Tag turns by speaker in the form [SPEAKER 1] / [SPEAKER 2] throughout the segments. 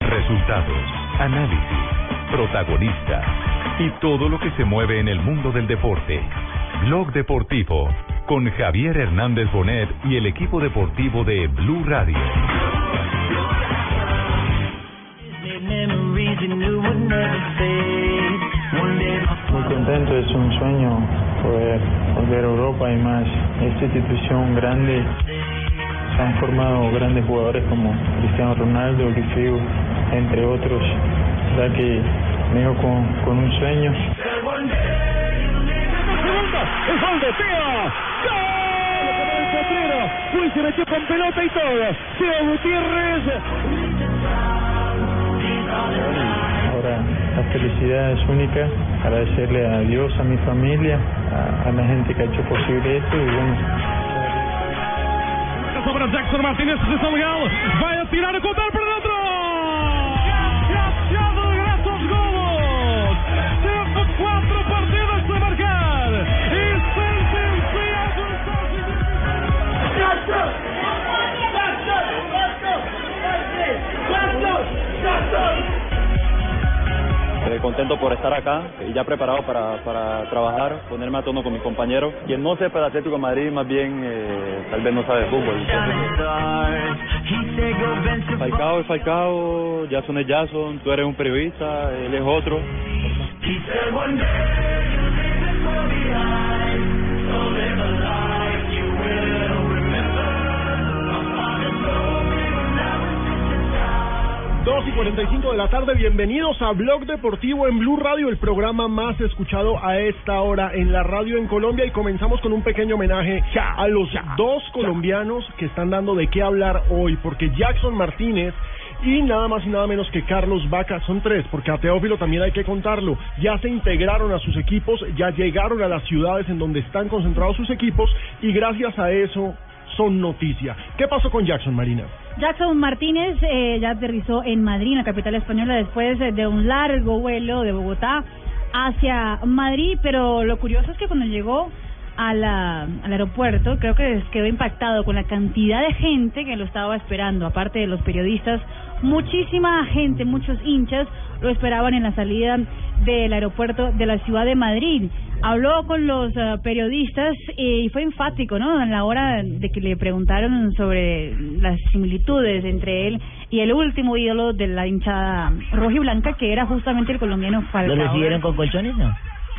[SPEAKER 1] Resultados, análisis, protagonistas y todo lo que se mueve en el mundo del deporte. Blog Deportivo con Javier Hernández Bonet y el equipo deportivo de Blue Radio.
[SPEAKER 2] Muy contento, es un sueño poder volver a Europa y más esta institución grande. Se han formado grandes jugadores como Cristiano Ronaldo, Grifigo, entre otros. O sea que vengo con, con un sueño.
[SPEAKER 3] El gol de Teo. ¡Gol! Potrero. Luis se metió con pelota y todo. Teo Gutiérrez.
[SPEAKER 2] Ahora la felicidad es única. Agradecerle a Dios, a mi familia, a, a la gente que ha hecho posible esto y bueno.
[SPEAKER 3] Sobre Jackson Martínez, posição legal. Vai atirar a contar para dentro. Cascado de graça aos golos. Teve quatro partidas para marcar. E sentencia a
[SPEAKER 4] Eh, contento por estar acá y ya preparado para, para trabajar, ponerme a tono con mis compañeros. Quien no sepa de Atlético de Madrid, más bien eh, tal vez no sabe de fútbol. Entonces, Falcao es Falcao, Jason es Jason, tú eres un periodista, él es otro.
[SPEAKER 3] Dos y 45 de la tarde, bienvenidos a Blog Deportivo en Blue Radio, el programa más escuchado a esta hora en la radio en Colombia y comenzamos con un pequeño homenaje a los dos colombianos que están dando de qué hablar hoy, porque Jackson Martínez y nada más y nada menos que Carlos Vaca, son tres, porque a Teófilo también hay que contarlo, ya se integraron a sus equipos, ya llegaron a las ciudades en donde están concentrados sus equipos y gracias a eso son noticia. ¿Qué pasó con Jackson Marina?
[SPEAKER 5] Jackson Martínez eh, ya aterrizó en Madrid, la capital española, después eh, de un largo vuelo de Bogotá hacia Madrid, pero lo curioso es que cuando llegó a la- al aeropuerto, creo que quedó impactado con la cantidad de gente que lo estaba esperando, aparte de los periodistas, muchísima gente, muchos hinchas lo esperaban en la salida del aeropuerto de la ciudad de Madrid. Habló con los eh, periodistas eh, y fue enfático, ¿no? A la hora de que le preguntaron sobre las similitudes entre él y el último ídolo de la hinchada rojiblanca, que era justamente el colombiano Falcao.
[SPEAKER 6] con colchones? No.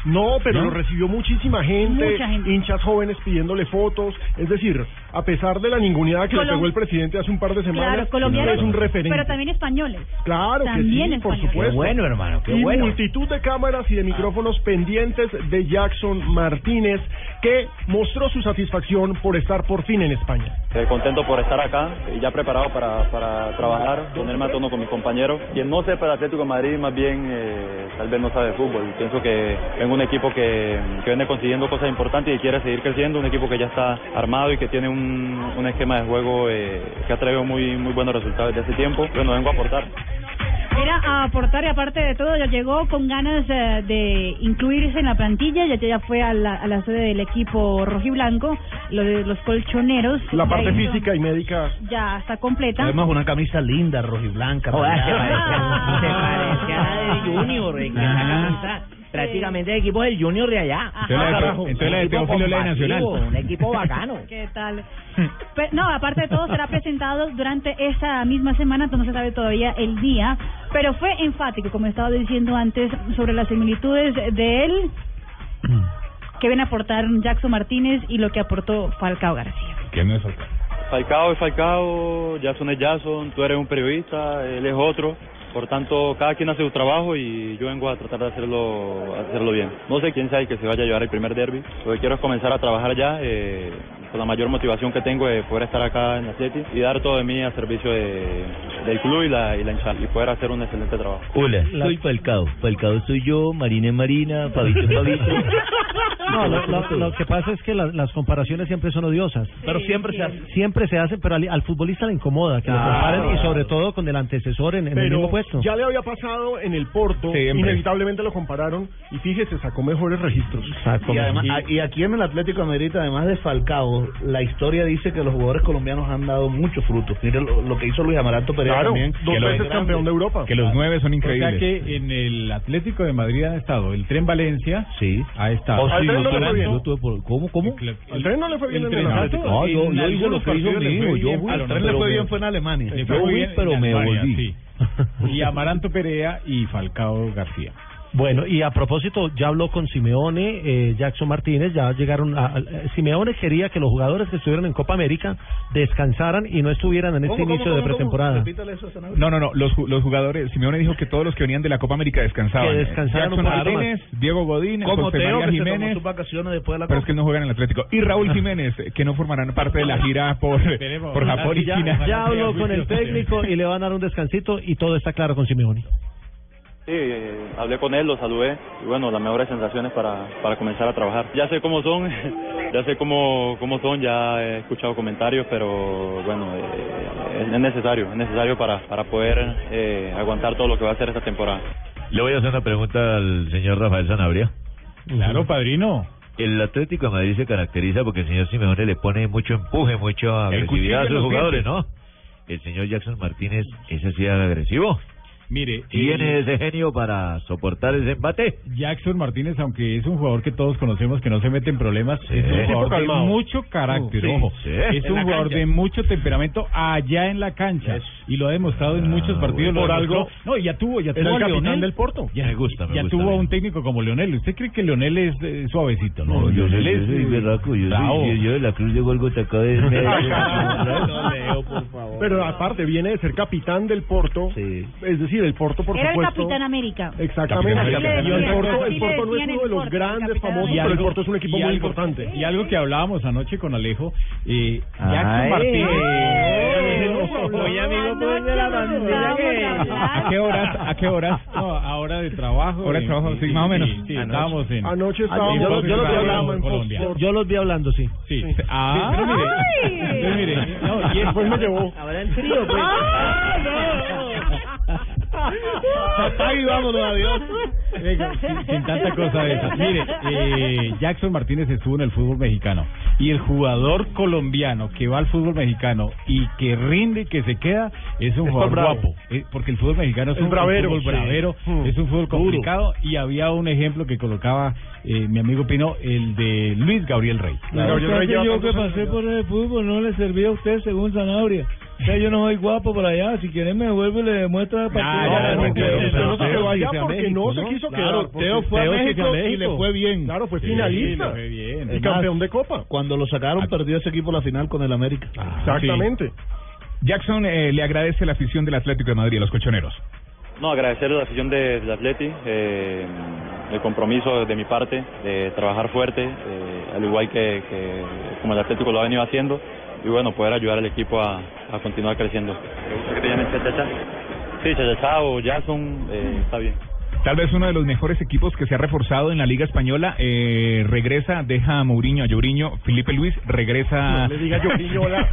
[SPEAKER 3] No, pero
[SPEAKER 6] ¿No?
[SPEAKER 3] lo recibió muchísima gente,
[SPEAKER 5] Mucha gente.
[SPEAKER 3] hinchas jóvenes pidiéndole fotos. Es decir, a pesar de la ninguneada que le
[SPEAKER 5] Colom-
[SPEAKER 3] pegó el presidente hace un par de semanas,
[SPEAKER 5] Claro, colombianos,
[SPEAKER 3] es un referente.
[SPEAKER 5] pero también españoles.
[SPEAKER 3] Claro que
[SPEAKER 5] también
[SPEAKER 3] sí, por
[SPEAKER 5] españoles.
[SPEAKER 3] supuesto.
[SPEAKER 6] Qué bueno, hermano, qué
[SPEAKER 3] y
[SPEAKER 6] bueno.
[SPEAKER 3] multitud de cámaras y de micrófonos pendientes de Jackson Martínez, que mostró su satisfacción por estar por fin en España.
[SPEAKER 4] Eh, contento por estar acá y ya preparado para, para trabajar, ponerme a tono con mis compañeros. Quien no sepa de Atlético de Madrid, más bien eh, tal vez no sabe de fútbol. Pienso que tengo un equipo que, que viene consiguiendo cosas importantes y quiere seguir creciendo, un equipo que ya está armado y que tiene un, un esquema de juego eh, que ha traído muy, muy buenos resultados desde hace tiempo. Bueno, vengo a aportar.
[SPEAKER 5] Era a aportar y aparte de todo, ya llegó con ganas eh, de incluirse en la plantilla, ya, ya fue a la, a la sede del equipo rojiblanco, lo de los colchoneros.
[SPEAKER 3] La
[SPEAKER 5] Ya
[SPEAKER 3] parte
[SPEAKER 5] hizo-
[SPEAKER 3] física y médica
[SPEAKER 5] Ya está completa.
[SPEAKER 6] Además, una camisa linda, rojiblanca.
[SPEAKER 7] Joder, se
[SPEAKER 5] Ah.
[SPEAKER 7] Oh, parece, se parece a la del Junior, eh, que esa
[SPEAKER 6] Ajá.
[SPEAKER 7] camisa, prácticamente el equipo del Junior de allá.
[SPEAKER 6] Entonces la de-
[SPEAKER 7] Carajo, un
[SPEAKER 6] entonces la de
[SPEAKER 7] equipo
[SPEAKER 6] Teófilo es la de
[SPEAKER 7] combativo,
[SPEAKER 6] Nacional.
[SPEAKER 7] Un equipo bacano.
[SPEAKER 5] ¿Qué tal? Pe- no, aparte de todo, será presentado durante esta misma semana, entonces no se sabe todavía el día, pero fue enfático, como estaba diciendo antes, sobre las similitudes de él
[SPEAKER 3] Mm.
[SPEAKER 5] que ven a aportar Jackson Martínez y lo que aportó Falcao García.
[SPEAKER 1] ¿Quién es Falcao?
[SPEAKER 4] Falcao es Falcao, Jason es Jason, tú eres un periodista, él es otro. Por tanto, cada quien hace su trabajo y yo vengo a tratar de hacerlo, hacerlo bien. No sé quién sea el que se vaya a llevar el primer derby. Lo que quiero es comenzar a trabajar ya eh, con la mayor motivación que tengo de poder estar acá en Atleti y dar todo de mí al servicio de- del club y la, y la hinchada y poder hacer un excelente trabajo.
[SPEAKER 7] Hola, soy Falcao. Falcao soy yo, Marina es Marina, Fabito es Fabito.
[SPEAKER 8] No, lo, lo- lo que pasa es que la- las comparaciones siempre son odiosas.
[SPEAKER 6] Pero siempre se hace.
[SPEAKER 8] Siempre se hacen, pero al, al futbolista le incomoda que lo
[SPEAKER 6] Claro.
[SPEAKER 8] comparen y sobre todo con el antecesor en, en el mismo
[SPEAKER 3] Pero
[SPEAKER 8] puesto.
[SPEAKER 3] ya le había pasado en el Porto,
[SPEAKER 8] Siempre.
[SPEAKER 3] inevitablemente lo compararon y fíjese, sacó mejores registros.
[SPEAKER 8] Sacó
[SPEAKER 9] Y, además- a- y aquí en el Atlético de Madrid, además de Falcao, la historia dice que los jugadores colombianos han dado muchos frutos. Mire lo, lo que hizo Luis Amaranto Pereira
[SPEAKER 3] Claro,
[SPEAKER 9] también.
[SPEAKER 3] dos
[SPEAKER 9] que lo-
[SPEAKER 3] veces campeón de Europa.
[SPEAKER 10] Que los nueve son
[SPEAKER 11] Ah. O sea
[SPEAKER 10] increíbles.
[SPEAKER 11] que en el Atlético de Madrid ha estado el Tren Valencia. Sí. Ha estado.
[SPEAKER 7] Al tren no le fue bien.
[SPEAKER 11] ¿Cómo, cómo?
[SPEAKER 3] Al tren no le fue bien en el Atlético.
[SPEAKER 7] No,
[SPEAKER 11] Ah,
[SPEAKER 7] yo, yo hice lo que hizo mi hijo. Yo fui,
[SPEAKER 11] Al tren le
[SPEAKER 7] pero
[SPEAKER 11] fue
[SPEAKER 7] me-
[SPEAKER 11] bien fue en Alemania.
[SPEAKER 7] Yo fui, pero me volví.
[SPEAKER 11] Y Amaranto Perea y Falcao García.
[SPEAKER 8] Bueno, y a propósito, ya habló con Simeone, eh, Jackson Martínez, ya llegaron a, a- Simeone quería que los jugadores que estuvieron en Copa América descansaran y no estuvieran en este
[SPEAKER 9] ¿Cómo, cómo,
[SPEAKER 8] inicio de
[SPEAKER 9] cómo, cómo?
[SPEAKER 8] pretemporada.
[SPEAKER 9] Repítale eso a Sanabria.
[SPEAKER 10] No, no, no. Los, ju- los jugadores. Simeone dijo que todos los que venían de la Copa América descansaban. ¿eh?
[SPEAKER 8] Que descansaran
[SPEAKER 10] Jackson
[SPEAKER 8] un poquito
[SPEAKER 10] Martínez, Diego Godín,
[SPEAKER 9] Como
[SPEAKER 10] José
[SPEAKER 9] Teo,
[SPEAKER 10] María
[SPEAKER 9] que se tomó
[SPEAKER 10] Jiménez.
[SPEAKER 9] sus vacaciones después de la
[SPEAKER 10] Pero es
[SPEAKER 9] Copa.
[SPEAKER 10] que no juegan en el Atlético. Y Raúl Jiménez, eh, que no formarán parte de la gira por, por Japón y
[SPEAKER 8] Ah, Ya-
[SPEAKER 10] China.
[SPEAKER 8] ya habló con el técnico y le van a dar un descansito y todo está claro con Simeone.
[SPEAKER 4] Sí, eh, hablé con él, lo saludé y bueno, las mejores sensaciones para, para comenzar a trabajar. Ya sé cómo son, ya sé cómo, cómo son, ya he escuchado comentarios, pero bueno, eh, es, es necesario, es necesario para, para poder eh, aguantar todo lo que va a ser esta temporada.
[SPEAKER 7] Le voy a hacer una pregunta al señor Rafael Sanabria.
[SPEAKER 11] Claro, padrino.
[SPEAKER 7] El Atlético de Madrid se caracteriza porque el señor Simeone le pone mucho empuje, mucha
[SPEAKER 11] El
[SPEAKER 7] agresividad
[SPEAKER 11] cuchillo
[SPEAKER 7] a
[SPEAKER 11] en
[SPEAKER 7] sus
[SPEAKER 11] los
[SPEAKER 7] jugadores,
[SPEAKER 11] dientes.
[SPEAKER 7] ¿no? El señor Jackson Martínez, ese sí era agresivo.
[SPEAKER 11] Mire,
[SPEAKER 7] ¿Tiene
[SPEAKER 11] eh,
[SPEAKER 7] ese genio para soportar ese embate?
[SPEAKER 11] Jackson Martínez, aunque es un jugador que todos conocemos que no se mete en problemas, es
[SPEAKER 7] Sí.
[SPEAKER 11] un jugador de
[SPEAKER 7] Calmado.
[SPEAKER 11] mucho carácter,
[SPEAKER 7] Sí,
[SPEAKER 11] ojo.
[SPEAKER 7] sí.
[SPEAKER 11] Es
[SPEAKER 7] En
[SPEAKER 11] un
[SPEAKER 7] la
[SPEAKER 11] jugador
[SPEAKER 7] cancha.
[SPEAKER 11] de mucho temperamento allá en la cancha y lo ha demostrado en muchos partidos.
[SPEAKER 7] Ah, bueno.
[SPEAKER 11] lo
[SPEAKER 7] Por
[SPEAKER 11] demostró-
[SPEAKER 7] algo
[SPEAKER 11] no, y ya tuvo, ya
[SPEAKER 7] es
[SPEAKER 11] tuvo
[SPEAKER 7] el
[SPEAKER 11] a
[SPEAKER 7] capitán
[SPEAKER 11] Leonel.
[SPEAKER 7] del Porto.
[SPEAKER 11] Ya,
[SPEAKER 7] Me gusta, me
[SPEAKER 11] ya
[SPEAKER 7] gusta
[SPEAKER 11] tuvo a
[SPEAKER 7] bien.
[SPEAKER 11] un técnico como Leonel. ¿Usted cree que Leonel es eh, suavecito? No,
[SPEAKER 7] yo soy,
[SPEAKER 11] Leonel
[SPEAKER 7] yo
[SPEAKER 11] es
[SPEAKER 7] soy
[SPEAKER 11] eh,
[SPEAKER 7] berraco, yo
[SPEAKER 11] bravo.
[SPEAKER 7] soy yo, yo de la Cruz de Golgota acá de
[SPEAKER 3] Pero aparte, viene de ser capitán del Porto. Es decir, el Porto, por
[SPEAKER 12] Era el
[SPEAKER 3] supuesto.
[SPEAKER 12] Capitán América.
[SPEAKER 3] Exactamente.
[SPEAKER 11] Capitán América.
[SPEAKER 3] Y el
[SPEAKER 11] Capitán
[SPEAKER 3] Porto, el
[SPEAKER 11] América.
[SPEAKER 3] Porto no es uno de los grandes famosos,
[SPEAKER 11] Y
[SPEAKER 3] pero el
[SPEAKER 11] algo-
[SPEAKER 3] Porto es un equipo
[SPEAKER 11] y
[SPEAKER 3] muy
[SPEAKER 11] algo-
[SPEAKER 3] importante.
[SPEAKER 11] Y algo que hablábamos anoche con Alejo, eh, Jackson
[SPEAKER 13] Ay.
[SPEAKER 11] Martínez.
[SPEAKER 13] Oye, amigo, pues, de la bandera
[SPEAKER 11] ¿A qué horas? ¿A qué horas? No, a hora de trabajo.
[SPEAKER 10] Hora de
[SPEAKER 11] en-
[SPEAKER 10] trabajo, sí, más o menos.
[SPEAKER 11] Sí, sí, estábamos en.
[SPEAKER 3] Anoche estábamos-
[SPEAKER 11] en
[SPEAKER 3] Yo lo- yo lo
[SPEAKER 11] Fox
[SPEAKER 3] que
[SPEAKER 11] Radio
[SPEAKER 3] hablamos en Fox
[SPEAKER 11] Colombia.
[SPEAKER 3] Sports.
[SPEAKER 8] Yo los vi hablando, sí.
[SPEAKER 11] Sí. Ah,
[SPEAKER 3] Sí, pero mire,
[SPEAKER 11] pero Pues mire, no, y es- Ah,
[SPEAKER 3] después me llevó.
[SPEAKER 13] Ahora el frío, pues.
[SPEAKER 14] Ah,
[SPEAKER 11] Papá, y vámonos, adiós. Venga, sin, sin tanta cosa de esas. Mire, eh, Jackson Martínez estuvo en el fútbol mexicano. Y el jugador colombiano que va al fútbol mexicano y que rinde y que se queda es un
[SPEAKER 3] Es
[SPEAKER 11] jugador
[SPEAKER 3] bravo.
[SPEAKER 11] guapo. Eh, porque el fútbol mexicano es
[SPEAKER 3] Es
[SPEAKER 11] un
[SPEAKER 3] bravero,
[SPEAKER 11] fútbol
[SPEAKER 3] sí.
[SPEAKER 11] bravero,
[SPEAKER 3] Mm.
[SPEAKER 11] es un fútbol
[SPEAKER 3] Duro.
[SPEAKER 11] complicado. Y había un ejemplo que colocaba eh, mi amigo Pino, el de Luis Gabriel Rey.
[SPEAKER 3] Gabriel Rey lleva tantos años ya.
[SPEAKER 6] el fútbol no le servía a usted según Sanabria. O sea, yo no soy guapo por allá. Si quieren me devuelvo y le demuestro de
[SPEAKER 11] Ah,
[SPEAKER 3] No,
[SPEAKER 11] ya,
[SPEAKER 3] no, Teo,
[SPEAKER 11] no, pero-
[SPEAKER 3] Teo no se
[SPEAKER 11] pero-
[SPEAKER 3] quedó allá
[SPEAKER 11] pero-
[SPEAKER 3] porque no se quiso
[SPEAKER 11] Claro,
[SPEAKER 3] quedar. porque-
[SPEAKER 11] Teo fue a
[SPEAKER 3] Teo se
[SPEAKER 11] México
[SPEAKER 3] fue
[SPEAKER 11] y le fue bien.
[SPEAKER 3] Claro, fue
[SPEAKER 11] Sí,
[SPEAKER 3] finalista.
[SPEAKER 11] le fue bien.
[SPEAKER 3] Y campeón de Copa.
[SPEAKER 9] Cuando lo sacaron, perdió ese equipo la final con el América.
[SPEAKER 3] Exactamente.
[SPEAKER 10] Ah, Jackson eh, le agradece la afición del Atlético de Madrid a los colchoneros.
[SPEAKER 4] No, agradecer a la afición de- del Atleti, eh, el compromiso de mi parte, de trabajar fuerte, eh, al igual que, que como el Atlético lo ha venido haciendo, y bueno, poder ayudar al equipo a, a continuar creciendo. ¿Te gusta que te llamen Chachachá? Sí, Chachachá o Jackson, eh, está bien.
[SPEAKER 10] Tal vez uno de los mejores equipos que se ha reforzado en la Liga Española. Eh, regresa, deja a Mourinho, a Lloriño, Felipe Luis,
[SPEAKER 3] No
[SPEAKER 10] regresa.
[SPEAKER 3] le diga Lloriño, hola.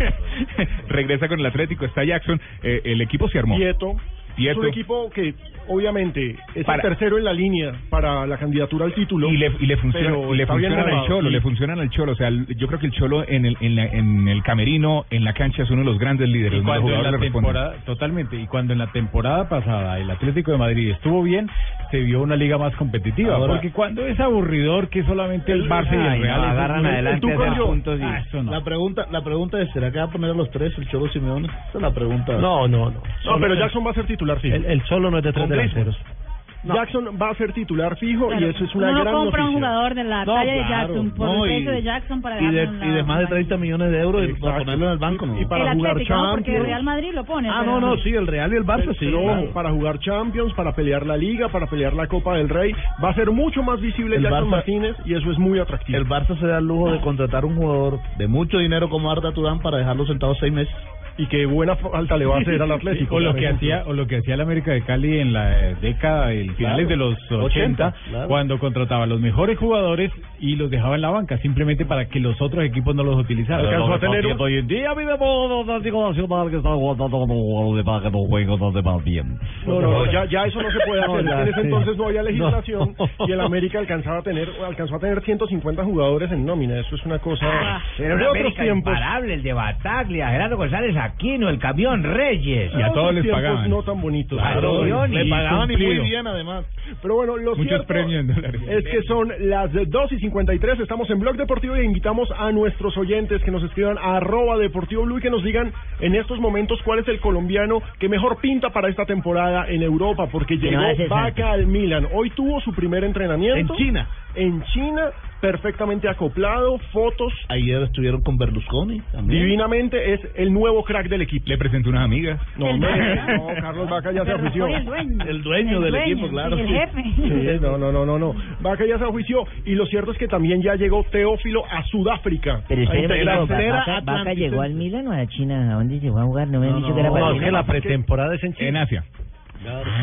[SPEAKER 10] regresa con el Atlético, está Jackson. Eh, el equipo se armó.
[SPEAKER 3] Prieto. Es
[SPEAKER 10] Prieto.
[SPEAKER 3] un equipo que, obviamente, es
[SPEAKER 10] Para-
[SPEAKER 3] el tercero en la línea para la candidatura al título.
[SPEAKER 10] Y le, y le funciona,
[SPEAKER 3] Pero
[SPEAKER 10] y le
[SPEAKER 3] está bien
[SPEAKER 10] funcionan al
[SPEAKER 3] armado,
[SPEAKER 10] Cholo,
[SPEAKER 3] sí.
[SPEAKER 10] le funcionan al Cholo. O sea, el- yo creo que el Cholo en el, en, la- en el camerino, en la cancha, es uno de los grandes
[SPEAKER 11] Y
[SPEAKER 10] líderes. ¿no? Los
[SPEAKER 11] cuando en
[SPEAKER 10] jugadores
[SPEAKER 11] la
[SPEAKER 10] le responden.
[SPEAKER 11] temporada, totalmente, y cuando en la temporada pasada el Atlético de Madrid estuvo bien, se vio una liga más competitiva.
[SPEAKER 9] Ahora-
[SPEAKER 11] porque cuando es aburridor que solamente el Barça y
[SPEAKER 13] Ay,
[SPEAKER 11] el Real
[SPEAKER 13] no,
[SPEAKER 11] es-
[SPEAKER 13] agarran
[SPEAKER 11] el-
[SPEAKER 13] adelante
[SPEAKER 11] tú
[SPEAKER 13] a
[SPEAKER 11] con
[SPEAKER 13] hacer
[SPEAKER 11] yo.
[SPEAKER 13] puntos y-
[SPEAKER 11] Ah, eso no.
[SPEAKER 9] La pregunta, la pregunta es, ¿será que va a poner a los tres el Cholo Simeone? Esa es la pregunta.
[SPEAKER 8] No, no, no.
[SPEAKER 3] No,
[SPEAKER 8] Solo-
[SPEAKER 3] pero Jackson va a ser titular, sí.
[SPEAKER 8] el, el solo no es de tres
[SPEAKER 3] Con Griezmann.
[SPEAKER 8] delanteros.
[SPEAKER 3] Jackson va a ser titular fijo
[SPEAKER 5] Claro.
[SPEAKER 3] y eso es una
[SPEAKER 5] Uno no
[SPEAKER 3] gran
[SPEAKER 5] compra un
[SPEAKER 3] noticia.
[SPEAKER 5] jugador de la talla de
[SPEAKER 9] claro,
[SPEAKER 5] Jackson por
[SPEAKER 9] no,
[SPEAKER 5] el
[SPEAKER 9] y-
[SPEAKER 5] peso de Jackson para
[SPEAKER 9] Y de,
[SPEAKER 5] dejarlo a un
[SPEAKER 9] y de
[SPEAKER 5] lado.
[SPEAKER 9] más de 30 millones de euros y para ponerlo en el banco, ¿no?
[SPEAKER 3] Y para
[SPEAKER 5] el
[SPEAKER 3] jugar
[SPEAKER 5] Atlético, no, porque el
[SPEAKER 3] Champions.
[SPEAKER 5] Real Madrid lo pone.
[SPEAKER 3] Ah, no,
[SPEAKER 5] pero-
[SPEAKER 3] no, sí,
[SPEAKER 9] el Real y el Barça,
[SPEAKER 3] sí. para jugar Champions, para pelear la Liga, para pelear la Copa del Rey, va a ser mucho más visible
[SPEAKER 9] El
[SPEAKER 3] Jackson
[SPEAKER 9] Barça-
[SPEAKER 3] Martínez y eso es muy atractivo.
[SPEAKER 9] El Barça se da el lujo de contratar un jugador de mucho dinero como Arda Turán para dejarlo sentado seis meses.
[SPEAKER 3] Y qué buena falta le va a hacer al Atlético.
[SPEAKER 11] o lo
[SPEAKER 3] por
[SPEAKER 11] que
[SPEAKER 3] ejemplo.
[SPEAKER 11] hacía o lo que hacía el América de Cali en la eh, década del finales de los 80,
[SPEAKER 15] 80, claro.
[SPEAKER 11] cuando contrataba a los mejores jugadores y los dejaba en la banca simplemente para que los otros equipos no los utilizaran.
[SPEAKER 15] Alcanzó a tener un-
[SPEAKER 16] Hoy en día pues, vive por un Atlético Nacional que está aguantando como jugador de para que no juegue bastante más bien.
[SPEAKER 3] No, no, ya, ya eso no se puede hacer.
[SPEAKER 16] No, ya,
[SPEAKER 3] en ese
[SPEAKER 16] sí.
[SPEAKER 3] entonces no había
[SPEAKER 16] No.
[SPEAKER 3] legislación y el América alcanzaba a tener, alcanzó a tener 150 jugadores en nómina. Eso es una cosa
[SPEAKER 7] Era
[SPEAKER 3] de
[SPEAKER 7] una
[SPEAKER 3] otros
[SPEAKER 7] Ah, América
[SPEAKER 3] tiempos.
[SPEAKER 7] imparable, el de Bataglia, Gerardo González Aquino, el camión Reyes.
[SPEAKER 3] Otros tiempos No tan bonitos.
[SPEAKER 7] A todos,
[SPEAKER 3] le
[SPEAKER 7] y cumplido.
[SPEAKER 3] además. Pero bueno, lo
[SPEAKER 11] Muchos
[SPEAKER 3] cierto
[SPEAKER 11] premios en dólares.
[SPEAKER 3] es que son las 2 y 53. Estamos en Blog Deportivo y invitamos a nuestros oyentes que nos escriban a arroba Deportivo Blue y que nos digan en estos momentos cuál es el colombiano que mejor pinta para esta temporada en Europa, porque
[SPEAKER 7] Que
[SPEAKER 3] llegó
[SPEAKER 7] no hace
[SPEAKER 3] Vaca al Milan. Hoy tuvo su primer entrenamiento.
[SPEAKER 9] En China.
[SPEAKER 3] En China, perfectamente acoplado, fotos.
[SPEAKER 9] Ayer estuvieron con Berlusconi también.
[SPEAKER 3] Divinamente es el nuevo crack del equipo.
[SPEAKER 11] Le presento unas amigas.
[SPEAKER 3] No,
[SPEAKER 9] El
[SPEAKER 3] hombre,
[SPEAKER 9] Vaca.
[SPEAKER 3] no, Carlos Vaca ya se afició.
[SPEAKER 9] Berlusconi, el dueño. El dueño El del dueño, equipo, claro. el jefe.
[SPEAKER 3] Sí, no, no, no, no, no. Vaca ya se afició. Y lo cierto es que también ya llegó Teófilo a Sudáfrica.
[SPEAKER 7] Pero
[SPEAKER 3] A
[SPEAKER 7] espérenme,
[SPEAKER 3] integrar-
[SPEAKER 7] Vaca, Vaca llegó al Milan o a China, ¿a dónde llegó a jugar? No me han dicho que era para
[SPEAKER 8] No, es
[SPEAKER 7] China.
[SPEAKER 8] que la pretemporada es en China.
[SPEAKER 11] En Asia.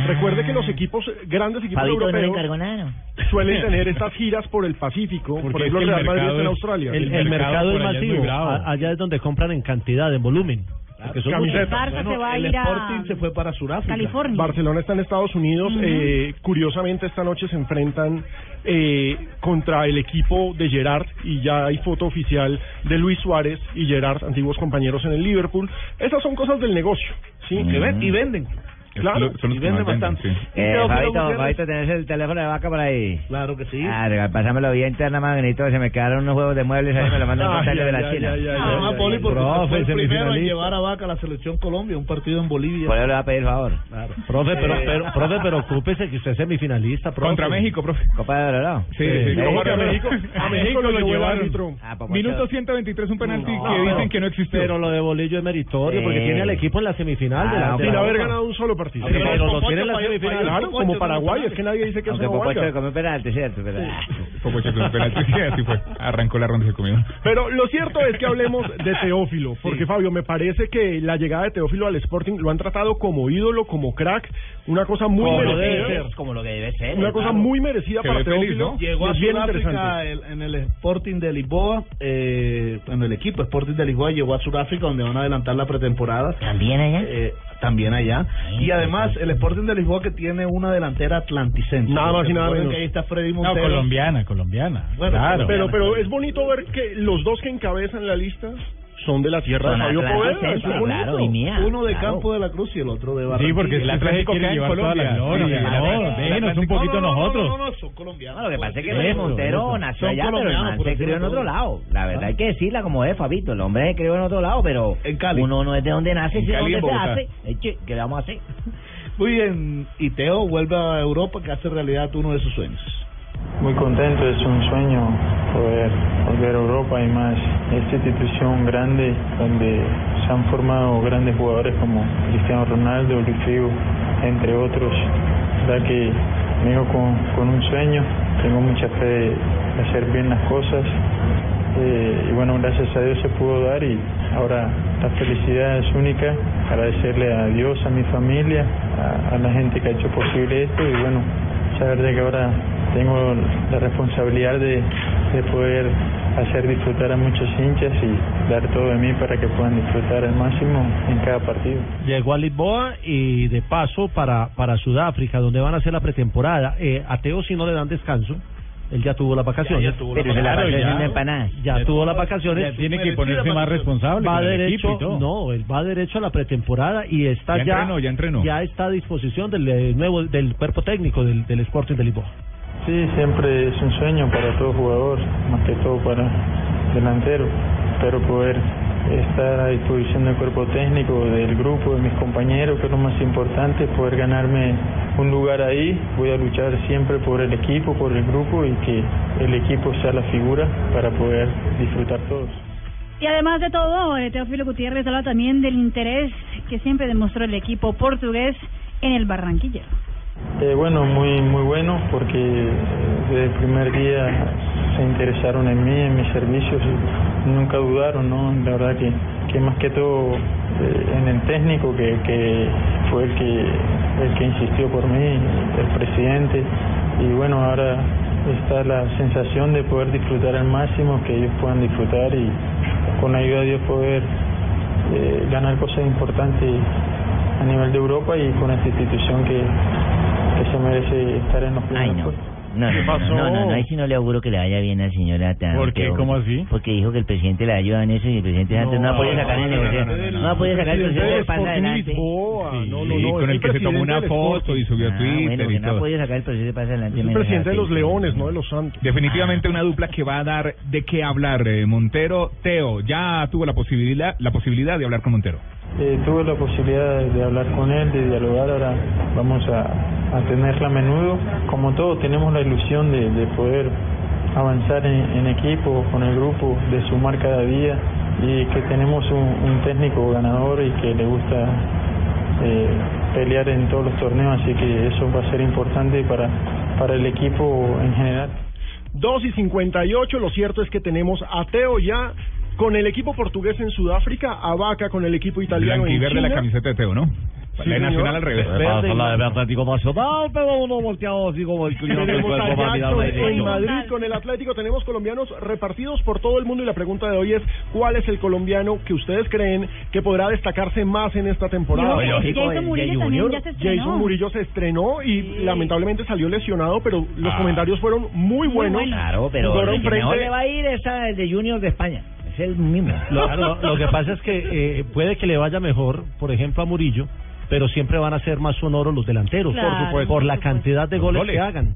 [SPEAKER 3] Recuerde que los equipos, grandes equipos
[SPEAKER 7] Fabito no le
[SPEAKER 3] europeos,
[SPEAKER 7] encargó nada, ¿no?
[SPEAKER 3] suelen tener estas giras por el Pacífico. por ejemplo, el Real Madrid está en Australia.
[SPEAKER 8] El, el mercado,
[SPEAKER 3] por
[SPEAKER 8] es
[SPEAKER 3] allá muy
[SPEAKER 8] masivo.
[SPEAKER 3] bravo.
[SPEAKER 8] A- allá es donde compran en cantidad, en volumen. Porque son muchos.
[SPEAKER 3] Camisetas.
[SPEAKER 5] Barça se va a
[SPEAKER 9] el
[SPEAKER 5] ir a-
[SPEAKER 9] Sporting se fue para Sudáfrica.
[SPEAKER 5] California.
[SPEAKER 3] Barcelona está en Estados Unidos.
[SPEAKER 5] Ujú.
[SPEAKER 3] eh, curiosamente, esta noche se enfrentan eh, contra el equipo de Gerard y ya hay foto oficial de Luis Suárez y Gerard, antiguos compañeros en el Liverpool. Esas son cosas del negocio. ¿sí?
[SPEAKER 9] Que ven- y venden.
[SPEAKER 3] Claro,
[SPEAKER 9] Son los que más venden, sí.
[SPEAKER 7] Eh,
[SPEAKER 9] Teófilo
[SPEAKER 7] Fabito,
[SPEAKER 9] Gutiérrez.
[SPEAKER 7] Fabito, ¿tenés el teléfono de Vaca por ahí?
[SPEAKER 9] Claro que sí.
[SPEAKER 7] Ah, regal, pásamelo bien, interna, magnito. Se me quedaron unos juegos de muebles ahí, me lo mandan
[SPEAKER 9] Ay,
[SPEAKER 7] con
[SPEAKER 9] ay,
[SPEAKER 7] de la
[SPEAKER 9] ay,
[SPEAKER 7] China. Ah,
[SPEAKER 9] ay, ay, ay, Además, Poli, porque usted
[SPEAKER 7] Profe,
[SPEAKER 9] fue el primero en
[SPEAKER 7] semifinalista.
[SPEAKER 9] llevar a Vaca a la selección Colombia, un partido en Bolivia.
[SPEAKER 7] Por eso le va a pedir favor.
[SPEAKER 8] Profe, pero,
[SPEAKER 9] Eh,
[SPEAKER 8] pero, profe, pero ocúpese que usted es semifinalista. Profe.
[SPEAKER 11] Contra México, profe.
[SPEAKER 7] Copa de Oro,
[SPEAKER 11] Sí, sí, Copa de Oro.
[SPEAKER 3] a México lo llevó el árbitro.
[SPEAKER 10] Ah,
[SPEAKER 11] Minuto 123, un penalti
[SPEAKER 8] No,
[SPEAKER 11] que dicen
[SPEAKER 8] pero-
[SPEAKER 11] que no existió.
[SPEAKER 8] Pero lo de Bolillo es meritorio porque
[SPEAKER 11] Sí.
[SPEAKER 8] tiene al equipo en la semifinal. de la,
[SPEAKER 7] Ah,
[SPEAKER 8] de
[SPEAKER 3] Sin
[SPEAKER 8] la
[SPEAKER 3] haber
[SPEAKER 8] Copa.
[SPEAKER 3] ganado un solo partido.
[SPEAKER 8] Aunque Pero Popocho los tiene en la
[SPEAKER 3] falló-
[SPEAKER 8] semifinal.
[SPEAKER 3] Claro,
[SPEAKER 8] Popocho
[SPEAKER 3] como
[SPEAKER 8] no
[SPEAKER 3] Paraguay, es que nadie dice que es
[SPEAKER 7] Aunque
[SPEAKER 3] una
[SPEAKER 7] Popocho
[SPEAKER 3] huelga.
[SPEAKER 7] le comió penalti, ¿cierto? Pero,
[SPEAKER 11] Como chocó un penalti, sí, así fue. Arrancó la ronda y se comió.
[SPEAKER 3] Pero lo cierto es que hablemos de Teófilo, porque Fabio, me parece que la llegada de Teófilo al Sporting lo han tratado como ídolo, como crack, una cosa muy
[SPEAKER 7] Como lo
[SPEAKER 3] merecida.
[SPEAKER 7] debe ser, como lo que debe ser.
[SPEAKER 3] Una cosa muy merecida
[SPEAKER 11] Se
[SPEAKER 3] para
[SPEAKER 11] ve
[SPEAKER 3] Teófilo.
[SPEAKER 11] feliz, ¿no?
[SPEAKER 9] Llegó
[SPEAKER 3] y
[SPEAKER 9] a
[SPEAKER 3] es bien
[SPEAKER 9] Sudáfrica
[SPEAKER 3] interesante.
[SPEAKER 9] el- en el Sporting de Lisboa, eh, en el equipo Sporting de Lisboa llegó a Sudáfrica donde van a adelantar la pretemporada.
[SPEAKER 7] ¿También allá?
[SPEAKER 9] Eh, también allá. Y además el Sporting de Lisboa que tiene una delantera atlanticente.
[SPEAKER 3] Nada más y nada
[SPEAKER 9] Recuerden
[SPEAKER 3] menos.
[SPEAKER 9] que ahí está Freddy
[SPEAKER 11] No,
[SPEAKER 9] Montero.
[SPEAKER 11] colombiana, colombiana.
[SPEAKER 9] Bueno,
[SPEAKER 11] claro.
[SPEAKER 3] Pero, pero es bonito ver que los dos que encabezan la lista son de la tierra de
[SPEAKER 7] Son
[SPEAKER 3] Fabio
[SPEAKER 7] atlantes,
[SPEAKER 3] Poveda. Eso es
[SPEAKER 7] claro,
[SPEAKER 3] bonito.
[SPEAKER 7] y mía,
[SPEAKER 9] Uno de
[SPEAKER 7] claro.
[SPEAKER 9] Campo de la Cruz y el otro de Barranquilla.
[SPEAKER 11] Sí, porque el
[SPEAKER 9] La-
[SPEAKER 11] Atlético quiere
[SPEAKER 9] cae en
[SPEAKER 11] llevar toda la
[SPEAKER 9] Colombia.
[SPEAKER 11] gloria.
[SPEAKER 9] Sí,
[SPEAKER 11] No,
[SPEAKER 9] la-
[SPEAKER 11] déjenos
[SPEAKER 9] la-
[SPEAKER 11] un poquito
[SPEAKER 9] no, no, no,
[SPEAKER 11] nosotros.
[SPEAKER 9] No, no, no, son colombianos.
[SPEAKER 7] No, lo que pasa es que
[SPEAKER 9] Eso,
[SPEAKER 7] Luis
[SPEAKER 9] eso.
[SPEAKER 7] Montero nació
[SPEAKER 9] Son
[SPEAKER 7] allá, pero el
[SPEAKER 9] colombianos,
[SPEAKER 7] man
[SPEAKER 9] por
[SPEAKER 7] se
[SPEAKER 9] decirlo
[SPEAKER 7] crió en otro
[SPEAKER 9] todo.
[SPEAKER 7] lado. La verdad hay que decirla como es, Fabito. El hombre se crió en otro lado, pero
[SPEAKER 9] En Cali.
[SPEAKER 7] uno no es de donde nace,
[SPEAKER 11] En
[SPEAKER 7] sino
[SPEAKER 11] Cali,
[SPEAKER 7] donde
[SPEAKER 11] en
[SPEAKER 7] se
[SPEAKER 11] Bogotá.
[SPEAKER 7] hace. Es que, ¿Qué le vamos a hacer?
[SPEAKER 9] Muy bien, y Teo vuelve a Europa que hace realidad uno de sus sueños.
[SPEAKER 2] Muy contento, es un sueño poder volver a Europa y más esta institución grande donde se han formado grandes jugadores como Cristiano Ronaldo, Luis Figo, entre otros. La verdad que vengo con, con un sueño, tengo mucha fe de hacer bien las cosas eh, y bueno, gracias a Dios se pudo dar y ahora la felicidad es única. Agradecerle a Dios, a mi familia, a, a la gente que ha hecho posible esto y bueno, saber de que ahora tengo la responsabilidad de, de poder hacer disfrutar a muchos hinchas y dar todo de mí para que puedan disfrutar al máximo en cada partido.
[SPEAKER 8] Llegó a Lisboa y de paso para, para Sudáfrica, donde van a hacer la pretemporada. Eh, a Teo si no le dan descanso, él ya tuvo las vacaciones.
[SPEAKER 9] Ya- ya tuvo las
[SPEAKER 7] Pero se la
[SPEAKER 11] Claro,
[SPEAKER 7] pasó
[SPEAKER 11] ya.
[SPEAKER 7] haciendo empanadas.
[SPEAKER 8] Ya tuvo las vacaciones.
[SPEAKER 11] Ya tiene que ponerse más responsable
[SPEAKER 8] Va
[SPEAKER 11] con el equipo
[SPEAKER 8] derecho,
[SPEAKER 11] y todo.
[SPEAKER 8] no, él va derecho a la pretemporada y está
[SPEAKER 11] Ya
[SPEAKER 8] ya
[SPEAKER 11] entrenó, ya entrenó.
[SPEAKER 8] ya está a disposición del eh, nuevo del cuerpo técnico del, del Sporting de Lisboa.
[SPEAKER 2] Sí, siempre es un sueño para todo jugador, más que todo para delantero, pero poder estar a disposición del cuerpo técnico, del grupo, de mis compañeros, que es lo más importante, poder ganarme un lugar ahí. Voy a luchar siempre por el equipo, por el grupo y que el equipo sea la figura para poder disfrutar todos.
[SPEAKER 5] Y además de todo, eh, Teófilo Gutiérrez habla también del interés que siempre demostró el equipo portugués en el Barranquillero.
[SPEAKER 2] Eh, bueno, muy muy bueno porque eh, desde el primer día se interesaron en mí, en mis servicios y nunca dudaron, ¿no? La verdad que, que más que todo eh, en el técnico que, que fue el que el que insistió por mí, el presidente y bueno ahora está la sensación de poder disfrutar al máximo, que ellos puedan disfrutar y con la ayuda de Dios poder eh, ganar cosas importantes a nivel de Europa y con esta institución que, que se merece estar en los primeros puestos.
[SPEAKER 17] No,
[SPEAKER 2] ¿Qué
[SPEAKER 17] no,
[SPEAKER 2] pasó?
[SPEAKER 17] no, no, no, ahí sí no le auguro que le vaya bien al señor Ata.
[SPEAKER 2] ¿Por qué? ¿Cómo
[SPEAKER 17] así? Porque dijo que el presidente le ayuda en eso y el presidente antes no, ha podido sacar el negocio. No ha podido sacar el negocio del panda adelante.
[SPEAKER 3] no,
[SPEAKER 10] Sí,
[SPEAKER 3] no, no,
[SPEAKER 10] con
[SPEAKER 3] es
[SPEAKER 10] el que se tomó
[SPEAKER 3] presidente
[SPEAKER 10] una
[SPEAKER 3] del
[SPEAKER 10] foto
[SPEAKER 3] Sporting.
[SPEAKER 10] y subió a
[SPEAKER 3] Ah,
[SPEAKER 10] Twitter
[SPEAKER 3] bueno, que
[SPEAKER 10] y
[SPEAKER 3] no ha
[SPEAKER 10] todo.
[SPEAKER 3] podido
[SPEAKER 17] sacar el presidente pasa adelante.
[SPEAKER 3] Es el presidente de los Leones, no de los Santos.
[SPEAKER 10] Definitivamente una dupla que va a dar de qué hablar. eh, Montero, Teo, ya tuvo la posibilidad, la posibilidad de hablar con Montero.
[SPEAKER 2] Eh, tuve la posibilidad de, de hablar con él, de dialogar, ahora vamos a, a tenerla a menudo. Como todos tenemos la ilusión de, de poder avanzar en, en equipo, con el grupo, de sumar cada día y que tenemos un, un técnico ganador y que le gusta eh, pelear en todos los torneos, así que eso va a ser importante para, para el equipo en general.
[SPEAKER 3] 2 y 58, lo cierto es que tenemos a Teo ya con el equipo portugués en Sudáfrica, a Vaca con el equipo italiano
[SPEAKER 10] Blanco y
[SPEAKER 3] en
[SPEAKER 10] verde
[SPEAKER 3] China.
[SPEAKER 10] la camiseta de Teo, ¿no?
[SPEAKER 3] Sí,
[SPEAKER 10] la de
[SPEAKER 3] señor.
[SPEAKER 10] Nacional al revés.
[SPEAKER 3] Verde y
[SPEAKER 16] Ah,
[SPEAKER 10] de
[SPEAKER 14] Atlético Nacional, pero uno volteado así como el cliente del
[SPEAKER 3] Tenemos a
[SPEAKER 14] cuerpo va a mirar
[SPEAKER 3] Jackson en
[SPEAKER 14] derecho.
[SPEAKER 3] Madrid con el Atlético, tenemos colombianos repartidos por todo el mundo y la pregunta de hoy es ¿cuál es el colombiano que ustedes creen que podrá destacarse más en esta temporada?
[SPEAKER 14] Yo, Jason Jason
[SPEAKER 17] eh,
[SPEAKER 14] Murillo Jay también ya se estrenó.
[SPEAKER 3] Jason Murillo se estrenó y lamentablemente salió lesionado, pero los
[SPEAKER 17] Ah.
[SPEAKER 3] comentarios fueron muy buenos.
[SPEAKER 17] Claro, pero
[SPEAKER 3] Fueron
[SPEAKER 17] el que mejor
[SPEAKER 3] frente-
[SPEAKER 17] le va a ir es al de Junior de España. Es el mismo.
[SPEAKER 8] Lo, lo- lo que pasa es que eh, puede que le vaya mejor, por ejemplo, a Murillo, pero siempre van a ser más sonoros los delanteros,
[SPEAKER 3] Claro, Por supuesto.
[SPEAKER 8] por la
[SPEAKER 3] por supuesto.
[SPEAKER 8] cantidad de
[SPEAKER 3] Los
[SPEAKER 8] goles,
[SPEAKER 3] goles.
[SPEAKER 8] que hagan.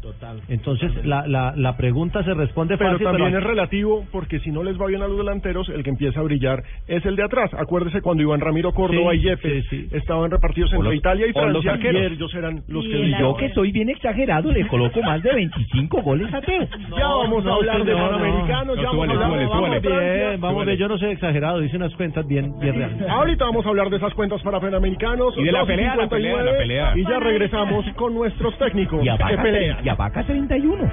[SPEAKER 8] Entonces, la, la, la pregunta se responde
[SPEAKER 3] Pero
[SPEAKER 8] fácil,
[SPEAKER 3] también
[SPEAKER 8] pero-
[SPEAKER 3] es relativo porque si no les va bien a los delanteros, el que empieza a brillar es el de atrás. Acuérdese cuando Iván Ramiro Córdoba
[SPEAKER 8] Sí,
[SPEAKER 3] y Yepes estaban repartidos entre
[SPEAKER 8] los-
[SPEAKER 3] Italia y
[SPEAKER 8] o los
[SPEAKER 3] Francia.
[SPEAKER 8] arqueros.
[SPEAKER 3] que ellos eran los que
[SPEAKER 18] y yo
[SPEAKER 3] brillaban.
[SPEAKER 18] que soy bien exagerado le coloco más de 25 goles a Teo.
[SPEAKER 3] ya vamos a hablar de
[SPEAKER 8] señor,
[SPEAKER 3] Panamericano, ya vamos a hablar de
[SPEAKER 8] Vamos
[SPEAKER 3] vamos a Francia. Ah,
[SPEAKER 8] bien, vamos bien, yo no soy exagerado, hice unas cuentas bien, bien reales.
[SPEAKER 3] Ahorita vamos a hablar de esas cuentas para Panamericanos.
[SPEAKER 8] Y de la
[SPEAKER 3] 12
[SPEAKER 8] pelea, la pelea, la
[SPEAKER 3] 59,
[SPEAKER 8] pelea.
[SPEAKER 3] Y ya regresamos con nuestros técnicos.
[SPEAKER 18] Y a
[SPEAKER 3] que
[SPEAKER 18] Vaca,
[SPEAKER 3] pelean.
[SPEAKER 18] y a Vaca 31.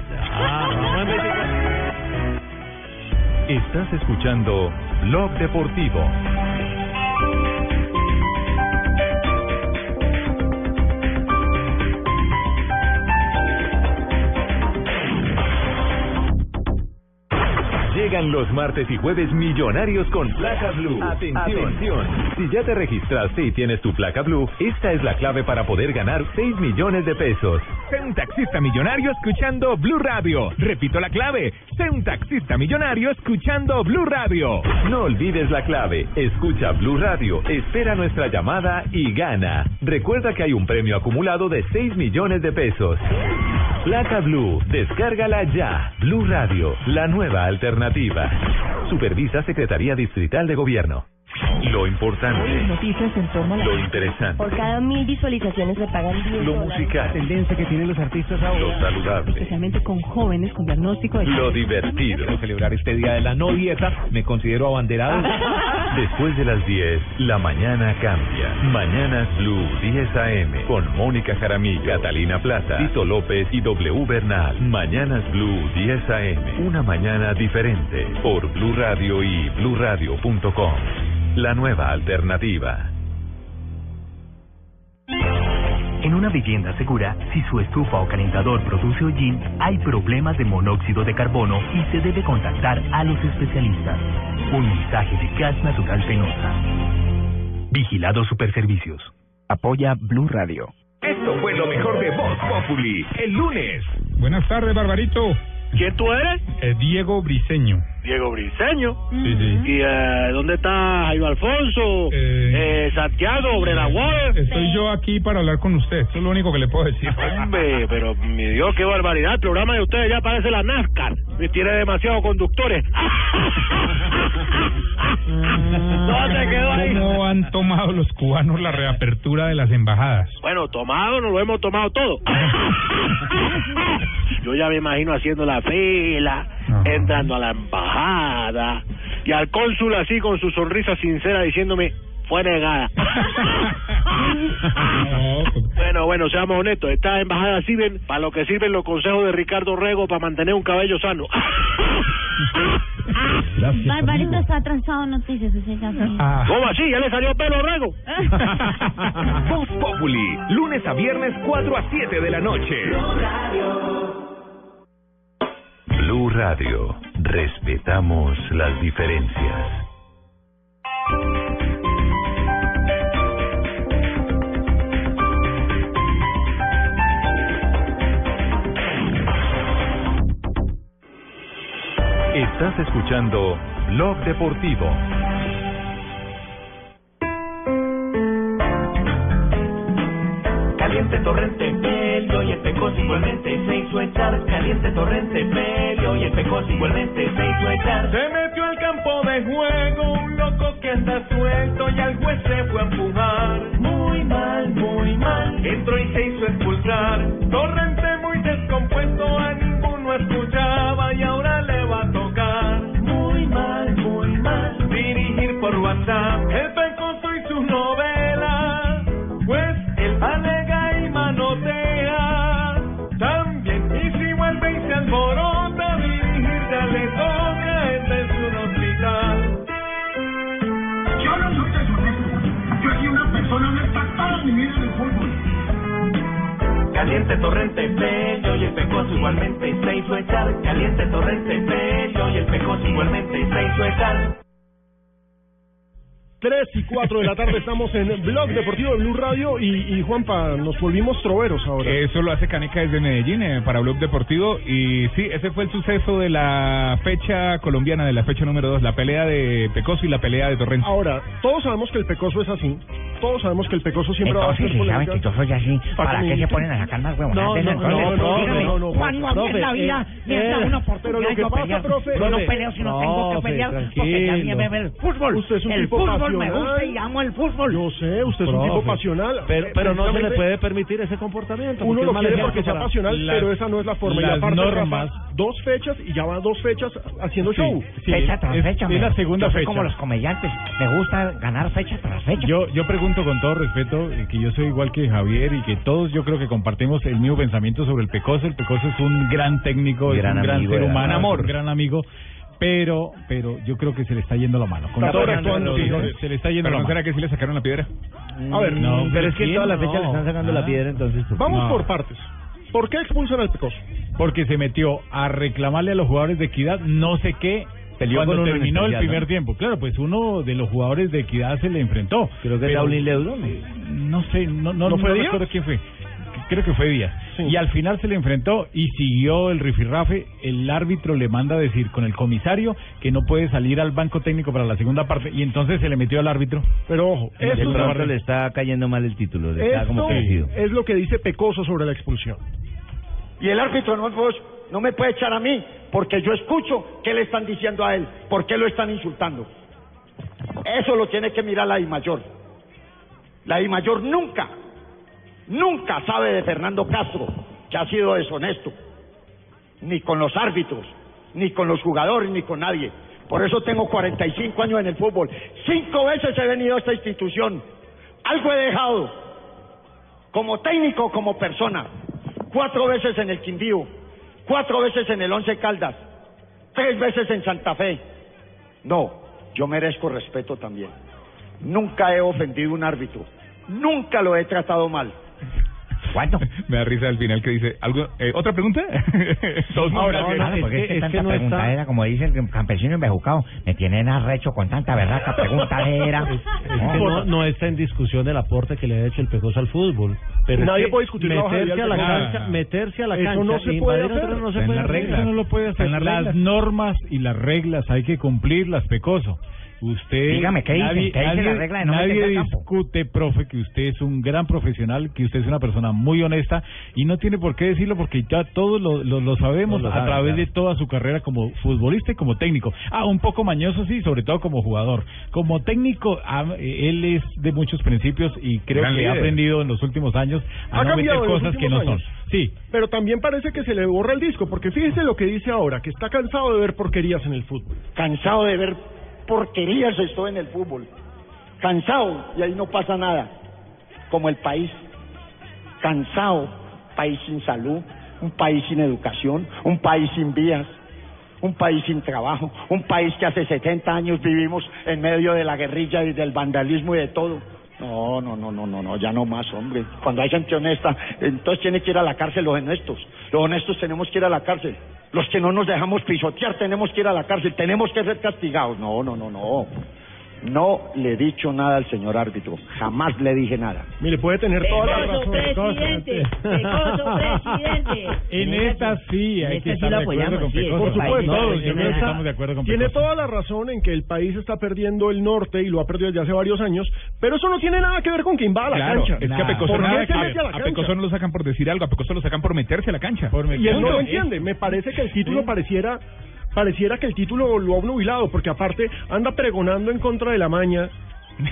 [SPEAKER 1] Estás escuchando Blog Deportivo. Llegan los martes y jueves millonarios con placa blue. Atención. Si ya te registraste y tienes tu placa blue, esta es la clave para poder ganar 6 millones de pesos.
[SPEAKER 10] Sé un taxista millonario escuchando Blue Radio. Repito la clave. Sé un taxista millonario escuchando Blue Radio.
[SPEAKER 1] No olvides la clave. Escucha Blue Radio, espera nuestra llamada y gana. Recuerda que hay un premio acumulado de 6 millones de pesos. Placa Blue, descárgala ya. Blue Radio, la nueva alternativa. Supervisa Secretaría Distrital de Gobierno. Lo importante,
[SPEAKER 19] Noticias en torno a la...
[SPEAKER 1] lo interesante,
[SPEAKER 19] Por cada mil visualizaciones le pagan 10
[SPEAKER 1] lo
[SPEAKER 19] dólares.
[SPEAKER 1] musical,
[SPEAKER 19] tendencia que tienen los artistas
[SPEAKER 1] lo saludable,
[SPEAKER 19] Especialmente con jóvenes con diagnóstico de...
[SPEAKER 1] lo divertido.
[SPEAKER 14] ¿eh? Celebrar este día de la no dieta, me considero abanderado.
[SPEAKER 1] Después de las 10, la mañana cambia. Mañanas Blue 10 AM con Mónica Jaramillo, Catalina Plata, Tito López y W Bernal. Mañanas Blue 10 AM, una mañana diferente por Blue Radio y bluradio.com. La nueva alternativa.
[SPEAKER 20] En una vivienda segura, si su estufa o calentador produce hollín, hay problemas de monóxido de carbono y se debe contactar a los especialistas. Un mensaje de Gas Natural Penosa. Vigilado Superservicios. Apoya Blue Radio.
[SPEAKER 1] Esto fue lo mejor de Voz Populi el lunes.
[SPEAKER 10] Buenas tardes, Barbarito. Eh,
[SPEAKER 6] ¿Quién tú eres?
[SPEAKER 10] Diego Briseño.
[SPEAKER 6] Diego Briseño.
[SPEAKER 10] Sí,
[SPEAKER 1] Mm.
[SPEAKER 10] sí.
[SPEAKER 6] ¿Y eh, dónde está Jairo Alfonso? Eh, Santiago, Obreraguas.
[SPEAKER 10] Estoy yo aquí para hablar con usted. Eso es lo único que le puedo decir.
[SPEAKER 6] Hombre, pero mi Dios, qué barbaridad. El programa de ustedes ya parece la NASCAR. Y Tiene demasiados conductores. No, te quedó ahí.
[SPEAKER 10] ¿Cómo han tomado los cubanos la reapertura de las embajadas?
[SPEAKER 6] Bueno, tomado, nos lo hemos tomado todo. Yo ya me imagino haciendo la fila, entrando a la embajada y al cónsul así con su sonrisa sincera diciéndome, fue negada. bueno, bueno, seamos honestos, estas embajadas sirven para lo que sirven los consejos de Ricardo Rego para mantener un cabello sano.
[SPEAKER 21] Barbarito está atrasado en noticias, ese café.
[SPEAKER 8] Ah.
[SPEAKER 20] Ah,
[SPEAKER 6] ¿Cómo así? ¿Ya le salió pelo Rego?
[SPEAKER 20] Voz Populi, lunes a viernes 4 a 7 de la noche.
[SPEAKER 1] Blue Radio, respetamos las diferencias. Estás escuchando Blog Deportivo.
[SPEAKER 22] Caliente torrente, pelio y el pecos igualmente se hizo echar. Caliente torrente, pelio y el pecos igualmente se hizo echar.
[SPEAKER 14] Se metió al campo de juego un loco que anda suelto y al juez se fue a empujar. Muy mal, muy mal. Entró y se hizo expulsar. Torrente muy descompuesto, a ninguno escuchaba y ahora le va a tocar. Muy mal, muy mal. Dirigir por WhatsApp. El pecoso y su novela. Pues él alega y manotea. También, y si vuelve y se alborota, dirigir ya le toca, este es un hospital. Yo no soy de yo soy una persona me impactada mi vida en el fútbol.
[SPEAKER 22] Caliente torrente,
[SPEAKER 14] Este
[SPEAKER 22] pelio y el pecoso igualmente se hizo echar. Caliente
[SPEAKER 14] este
[SPEAKER 22] torrente, pelio y el pecoso igualmente se hizo echar.
[SPEAKER 3] 3 y 4 de la tarde estamos en Blog Deportivo de Blue Radio y, y Juanpa, nos volvimos troveros ahora.
[SPEAKER 10] Eso lo hace Caneca desde Medellín eh, para Blog Deportivo. Y sí, ese fue el suceso de la fecha colombiana, de la fecha número 2, la pelea de Pecoso y la pelea de Torrente.
[SPEAKER 3] Ahora, todos sabemos que el pecoso es así. Todos sabemos que el pecoso siempre va a
[SPEAKER 7] Entonces,
[SPEAKER 3] hacer
[SPEAKER 7] si saben que yo
[SPEAKER 3] polémica.
[SPEAKER 7] soy así, ¿para qué se
[SPEAKER 3] Minguito.
[SPEAKER 7] ponen a sacar más huevos?
[SPEAKER 3] No, no, no, no,
[SPEAKER 7] dígame,
[SPEAKER 3] no, no,
[SPEAKER 7] ¿cuándo a mí
[SPEAKER 3] profe,
[SPEAKER 7] en la vida
[SPEAKER 3] eh,
[SPEAKER 7] me han dado
[SPEAKER 3] eh,
[SPEAKER 7] una oportunidad
[SPEAKER 3] pero lo que
[SPEAKER 7] de
[SPEAKER 3] pasa,
[SPEAKER 7] pelear?
[SPEAKER 3] profe,
[SPEAKER 7] yo no
[SPEAKER 3] profe,
[SPEAKER 7] peleo si no, tengo que
[SPEAKER 3] profe,
[SPEAKER 7] pelear, porque ya
[SPEAKER 3] tranquilo.
[SPEAKER 7] me ve el fútbol.
[SPEAKER 3] Usted es un
[SPEAKER 7] el
[SPEAKER 3] tipo
[SPEAKER 7] fútbol me
[SPEAKER 3] pasional.
[SPEAKER 7] gusta y amo el fútbol.
[SPEAKER 3] Yo sé, usted es un tipo pasional.
[SPEAKER 8] Pero, pero no se le
[SPEAKER 3] Precisamente,
[SPEAKER 8] puede permitir ese comportamiento.
[SPEAKER 3] Uno
[SPEAKER 8] porque
[SPEAKER 3] lo
[SPEAKER 8] es mal
[SPEAKER 3] quiere
[SPEAKER 8] ejemplo
[SPEAKER 3] porque sea
[SPEAKER 8] para
[SPEAKER 3] pasional,
[SPEAKER 8] las-
[SPEAKER 3] pero esa no es la forma. y
[SPEAKER 8] las
[SPEAKER 3] aparte,
[SPEAKER 8] normas.
[SPEAKER 3] Rafa, dos fechas y ya va dos fechas haciendo
[SPEAKER 7] Sí,
[SPEAKER 3] show.
[SPEAKER 7] fecha tras fecha. me- yo soy como
[SPEAKER 3] fecha.
[SPEAKER 7] los comediantes, me gusta ganar fecha tras fecha.
[SPEAKER 11] Yo, yo pregunto con todo respeto eh, que yo soy igual que Javier y que todos yo creo que compartimos el mismo pensamiento sobre el Pecoso. El Pecoso es un gran técnico,
[SPEAKER 23] Gran
[SPEAKER 11] es un
[SPEAKER 23] amigo,
[SPEAKER 11] gran ser
[SPEAKER 23] gran
[SPEAKER 11] humano,
[SPEAKER 23] amor.
[SPEAKER 11] un gran amigo. Pero, pero yo creo que se le está yendo la mano. Con
[SPEAKER 23] Está
[SPEAKER 11] todo
[SPEAKER 23] poniendo
[SPEAKER 11] respeto,
[SPEAKER 23] los
[SPEAKER 11] sí,
[SPEAKER 23] errores.
[SPEAKER 11] se le está yendo
[SPEAKER 23] Pero
[SPEAKER 11] la
[SPEAKER 23] no
[SPEAKER 11] mano.
[SPEAKER 23] será
[SPEAKER 11] que sí le sacaron la piedra?
[SPEAKER 3] A ver,
[SPEAKER 11] No,
[SPEAKER 23] pero es que
[SPEAKER 11] mm, ¿quién?
[SPEAKER 23] toda la fecha
[SPEAKER 11] No. Ah.
[SPEAKER 23] le están sacando la piedra, entonces. pues,
[SPEAKER 3] Vamos
[SPEAKER 11] No.
[SPEAKER 3] por partes. ¿Por qué expulsan al Pecoso?
[SPEAKER 11] Porque se metió a reclamarle a los jugadores de Equidad no sé qué.
[SPEAKER 23] Peleó con
[SPEAKER 11] cuando
[SPEAKER 23] uno en
[SPEAKER 11] terminó
[SPEAKER 23] especial,
[SPEAKER 11] el primer
[SPEAKER 23] ¿no?
[SPEAKER 11] tiempo, claro, pues uno de los jugadores de Equidad se le enfrentó. Creo
[SPEAKER 23] que Raulín Leudó, ¿no?
[SPEAKER 11] No sé, no, no,
[SPEAKER 23] ¿No fue
[SPEAKER 11] no
[SPEAKER 23] Díaz?
[SPEAKER 11] recuerdo quién fue. Creo que fue Díaz. Y al final se le enfrentó y siguió el rifirrafe. El árbitro le manda a decir con el comisario que no puede salir al banco técnico para la segunda parte. Y entonces se le metió al árbitro.
[SPEAKER 3] Pero ojo,
[SPEAKER 24] De
[SPEAKER 3] eso-
[SPEAKER 24] pronto le está cayendo mal el título, le está como crecido.
[SPEAKER 3] Esto es lo que dice Pecoso sobre la expulsión.
[SPEAKER 25] Y el árbitro no, pues, no me puede echar a mí, porque yo escucho qué le están diciendo a él, por qué lo están insultando. Eso lo tiene que mirar la I mayor. La I mayor nunca, nunca sabe de Fernando Castro, que ha sido deshonesto, ni con los árbitros, ni con los jugadores, ni con nadie. Por eso tengo 45 años en el fútbol. Cinco veces he venido a esta institución. Algo he dejado, como técnico, como persona cuatro veces en el Quindío, cuatro veces en el Once Caldas, tres veces en Santa Fe. No, yo merezco respeto también. Nunca he ofendido a un árbitro, nunca lo he tratado mal.
[SPEAKER 11] ¿Cuándo?
[SPEAKER 10] Me da risa al final que dice algo. eh, ¿Otra pregunta? Dos muy
[SPEAKER 7] Ahora,
[SPEAKER 10] gracias.
[SPEAKER 7] claro, porque es que tanta preguntadera, como dice el campesino embejucado, me tienen arrecho con tanta berraca preguntadera.
[SPEAKER 8] Es que no, no está en discusión el aporte que le ha hecho el Pecoso al fútbol. Pero es
[SPEAKER 3] Nadie
[SPEAKER 8] que
[SPEAKER 3] puede discutir la hoja de vida
[SPEAKER 8] meterse a la
[SPEAKER 3] del Pecoso.
[SPEAKER 8] cancha, meterse a la
[SPEAKER 3] Eso
[SPEAKER 8] cancha.
[SPEAKER 3] no se
[SPEAKER 8] e
[SPEAKER 3] puede
[SPEAKER 8] invadir a otro,
[SPEAKER 3] hacer.
[SPEAKER 8] no se
[SPEAKER 3] Está en
[SPEAKER 8] puede
[SPEAKER 3] las
[SPEAKER 8] hacer,
[SPEAKER 3] reglas.
[SPEAKER 8] eso no lo puede
[SPEAKER 11] Está
[SPEAKER 8] hacer.
[SPEAKER 11] en las reglas. normas y las reglas hay que cumplirlas, Pecoso. Usted.
[SPEAKER 26] Dígame, ¿qué dice? ¿Qué dice la regla de no
[SPEAKER 11] nadie
[SPEAKER 26] meterse al campo?
[SPEAKER 11] discute, profe, que usted es un gran profesional, que usted es una persona muy honesta y no tiene por qué decirlo porque ya todos lo, lo- lo sabemos
[SPEAKER 14] Todos lo
[SPEAKER 11] a
[SPEAKER 14] saben,
[SPEAKER 11] través
[SPEAKER 14] claro.
[SPEAKER 11] de toda su carrera como futbolista y como técnico. Ah, un poco mañoso, sí, sobre todo como jugador. Como técnico, ah, eh, él es de muchos principios y creo
[SPEAKER 14] Gran
[SPEAKER 11] que ha
[SPEAKER 14] líder.
[SPEAKER 11] aprendido en los últimos años a
[SPEAKER 3] Ha
[SPEAKER 11] no meter
[SPEAKER 3] cambiado en los
[SPEAKER 11] cosas que no
[SPEAKER 3] últimos
[SPEAKER 11] son.
[SPEAKER 3] años.
[SPEAKER 11] Sí.
[SPEAKER 3] Pero también parece que se le borra el disco, porque fíjese lo que dice ahora, que está cansado de ver porquerías en el fútbol.
[SPEAKER 25] Cansado de ver porquerías estoy en el fútbol. Cansado y ahí no pasa nada. Como el país. Cansado. País sin salud, un país sin educación, un país sin vías, un país sin trabajo, un país que hace 70 años vivimos en medio de la guerrilla y del vandalismo y de todo. No, no, no, no, no, no, ya no más, hombre. Cuando hay gente honesta, entonces tiene que ir a la cárcel los honestos. Los honestos tenemos que ir a la cárcel. Los que no nos dejamos pisotear tenemos que ir a la cárcel. Tenemos que ser castigados. No, no, no, no. No le he dicho nada al señor árbitro. Jamás le dije nada.
[SPEAKER 3] Mire, puede tener toda la razón.
[SPEAKER 27] Pecoso, presidente.
[SPEAKER 11] En esta sí, hay
[SPEAKER 3] este
[SPEAKER 11] que estar de acuerdo con Pecoso.
[SPEAKER 3] Por supuesto,
[SPEAKER 11] Todos,
[SPEAKER 3] en
[SPEAKER 11] yo creo que
[SPEAKER 3] esa
[SPEAKER 11] estamos de acuerdo con
[SPEAKER 3] Tiene
[SPEAKER 11] Pecoso.
[SPEAKER 3] toda la razón en que el país está perdiendo el norte y lo ha perdido desde hace varios años, pero eso no tiene nada que ver con quien va a la
[SPEAKER 10] Claro,
[SPEAKER 3] cancha.
[SPEAKER 10] es que a Pecoso,
[SPEAKER 3] ¿Por
[SPEAKER 10] nada
[SPEAKER 3] qué se
[SPEAKER 10] que-
[SPEAKER 3] mete a la
[SPEAKER 10] a
[SPEAKER 3] cancha?
[SPEAKER 10] Pecoso no lo sacan por decir algo, a Pecoso lo sacan por meterse a la cancha.
[SPEAKER 3] Y él no lo entiende. Me parece que el título pareciera pareciera que el título lo ha obnubilado, porque aparte anda pregonando en contra de la maña.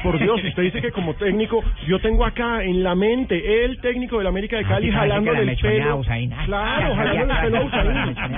[SPEAKER 3] Por Dios, usted dice que como técnico, yo tengo acá en la mente el técnico del América de
[SPEAKER 26] Ah,
[SPEAKER 3] Cali jalando el pelo. Claro, jalando el pelo a Usain.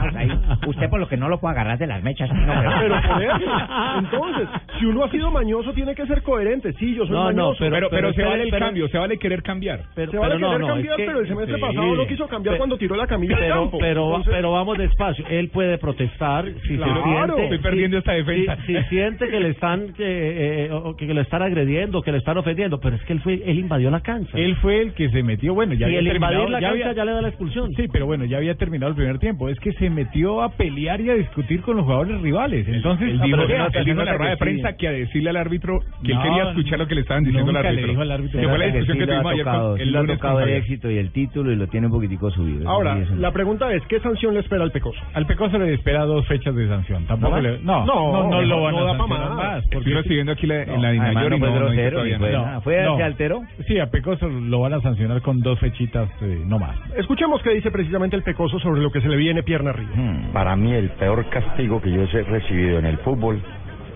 [SPEAKER 26] Usted por lo que no lo puede agarrar de las mechas. No,
[SPEAKER 3] Pero por eso, entonces, si uno ha sido mañoso, tiene que ser coherente. Sí, yo soy
[SPEAKER 10] No, no,
[SPEAKER 3] mañoso.
[SPEAKER 10] pero, pero, se vale el cambio, se vale querer cambiar.
[SPEAKER 3] se vale
[SPEAKER 8] pero no,
[SPEAKER 3] querer
[SPEAKER 8] no,
[SPEAKER 3] cambiar,
[SPEAKER 8] es que-
[SPEAKER 3] pero el semestre
[SPEAKER 8] sí.
[SPEAKER 3] pasado no quiso cambiar
[SPEAKER 8] Pe-
[SPEAKER 3] cuando tiró la camilla al
[SPEAKER 8] Pero,
[SPEAKER 3] campo.
[SPEAKER 8] pero,
[SPEAKER 3] Entonces,
[SPEAKER 8] pero vamos despacio. Él puede protestar si se
[SPEAKER 3] Claro,
[SPEAKER 8] siente.
[SPEAKER 3] estoy
[SPEAKER 10] perdiendo
[SPEAKER 8] si-
[SPEAKER 10] esta defensa.
[SPEAKER 8] Si, si siente que le están que, eh, o que le están agrediendo, que le están ofendiendo, pero es que él fue él invadió la cancha.
[SPEAKER 11] Él fue el que se metió, bueno, ya
[SPEAKER 8] Y
[SPEAKER 11] había
[SPEAKER 8] el
[SPEAKER 11] terminado,
[SPEAKER 8] invadir la
[SPEAKER 11] ya
[SPEAKER 8] cancha
[SPEAKER 11] había-
[SPEAKER 8] ya le da la expulsión.
[SPEAKER 11] Sí, pero bueno, ya había terminado el primer tiempo. Es que se metió a pelear y a discutir con los jugadores rivales. Entonces,
[SPEAKER 10] Él dijo,
[SPEAKER 11] Ah, pero
[SPEAKER 10] él
[SPEAKER 11] se
[SPEAKER 10] dijo en
[SPEAKER 11] nota
[SPEAKER 10] la rueda de
[SPEAKER 11] que sí.
[SPEAKER 10] prensa que a decirle al árbitro que
[SPEAKER 11] No,
[SPEAKER 10] él quería escuchar lo que le estaban diciendo al
[SPEAKER 11] nunca le
[SPEAKER 10] árbitro.
[SPEAKER 11] dijo al árbitro.
[SPEAKER 10] Que fue la discusión que
[SPEAKER 7] le ha
[SPEAKER 10] tuvimos ayer
[SPEAKER 7] tocado,
[SPEAKER 10] con
[SPEAKER 7] sí
[SPEAKER 10] el
[SPEAKER 7] le ha
[SPEAKER 10] lunes con
[SPEAKER 7] tocado el
[SPEAKER 10] Javier.
[SPEAKER 7] éxito y el título y lo tiene un poquitico subido. eso
[SPEAKER 3] Ahora,
[SPEAKER 7] sí, eso no.
[SPEAKER 3] la pregunta es, ¿qué sanción le espera al Pecoso?
[SPEAKER 11] Al Pecoso le espera dos fechas de sanción. Tampoco
[SPEAKER 3] ¿No
[SPEAKER 11] le-
[SPEAKER 3] más?
[SPEAKER 11] no,
[SPEAKER 3] No,
[SPEAKER 11] no, no lo
[SPEAKER 3] no
[SPEAKER 11] van a
[SPEAKER 3] da pa'
[SPEAKER 11] sancionar
[SPEAKER 3] más.
[SPEAKER 11] más.
[SPEAKER 10] Estoy recibiendo aquí la- en la Dinayor
[SPEAKER 11] además
[SPEAKER 10] y
[SPEAKER 11] fue
[SPEAKER 10] no- no
[SPEAKER 11] grosero,
[SPEAKER 10] hizo
[SPEAKER 11] ni
[SPEAKER 10] todavía
[SPEAKER 11] fue
[SPEAKER 10] nada.
[SPEAKER 11] nada.
[SPEAKER 10] ¿Fue- se
[SPEAKER 11] alteró? Sí, a Pecoso lo van a sancionar con dos fechitas, eh, no más.
[SPEAKER 3] Escuchemos qué dice precisamente el Pecoso sobre lo que se le viene pierna arriba.
[SPEAKER 11] Mm,
[SPEAKER 5] Para mí el peor castigo que yo he recibido en el fútbol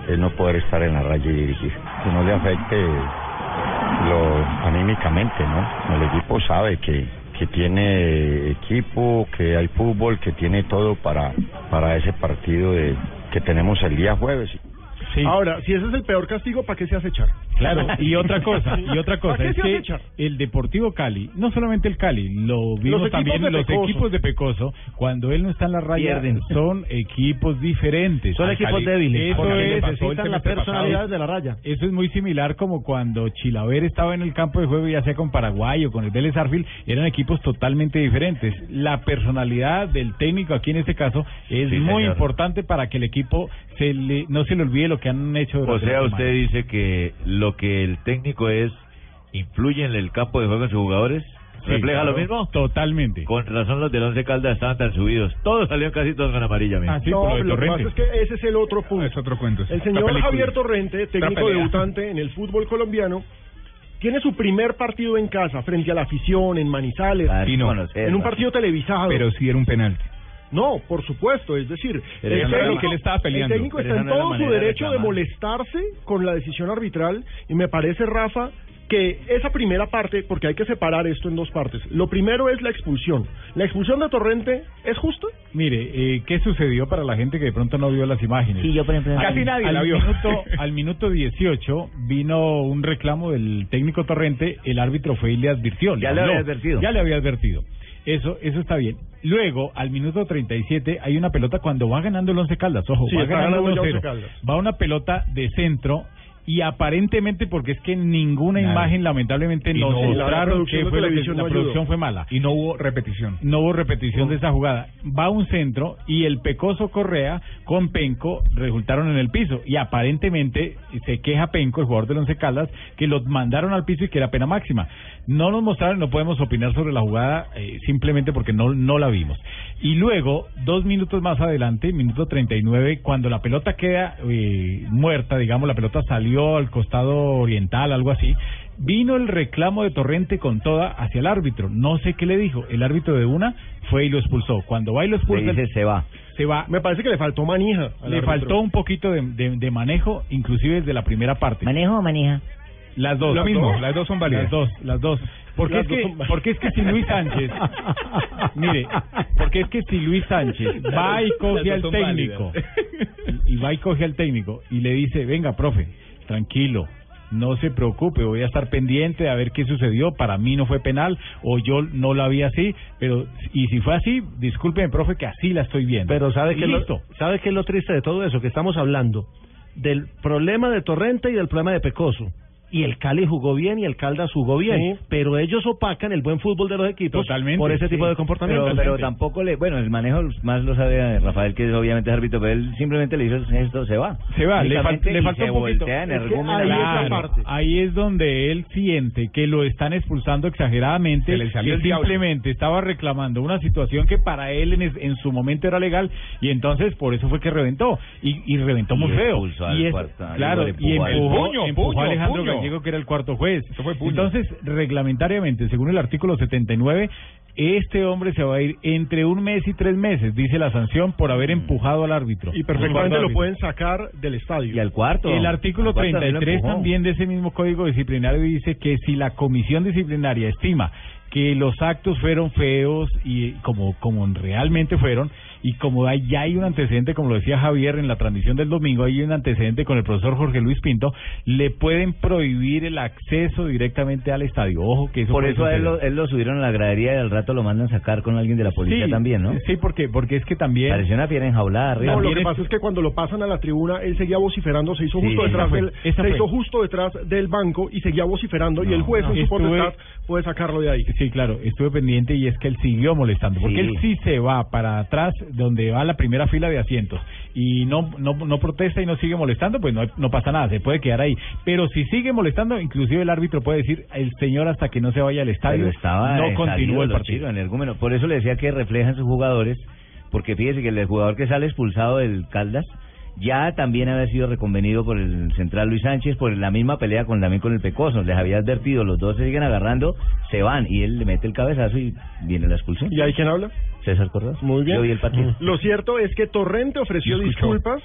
[SPEAKER 5] es no poder estar en la raya y dirigir. Que no le afecte lo anímicamente, ¿no? El equipo sabe que, que tiene equipo, que hay fútbol, que tiene todo para, para ese partido de, que tenemos el día jueves.
[SPEAKER 3] Ahora, si ese es el peor castigo, ¿para qué se hace echar?
[SPEAKER 11] Claro, y otra cosa, y otra cosa
[SPEAKER 3] ¿Para qué
[SPEAKER 11] es
[SPEAKER 3] se hace
[SPEAKER 11] que
[SPEAKER 3] echar?
[SPEAKER 11] el Deportivo Cali, no solamente el Cali, lo vimos
[SPEAKER 3] equipos
[SPEAKER 11] también
[SPEAKER 3] de
[SPEAKER 11] en los
[SPEAKER 3] Pecoso.
[SPEAKER 11] equipos de Pecoso, cuando él no está en la raya,
[SPEAKER 8] Pierden.
[SPEAKER 11] son equipos diferentes.
[SPEAKER 8] Son
[SPEAKER 11] Al
[SPEAKER 8] equipos
[SPEAKER 11] Cali-
[SPEAKER 8] débiles.
[SPEAKER 11] Eso
[SPEAKER 8] Porque
[SPEAKER 11] es,
[SPEAKER 8] necesitan las personalidades de la raya.
[SPEAKER 11] Eso es muy similar como cuando Chilaver estaba en el campo de juego, ya sea con Paraguay o con el Vélez Arfil, eran equipos totalmente diferentes. La personalidad del técnico aquí en este caso es
[SPEAKER 7] Sí,
[SPEAKER 11] muy
[SPEAKER 7] señor.
[SPEAKER 11] importante para que el equipo se le, no se le olvide lo que han hecho
[SPEAKER 7] O
[SPEAKER 11] durante
[SPEAKER 7] sea,
[SPEAKER 11] la
[SPEAKER 7] usted
[SPEAKER 11] semana.
[SPEAKER 7] dice que lo que el técnico es, influye en el campo de juego en sus jugadores.
[SPEAKER 11] Sí,
[SPEAKER 7] ¿Refleja
[SPEAKER 11] claro,
[SPEAKER 7] lo mismo?
[SPEAKER 11] Totalmente.
[SPEAKER 7] Con razón los del Once Caldas estaban tan subidos. Todos salieron casi todos con amarilla.
[SPEAKER 16] Ah,
[SPEAKER 7] mijo.
[SPEAKER 3] no, lo que pasa es que ese es el otro punto.
[SPEAKER 10] Ah, Es otro cuento.
[SPEAKER 3] El señor Javier Torrente, técnico
[SPEAKER 10] pelea.
[SPEAKER 3] debutante en el fútbol colombiano, tiene su primer partido en casa, frente a la afición, en Manizales,
[SPEAKER 10] Sí, no.
[SPEAKER 3] en un partido televisado.
[SPEAKER 10] Pero sí era un penal.
[SPEAKER 3] No, por supuesto, es decir,
[SPEAKER 10] Pero esa no era la- que él estaba peleando.
[SPEAKER 3] el técnico
[SPEAKER 10] Pero
[SPEAKER 3] está
[SPEAKER 10] esa
[SPEAKER 3] en
[SPEAKER 10] no era la
[SPEAKER 3] todo su
[SPEAKER 10] manera de
[SPEAKER 3] derecho de
[SPEAKER 10] reclamar.
[SPEAKER 3] molestarse con la decisión arbitral y me parece, Rafa, que esa primera parte, porque hay que separar esto en dos partes, lo primero es la expulsión. ¿La expulsión de Torrente es justa?
[SPEAKER 11] Mire, eh, ¿qué sucedió para la gente que de pronto no vio las imágenes?
[SPEAKER 5] Sí, yo, por ejemplo, no.
[SPEAKER 11] Casi
[SPEAKER 5] Al-
[SPEAKER 11] nadie
[SPEAKER 5] al
[SPEAKER 11] la vio.
[SPEAKER 5] minuto-
[SPEAKER 11] al minuto 18 vino un reclamo del técnico Torrente, el árbitro fue y le advirtió.
[SPEAKER 7] Ya le había
[SPEAKER 11] habló.
[SPEAKER 7] advertido.
[SPEAKER 11] Ya le había advertido. Eso, eso está bien. Luego, al minuto 37, hay una pelota cuando va ganando el Once Caldas. Ojo,
[SPEAKER 3] Sí,
[SPEAKER 11] va
[SPEAKER 3] está
[SPEAKER 11] ganando
[SPEAKER 3] ganando ya
[SPEAKER 11] 1-0.
[SPEAKER 3] Once Caldas.
[SPEAKER 11] Va una pelota de centro y aparentemente porque es que ninguna
[SPEAKER 10] Nada.
[SPEAKER 11] imagen lamentablemente
[SPEAKER 10] Y
[SPEAKER 11] nos
[SPEAKER 10] no- la
[SPEAKER 11] mostraron
[SPEAKER 10] producción
[SPEAKER 11] que
[SPEAKER 10] de
[SPEAKER 11] fue la, que-
[SPEAKER 10] televisión
[SPEAKER 11] la
[SPEAKER 10] no ayudó.
[SPEAKER 11] producción fue mala
[SPEAKER 10] Y no hubo repetición.
[SPEAKER 11] no hubo repetición de esa jugada. Va a un centro y el Pecoso Correa con Penco resultaron en el piso. Y aparentemente se queja Penco, el jugador del Once Caldas, que los mandaron al piso y que era pena máxima. No nos mostraron, no podemos opinar sobre la jugada eh, simplemente porque no, no la vimos. Y luego, dos minutos más adelante, minuto 39, cuando la pelota queda eh, muerta, digamos, la pelota salió al costado oriental, algo así, vino el reclamo de Torrente con toda hacia el árbitro. No sé qué le dijo. El árbitro de una fue y lo expulsó. Cuando va y lo expulsa...
[SPEAKER 7] Le dice, "Se va".
[SPEAKER 11] Se va.
[SPEAKER 3] Me parece que le faltó manija. al
[SPEAKER 11] Le
[SPEAKER 3] árbitro.
[SPEAKER 11] faltó un poquito de, de- de manejo, inclusive desde la primera parte.
[SPEAKER 17] ¿Manejo o manija?
[SPEAKER 11] Las dos.
[SPEAKER 10] Lo mismo, las dos son válidas.
[SPEAKER 11] Las dos, las dos. Porque,
[SPEAKER 10] Las
[SPEAKER 11] es,
[SPEAKER 10] dos
[SPEAKER 11] que,
[SPEAKER 10] son válidas.
[SPEAKER 11] porque es que si Luis Sánchez... mire, porque es que si Luis Sánchez va y coge
[SPEAKER 10] Las
[SPEAKER 11] al
[SPEAKER 10] dos son
[SPEAKER 11] técnico...
[SPEAKER 10] válidas.
[SPEAKER 11] y va y coge al técnico y le dice, venga, profe, tranquilo, no se preocupe, voy a estar pendiente a ver qué sucedió, para mí no fue penal o yo no la vi así, pero y si fue así, disculpen, profe, que así la estoy viendo.
[SPEAKER 8] Pero sabe
[SPEAKER 11] Y
[SPEAKER 8] que lo,
[SPEAKER 11] listo.
[SPEAKER 8] sabe que lo triste de todo eso que estamos hablando del problema de Torrente y del problema de Pecoso. Y el Cali jugó bien y el Caldas jugó bien, pero ellos opacan el buen fútbol de los equipos por ese tipo de comportamiento.
[SPEAKER 7] Pero, pero tampoco le. Bueno, el manejo más lo sabe eh, Rafael, que es obviamente es árbitro, pero él simplemente le hizo esto, se va.
[SPEAKER 11] Se va, le, fal-
[SPEAKER 7] Únicamente,
[SPEAKER 11] le
[SPEAKER 7] y
[SPEAKER 11] falta
[SPEAKER 7] se
[SPEAKER 11] un poquito.
[SPEAKER 7] voltea en
[SPEAKER 11] Es que
[SPEAKER 7] argumento.
[SPEAKER 11] ahí,
[SPEAKER 7] Claro.
[SPEAKER 11] es la parte. Ahí es donde él siente que lo están expulsando exageradamente,
[SPEAKER 10] Se le salió
[SPEAKER 11] que
[SPEAKER 10] el diablo.
[SPEAKER 11] simplemente estaba reclamando una situación que para él en, es- en su momento era legal y entonces por eso fue que reventó y, y reventó
[SPEAKER 7] Y
[SPEAKER 11] muy feo.
[SPEAKER 7] expulsó al
[SPEAKER 11] Y es-
[SPEAKER 7] cuarto-
[SPEAKER 11] claro,
[SPEAKER 7] y
[SPEAKER 11] y
[SPEAKER 7] lo empujó al-
[SPEAKER 11] empujó,
[SPEAKER 7] Puño,
[SPEAKER 11] empujó
[SPEAKER 7] puño,
[SPEAKER 11] a Alejandro
[SPEAKER 7] puño.
[SPEAKER 11] Gallego que era el cuarto juez. Entonces, reglamentariamente, según el artículo 79, este hombre se va a ir entre un mes y tres meses, dice la sanción, por
[SPEAKER 7] Mm.
[SPEAKER 11] haber empujado al árbitro.
[SPEAKER 3] Y perfectamente
[SPEAKER 11] Al
[SPEAKER 3] lo
[SPEAKER 11] árbitro.
[SPEAKER 3] pueden sacar del estadio.
[SPEAKER 11] Y al cuarto. El artículo 33 también de ese mismo código disciplinario dice que si la comisión disciplinaria estima que los actos fueron feos y como, como realmente fueron, y como hay- ya hay un antecedente, como lo decía Javier en la transmisión del domingo, hay un antecedente con el profesor Jorge Luis Pinto, le pueden prohibir el acceso directamente al estadio. Ojo que eso
[SPEAKER 7] Por
[SPEAKER 11] puede
[SPEAKER 7] eso a él
[SPEAKER 11] suceder.
[SPEAKER 7] lo, él lo subieron a la gradería y al rato lo mandan sacar con alguien de la policía
[SPEAKER 11] Sí,
[SPEAKER 7] también, ¿no?
[SPEAKER 11] Sí, porque, porque es que también...
[SPEAKER 7] Pareció una piedra enjaulada arriba.
[SPEAKER 3] No, lo que pasa es que cuando lo pasan a la tribuna, él seguía vociferando, se hizo
[SPEAKER 7] Sí,
[SPEAKER 3] justo
[SPEAKER 7] esa
[SPEAKER 3] detrás
[SPEAKER 7] fue,
[SPEAKER 3] del,
[SPEAKER 7] esa
[SPEAKER 3] se
[SPEAKER 7] fue.
[SPEAKER 3] hizo justo detrás del banco y seguía vociferando y el juez
[SPEAKER 11] no.
[SPEAKER 3] en su
[SPEAKER 11] Estuve-
[SPEAKER 3] potestad puede sacarlo de ahí.
[SPEAKER 11] Sí, claro, estuve pendiente y es que él siguió molestando, porque
[SPEAKER 3] Sí.
[SPEAKER 11] él sí se va para atrás, donde va la primera fila de asientos, y no no, no protesta y no sigue molestando, pues no, no pasa nada, se puede quedar ahí. Pero si sigue molestando, inclusive el árbitro puede decir, el señor hasta que no se vaya al estadio,
[SPEAKER 7] Pero estaba
[SPEAKER 11] no
[SPEAKER 7] eh, salido
[SPEAKER 11] continúa el
[SPEAKER 7] de los
[SPEAKER 11] partido.
[SPEAKER 7] tiros, en el argumento. Por eso le decía que reflejan sus jugadores, porque fíjese que el jugador que sale expulsado del Caldas ya también había sido reconvenido por el central Luis Sánchez por la misma pelea con también con el Pecoso. Les había advertido, los dos se siguen agarrando, se van y él le mete el cabezazo y viene la expulsión.
[SPEAKER 3] ¿Y ahí quién habla?
[SPEAKER 7] César Cordón.
[SPEAKER 3] Muy bien. Mm.
[SPEAKER 7] Yo vi el partido.
[SPEAKER 3] Lo cierto es que Torrente ofreció
[SPEAKER 7] Yo escucho.
[SPEAKER 3] disculpas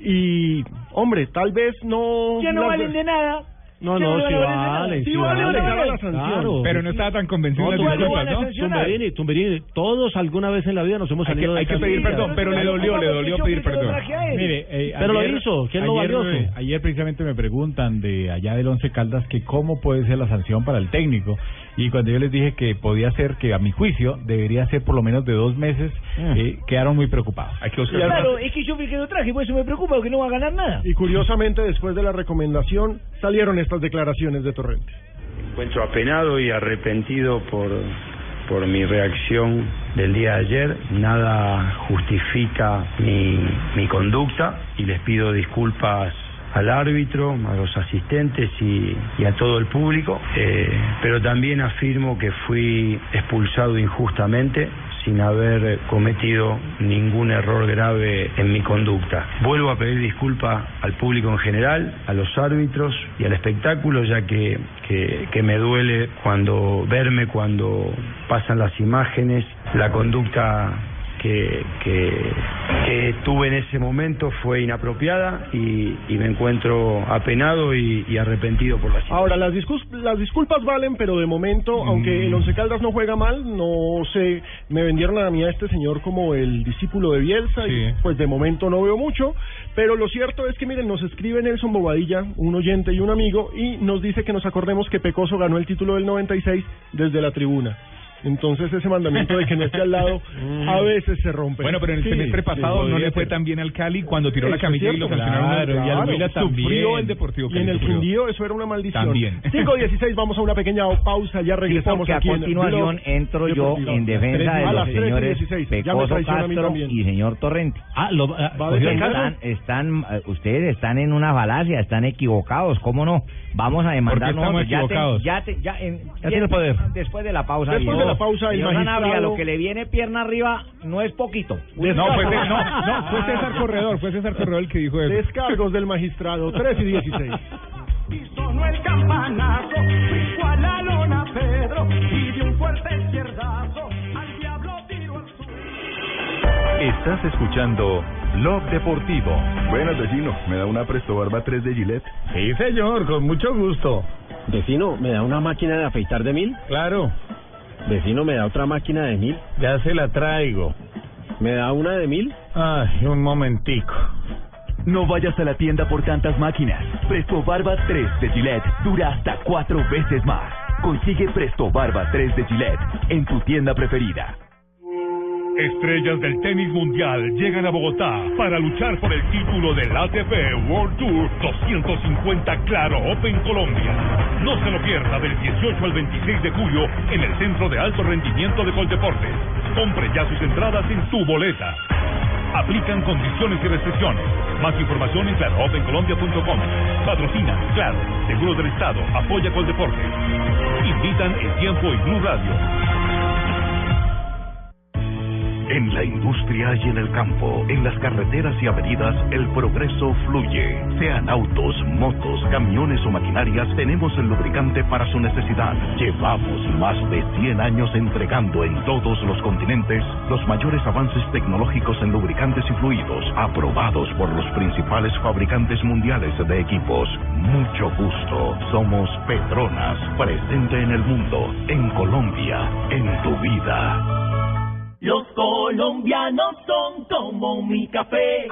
[SPEAKER 3] y, hombre, tal vez no...
[SPEAKER 14] Ya no
[SPEAKER 3] las-
[SPEAKER 14] valen de nada.
[SPEAKER 3] No,
[SPEAKER 14] Ya
[SPEAKER 3] no, sí
[SPEAKER 14] valen de
[SPEAKER 3] valen,
[SPEAKER 14] nada.
[SPEAKER 3] sí valen,
[SPEAKER 8] valen.
[SPEAKER 3] le gana la sanción.
[SPEAKER 8] Claro.
[SPEAKER 10] Pero no estaba tan convencido
[SPEAKER 8] No,
[SPEAKER 10] las
[SPEAKER 8] Tumberini,
[SPEAKER 10] disculpas, ¿no?
[SPEAKER 8] Tumberini, Tumberini, todos alguna vez en la vida nos hemos
[SPEAKER 10] Hay que-
[SPEAKER 8] salido de
[SPEAKER 10] hay que
[SPEAKER 8] esa
[SPEAKER 10] pedir
[SPEAKER 8] línea.
[SPEAKER 10] perdón, pero le dolió, le dolió pedir perdón. Mire,
[SPEAKER 11] eh,
[SPEAKER 8] pero
[SPEAKER 11] ayer-
[SPEAKER 8] lo hizo, ¿qué es lo
[SPEAKER 11] ayer,
[SPEAKER 8] valioso?
[SPEAKER 11] eh, ayer precisamente me preguntan de allá del Once Caldas que cómo puede ser la sanción para el técnico. Y cuando yo les dije que podía ser, que a mi juicio debería ser por lo menos de dos meses,
[SPEAKER 8] Ah.
[SPEAKER 11] eh, quedaron muy preocupados.
[SPEAKER 6] Claro, es que yo vi que lo traje, por eso me preocupa, porque no va a ganar nada.
[SPEAKER 3] Y curiosamente, después de la recomendación, salieron estas declaraciones de Torrente.
[SPEAKER 28] encuentro apenado y arrepentido por, por mi reacción del día de ayer. Nada justifica mi, mi conducta y les pido disculpas al árbitro, a los asistentes y, y a todo el público, Eh, pero también afirmo que fui expulsado injustamente sin haber eh, cometido ningún error grave en mi conducta. Vuelvo a pedir disculpas al público en general, a los árbitros y al espectáculo, ya que, que, que me duele cuando verme cuando pasan las imágenes, la conducta que, que, que tuve en ese momento fue inapropiada y, y me encuentro apenado y, y arrepentido por la situación.
[SPEAKER 3] Ahora, las, discus- las disculpas valen, pero de momento, aunque
[SPEAKER 10] Mm.
[SPEAKER 3] el Once Caldas no juega mal, no sé, me vendieron a mí a este señor como el discípulo de Bielsa y pues de momento no veo mucho, pero lo cierto es que miren, nos escribe Nelson Bobadilla, un oyente y un amigo, y nos dice que nos acordemos que Pecoso ganó el título del 96 desde la tribuna. Entonces ese mandamiento de que no esté al lado a veces se rompe.
[SPEAKER 10] Mm. Bueno, pero en el
[SPEAKER 3] Sí,
[SPEAKER 10] semestre
[SPEAKER 3] sí,
[SPEAKER 10] pasado no
[SPEAKER 3] podría
[SPEAKER 10] le fue
[SPEAKER 3] ser.
[SPEAKER 10] tan bien al Cali cuando tiró
[SPEAKER 3] Eso
[SPEAKER 10] la
[SPEAKER 3] es
[SPEAKER 10] camilla y
[SPEAKER 3] cierto,
[SPEAKER 10] lo sancionaron.
[SPEAKER 3] claro, y al Huila
[SPEAKER 10] Sufrió
[SPEAKER 3] también.
[SPEAKER 10] el Deportivo
[SPEAKER 3] Y
[SPEAKER 10] Cali.
[SPEAKER 3] en el
[SPEAKER 10] sufrió.
[SPEAKER 3] fundido eso era una maldición.
[SPEAKER 10] También.
[SPEAKER 3] 5.16, vamos a una pequeña pausa, ya regresamos
[SPEAKER 7] porque a
[SPEAKER 3] aquí en
[SPEAKER 7] continuación
[SPEAKER 3] Blog
[SPEAKER 7] entro yo
[SPEAKER 3] Deportivo.
[SPEAKER 7] en defensa de
[SPEAKER 3] A
[SPEAKER 7] los
[SPEAKER 3] las 3 y
[SPEAKER 7] señores
[SPEAKER 3] 16, ya me
[SPEAKER 7] Pecoso
[SPEAKER 3] traiciona a mí
[SPEAKER 7] Castro
[SPEAKER 3] también.
[SPEAKER 7] y señor Torrente.
[SPEAKER 8] Ah, lo,
[SPEAKER 3] a decir
[SPEAKER 7] están, están, eh, ustedes están en una falacia, están equivocados, ¿cómo no? Vamos a demandar
[SPEAKER 8] estamos
[SPEAKER 7] nosotros, ya te-
[SPEAKER 8] equivocados?
[SPEAKER 7] Ya, te- ya, en-
[SPEAKER 8] Ya tiene poder.
[SPEAKER 7] Después de la pausa.
[SPEAKER 8] Después
[SPEAKER 7] viene.
[SPEAKER 8] de la pausa, el
[SPEAKER 7] Señor
[SPEAKER 8] magistrado-
[SPEAKER 7] Sanabria, lo que le viene pierna arriba no es poquito.
[SPEAKER 3] pues, eh,
[SPEAKER 7] Ah.
[SPEAKER 10] No, fue, Ce- no, no, fue César Corredor, fue César Corredor el que dijo eso.
[SPEAKER 3] Descargos del magistrado, 3 y 16.
[SPEAKER 14] Sonó el campanazo, brincó a la lona Pedro y dio un fuerte izquierdazo. Al diablo tiró al
[SPEAKER 29] Estás escuchando Blog Deportivo.
[SPEAKER 30] Buenas, vecino. ¿Me da una Presto Barba 3 de Gillette?
[SPEAKER 6] Sí, señor, con mucho gusto. Vecino, ¿me da una máquina de afeitar de mil? Claro. Vecino, ¿me da otra máquina de mil? Ya se la traigo. ¿Me da una de mil? Ay, un momentico.
[SPEAKER 31] No vayas a la tienda por tantas máquinas. Presto Barba 3 de Gillette dura hasta cuatro veces más. Consigue Presto Barba 3 de Gillette en tu tienda preferida.
[SPEAKER 1] Estrellas del tenis mundial llegan a Bogotá para luchar por el título del ATP World Tour 250 Claro Open Colombia. No se lo pierda del 18 al 26 de julio en el Centro de Alto Rendimiento de Coldeportes. Compre ya sus entradas en tu boleta. Aplican condiciones y restricciones. Más información en claroopencolombia.com. Patrocina, claro, Seguro del Estado, apoya Coldeportes. Invitan el tiempo y Blue Radio.
[SPEAKER 20] En la industria y en el campo, en las carreteras y avenidas, el progreso fluye. Sean autos, motos, camiones o maquinarias, tenemos el lubricante para su necesidad. Llevamos más de 100 años entregando en todos los continentes los mayores avances tecnológicos en lubricantes y fluidos, aprobados por los principales fabricantes mundiales de equipos. Mucho gusto. Somos Petronas, presente en el mundo, en Colombia, en tu vida.
[SPEAKER 14] Los colombianos son como mi café.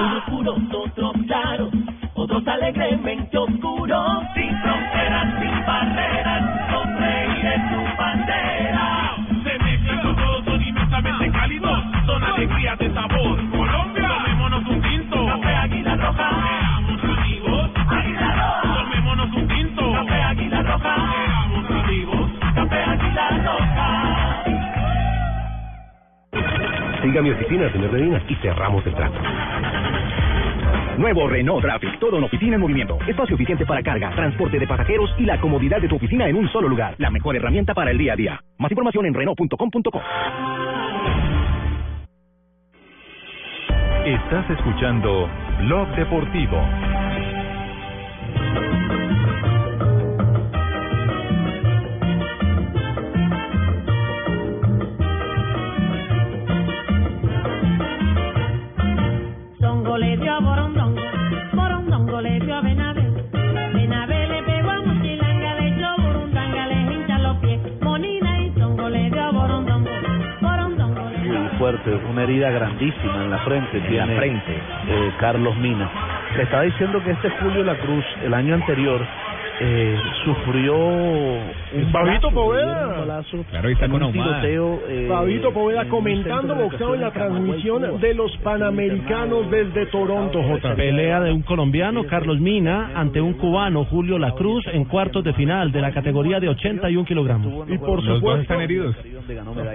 [SPEAKER 14] Unos puros, otros claros, otros alegremente oscuros. Sin fronteras, sin barreras, son reyes su bandera. De México todos son inmensamente cálidos, son alegrías de sabor. Colombia, tomémonos un tinto. Café Águila Roja. Seamos amigos. Águila Roja. Tomémonos un tinto. Café Águila Roja. Seamos amigos. Café Águila Roja.
[SPEAKER 32] Siga mi oficina, señor Medina, y cerramos el trato.
[SPEAKER 33] Nuevo Renault Traffic, todo en oficina en movimiento. Espacio eficiente para carga, transporte de pasajeros y la comodidad de tu oficina en un solo lugar. La mejor herramienta para el día a día. Más información en Renault.com.co.
[SPEAKER 29] Estás escuchando Blog Deportivo.
[SPEAKER 5] Dongo le dio a Borondongo, Borondongo le dio a Benabé. Benabé le pegó a Mochilanga, le echó Burundanga, le hincha los pies. Monina y Tongo le dio a Borondongo, Borondongo le dio a
[SPEAKER 9] muy fuerte, una herida grandísima en la frente tiene eh, Carlos Mina. Le estaba diciendo que este Julio La Cruz, el año anterior, eh, sufrió un
[SPEAKER 3] Fabito
[SPEAKER 9] balazo,
[SPEAKER 3] Poveda.
[SPEAKER 9] un balazo
[SPEAKER 3] Claro, y está
[SPEAKER 9] en
[SPEAKER 3] con
[SPEAKER 9] un
[SPEAKER 3] Omar.
[SPEAKER 9] tiroteo, eh,
[SPEAKER 3] Fabito
[SPEAKER 9] en
[SPEAKER 3] Poveda
[SPEAKER 9] un
[SPEAKER 3] comentando
[SPEAKER 9] centro de
[SPEAKER 3] boxeo en la transmisión de los Panamericanos desde Toronto, J.
[SPEAKER 8] Pelea de un colombiano, Carlos Mina, ante un cubano, Julio La Cruz, en cuartos de final de la categoría de 81 kilogramos.
[SPEAKER 3] Y por supuesto,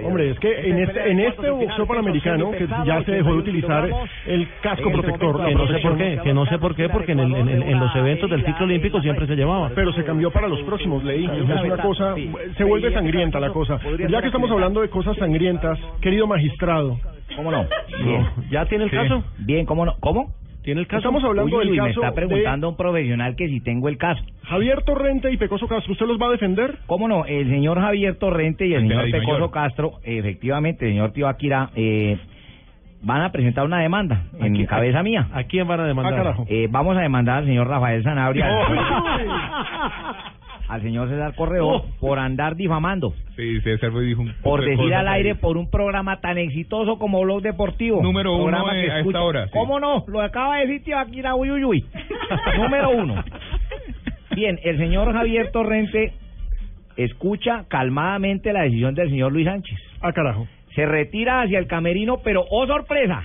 [SPEAKER 3] Hombre, es que en este, en este boxeo panamericano, que ya se dejó de utilizar el casco protector, la
[SPEAKER 8] Que no sé
[SPEAKER 3] protección,
[SPEAKER 8] por qué, que no sé por qué, porque en, el- en- en- en los eventos del ciclo olímpico siempre se llevaba.
[SPEAKER 3] pero se cambió para los próximos, leí. Es una cosa, se vuelve sangrienta la cosa. Ya que estamos hablando de cosas sangrientas, querido magistrado.
[SPEAKER 7] ¿Cómo no?
[SPEAKER 3] ¿Ya tiene el
[SPEAKER 7] Sí.
[SPEAKER 3] caso?
[SPEAKER 7] Bien, ¿cómo no? ¿Cómo?
[SPEAKER 3] ¿Tiene el caso? Estamos hablando
[SPEAKER 7] Uy,
[SPEAKER 3] del
[SPEAKER 7] uy,
[SPEAKER 3] caso
[SPEAKER 7] me está
[SPEAKER 3] de-
[SPEAKER 7] preguntando un profesional que si tengo el caso.
[SPEAKER 3] Javier Torrente y Pecoso Castro, ¿usted los va a defender?
[SPEAKER 7] ¿Cómo no? El señor Javier Torrente y el,
[SPEAKER 3] El
[SPEAKER 7] señor
[SPEAKER 3] Peladillo
[SPEAKER 7] Pecoso
[SPEAKER 3] Mayor.
[SPEAKER 7] Castro, efectivamente, el señor Tío Akira, eh, van a presentar una demanda en mi cabeza mía.
[SPEAKER 8] ¿A quién van a
[SPEAKER 3] demandar? Ah, carajo.
[SPEAKER 7] Eh, vamos a demandar al señor Rafael Sanabria, al señor César Corredor, por andar difamando.
[SPEAKER 10] Oh. Sí, César Boy dijo un
[SPEAKER 7] Por
[SPEAKER 10] poco de
[SPEAKER 7] decir
[SPEAKER 10] cosas
[SPEAKER 7] al
[SPEAKER 10] ahí.
[SPEAKER 7] aire por un programa tan exitoso como Blog Deportivo.
[SPEAKER 10] Número uno,
[SPEAKER 7] Programa
[SPEAKER 10] eh,
[SPEAKER 7] que
[SPEAKER 10] a esta
[SPEAKER 7] escucha-
[SPEAKER 10] hora, sí.
[SPEAKER 7] ¿Cómo no? Lo acaba de decir tío Akira Uyuyuy. Número uno. Bien, el señor Javier Torrente escucha calmadamente la decisión del señor Luis Sánchez.
[SPEAKER 3] Ah, carajo.
[SPEAKER 7] Se retira hacia el camerino, pero ¡oh sorpresa!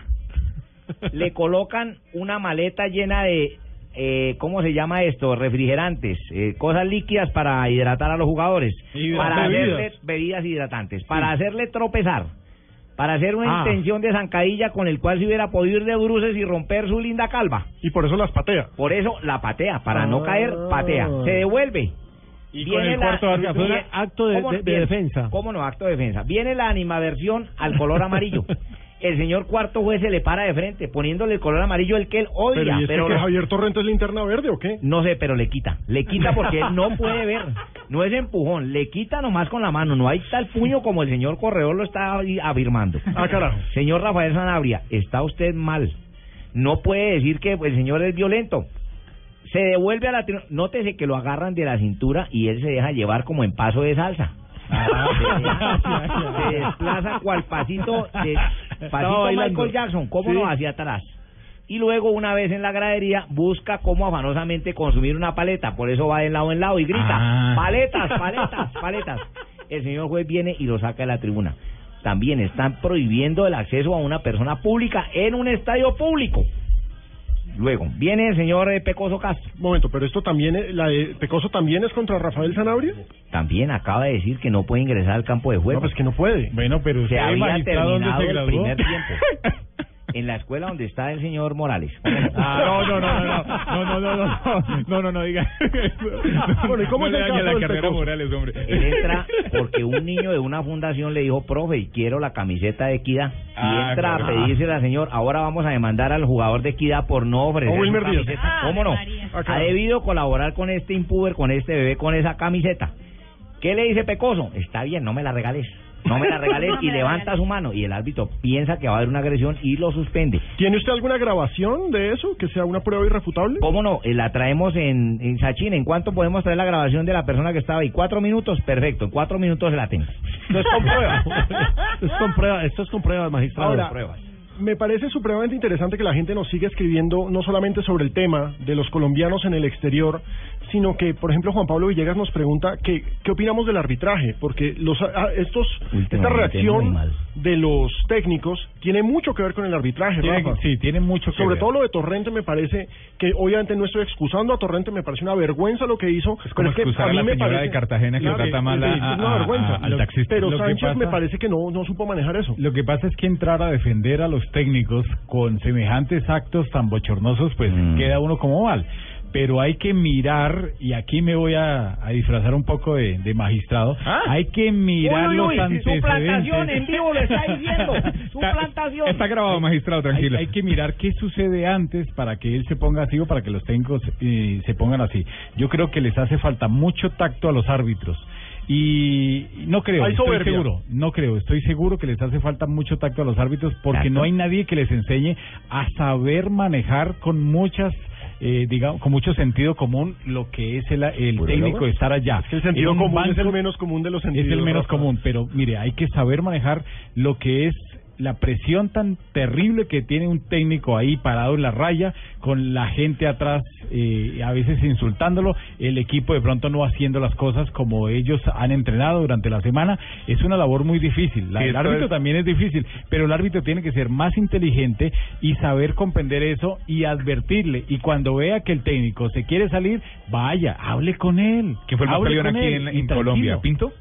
[SPEAKER 7] Le colocan una maleta llena de, eh, ¿cómo se llama esto? Refrigerantes, eh, cosas líquidas para hidratar a los jugadores, para
[SPEAKER 14] bebidas.
[SPEAKER 7] hacerle bebidas hidratantes, para hacerle tropezar, para hacer una
[SPEAKER 14] Ah.
[SPEAKER 7] intención de zancadilla con el cual se hubiera podido ir de bruces y romper su linda calva.
[SPEAKER 3] Y por eso las patea. Ah.
[SPEAKER 7] Por eso la patea, para no caer, patea. Se devuelve.
[SPEAKER 6] Y con el cuarto árbitro, fue un acto de- de- de defensa.
[SPEAKER 7] ¿Cómo no? Acto de defensa. Viene la animaversión al color amarillo. El señor cuarto juez se le para de frente, poniéndole el color amarillo el que él odia.
[SPEAKER 3] Pero,
[SPEAKER 7] Pero,
[SPEAKER 3] ¿y este que Javier Torrente es linterna verde o qué?
[SPEAKER 7] No sé, pero le quita. Le quita porque él no puede ver. No es empujón, le quita nomás con la mano. No hay tal puño como el señor Corredor lo está ahí afirmando.
[SPEAKER 3] Ah, carajo.
[SPEAKER 7] Señor Rafael Sanabria, está usted mal. No puede decir que el señor es violento. Se devuelve a la... tri- Nótese que lo agarran de la cintura y él se deja llevar como en paso de salsa. Se desplaza cual pasito de pasito
[SPEAKER 14] bailando.
[SPEAKER 7] Michael Jackson, cómo
[SPEAKER 14] Sí.
[SPEAKER 7] no hacia atrás. Y luego una vez en la gradería busca cómo afanosamente consumir una paleta, por eso va de lado en lado y grita,
[SPEAKER 14] Ah.
[SPEAKER 7] paletas, paletas, paletas. El señor juez viene y lo saca de la tribuna. También están prohibiendo el acceso a una persona pública en un estadio público. Luego, viene el señor eh, Pecoso Castro.
[SPEAKER 3] Momento, pero esto también, es- la de Pecoso también es contra Rafael Sanabria.
[SPEAKER 7] También acaba de decir que no puede ingresar al campo de juego.
[SPEAKER 3] No, pues que no puede.
[SPEAKER 7] Bueno, pero
[SPEAKER 3] usted,
[SPEAKER 7] se había
[SPEAKER 3] magistrado, ¿dónde
[SPEAKER 7] terminado
[SPEAKER 3] se
[SPEAKER 7] el
[SPEAKER 3] graduó?
[SPEAKER 7] primer tiempo. En la escuela donde está el señor Morales.
[SPEAKER 11] Ah, no, no, no, no, no, no, no, no, no, no, no, no diga.
[SPEAKER 3] Ah, Bueno, ¿y cómo
[SPEAKER 11] no
[SPEAKER 3] es
[SPEAKER 11] le
[SPEAKER 3] el
[SPEAKER 11] dañe
[SPEAKER 3] caso este
[SPEAKER 11] la
[SPEAKER 3] del
[SPEAKER 11] carrera
[SPEAKER 3] Pecoso?
[SPEAKER 11] Morales, hombre.
[SPEAKER 7] Él entra porque un niño de una fundación le dijo, profe, quiero la camiseta de Equidad. Y
[SPEAKER 14] Ah,
[SPEAKER 7] entra a
[SPEAKER 14] claro.
[SPEAKER 7] pedírsela, señor. Ahora vamos a demandar al jugador de Equidad por no ofrecer
[SPEAKER 14] A
[SPEAKER 7] su
[SPEAKER 14] Wilmer Díaz.
[SPEAKER 7] camiseta.
[SPEAKER 14] Ah,
[SPEAKER 7] ¿Cómo no?
[SPEAKER 14] María. Ah,
[SPEAKER 7] Ha
[SPEAKER 14] claro.
[SPEAKER 7] debido colaborar con este impuber, con este bebé, con esa camiseta. ¿Qué le dice Pecoso? Está bien, no me la regales. No me la regales
[SPEAKER 3] No
[SPEAKER 7] y
[SPEAKER 3] me la
[SPEAKER 7] levanta su mano. Y el árbitro piensa que va a haber una agresión y lo suspende.
[SPEAKER 3] ¿Tiene usted alguna grabación de eso que sea una prueba irrefutable?
[SPEAKER 7] ¿Cómo no? Eh, La traemos en, en Sachin. ¿En cuánto podemos traer la grabación de la persona que estaba ahí? ¿Cuatro minutos? Perfecto. En cuatro minutos se la tengo.
[SPEAKER 6] Esto es con prueba. Esto es con prueba, esto es con prueba, magistrado.
[SPEAKER 3] Ahora, me parece supremamente interesante que la gente nos siga escribiendo no solamente sobre el tema de los colombianos en el exterior, sino que, por ejemplo, Juan Pablo Villegas nos pregunta que, qué opinamos del arbitraje, porque los, ah, estos, esta reacción de los técnicos tiene mucho que ver con el arbitraje.
[SPEAKER 11] Tiene-
[SPEAKER 3] Rafa.
[SPEAKER 11] sí, tiene mucho que
[SPEAKER 3] Sobre
[SPEAKER 11] ver.
[SPEAKER 3] todo lo de Torrente me parece que obviamente no estoy excusando a Torrente, me parece una vergüenza lo que hizo. pero es que
[SPEAKER 11] excusar a
[SPEAKER 3] mí
[SPEAKER 11] la
[SPEAKER 3] me
[SPEAKER 11] señora
[SPEAKER 3] parece-
[SPEAKER 11] de Cartagena que lo
[SPEAKER 3] Claro,
[SPEAKER 11] trata mal a-
[SPEAKER 3] sí, es una
[SPEAKER 11] a- a-
[SPEAKER 3] vergüenza.
[SPEAKER 11] al taxista.
[SPEAKER 3] Pero
[SPEAKER 11] Lo que
[SPEAKER 3] Sánchez me
[SPEAKER 11] pasa-
[SPEAKER 3] parece que no, no supo manejar eso.
[SPEAKER 11] Lo que pasa es que entrar a defender a los técnicos con semejantes actos tan bochornosos, pues
[SPEAKER 14] Mm.
[SPEAKER 11] queda uno como mal. Pero hay que mirar, y aquí me voy a, a disfrazar un poco de, de magistrado, hay que mirar
[SPEAKER 14] Ah. Uy, uy, uy,
[SPEAKER 11] los
[SPEAKER 14] si su plantación en
[SPEAKER 11] antecedentes.
[SPEAKER 14] vivo lo está diciendo. Su
[SPEAKER 11] Está-
[SPEAKER 14] plantación.
[SPEAKER 11] Está grabado, magistrado, tranquilo. Hay, hay que mirar qué sucede antes para que él se ponga así o para que los técnicos eh, se pongan así. Yo creo que les hace falta mucho tacto a los árbitros. Y y no creo,
[SPEAKER 3] Hay
[SPEAKER 11] estoy
[SPEAKER 3] soberbia.
[SPEAKER 11] seguro, no creo, estoy seguro que les hace falta mucho tacto a los árbitros porque
[SPEAKER 3] Tacto.
[SPEAKER 11] no hay nadie que les enseñe a saber manejar con muchas eh, digamos con mucho sentido común lo que es el, el técnico
[SPEAKER 3] logro.
[SPEAKER 11] estar allá.
[SPEAKER 3] El sentido
[SPEAKER 11] En un
[SPEAKER 3] común es
[SPEAKER 11] banco-
[SPEAKER 3] el menos común de los sentidos.
[SPEAKER 11] es el menos
[SPEAKER 3] Rafa.
[SPEAKER 11] común, pero mire, hay que saber manejar lo que es la presión tan terrible que tiene un técnico ahí parado en la raya, con la gente atrás eh, a veces insultándolo, el equipo de pronto no haciendo las cosas como ellos han entrenado durante la semana, es una labor muy difícil, la
[SPEAKER 10] Sí,
[SPEAKER 11] del
[SPEAKER 10] esto
[SPEAKER 11] árbitro
[SPEAKER 10] es-
[SPEAKER 11] también es difícil, pero el árbitro tiene que ser más inteligente y saber comprender eso y advertirle, y cuando vea que el técnico se quiere salir, vaya, hable con él.
[SPEAKER 10] ¿Quién fue el más
[SPEAKER 11] hable
[SPEAKER 10] peleón
[SPEAKER 11] con
[SPEAKER 10] aquí
[SPEAKER 11] él
[SPEAKER 10] en,
[SPEAKER 11] y
[SPEAKER 10] en
[SPEAKER 11] tranquilo.
[SPEAKER 10] Colombia? ¿Pinto?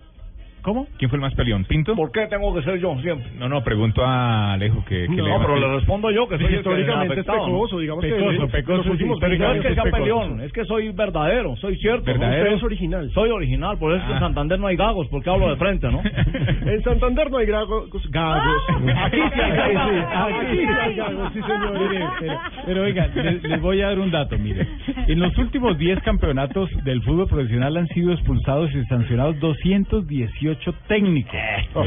[SPEAKER 11] ¿Cómo?
[SPEAKER 10] ¿Quién fue el más peleón? ¿Pinto?
[SPEAKER 11] ¿Por qué tengo que ser yo siempre?
[SPEAKER 10] No, no, pregunto a Alejo que, que
[SPEAKER 11] No,
[SPEAKER 10] va a
[SPEAKER 11] pero
[SPEAKER 10] pelear.
[SPEAKER 11] le respondo yo, que soy
[SPEAKER 10] Sí,
[SPEAKER 11] el que
[SPEAKER 10] históricamente
[SPEAKER 11] afectado, ¿no?
[SPEAKER 10] pecoso, digamos que
[SPEAKER 11] Pecoso,
[SPEAKER 10] los
[SPEAKER 11] pecoso, sí,
[SPEAKER 10] últimos
[SPEAKER 11] históricamente
[SPEAKER 10] no es que
[SPEAKER 11] es
[SPEAKER 10] sea
[SPEAKER 11] pecoso.
[SPEAKER 10] peleón,
[SPEAKER 7] es que soy verdadero, soy cierto.
[SPEAKER 11] ¿no? Verdadero. Usted es
[SPEAKER 3] original.
[SPEAKER 7] Soy original, por eso en Santander no hay gagos, porque hablo de frente, ¿no?
[SPEAKER 3] Ah.
[SPEAKER 7] Ah.
[SPEAKER 3] En Santander no hay gagos. gagos. Aquí sí hay gagos. Aquí sí hay gagos, sí, señor.
[SPEAKER 11] Mire, pero, pero oiga, les, les voy a dar un dato, mire. En los últimos 10 campeonatos del fútbol profesional han sido expulsados y sancionados 218 técnicos,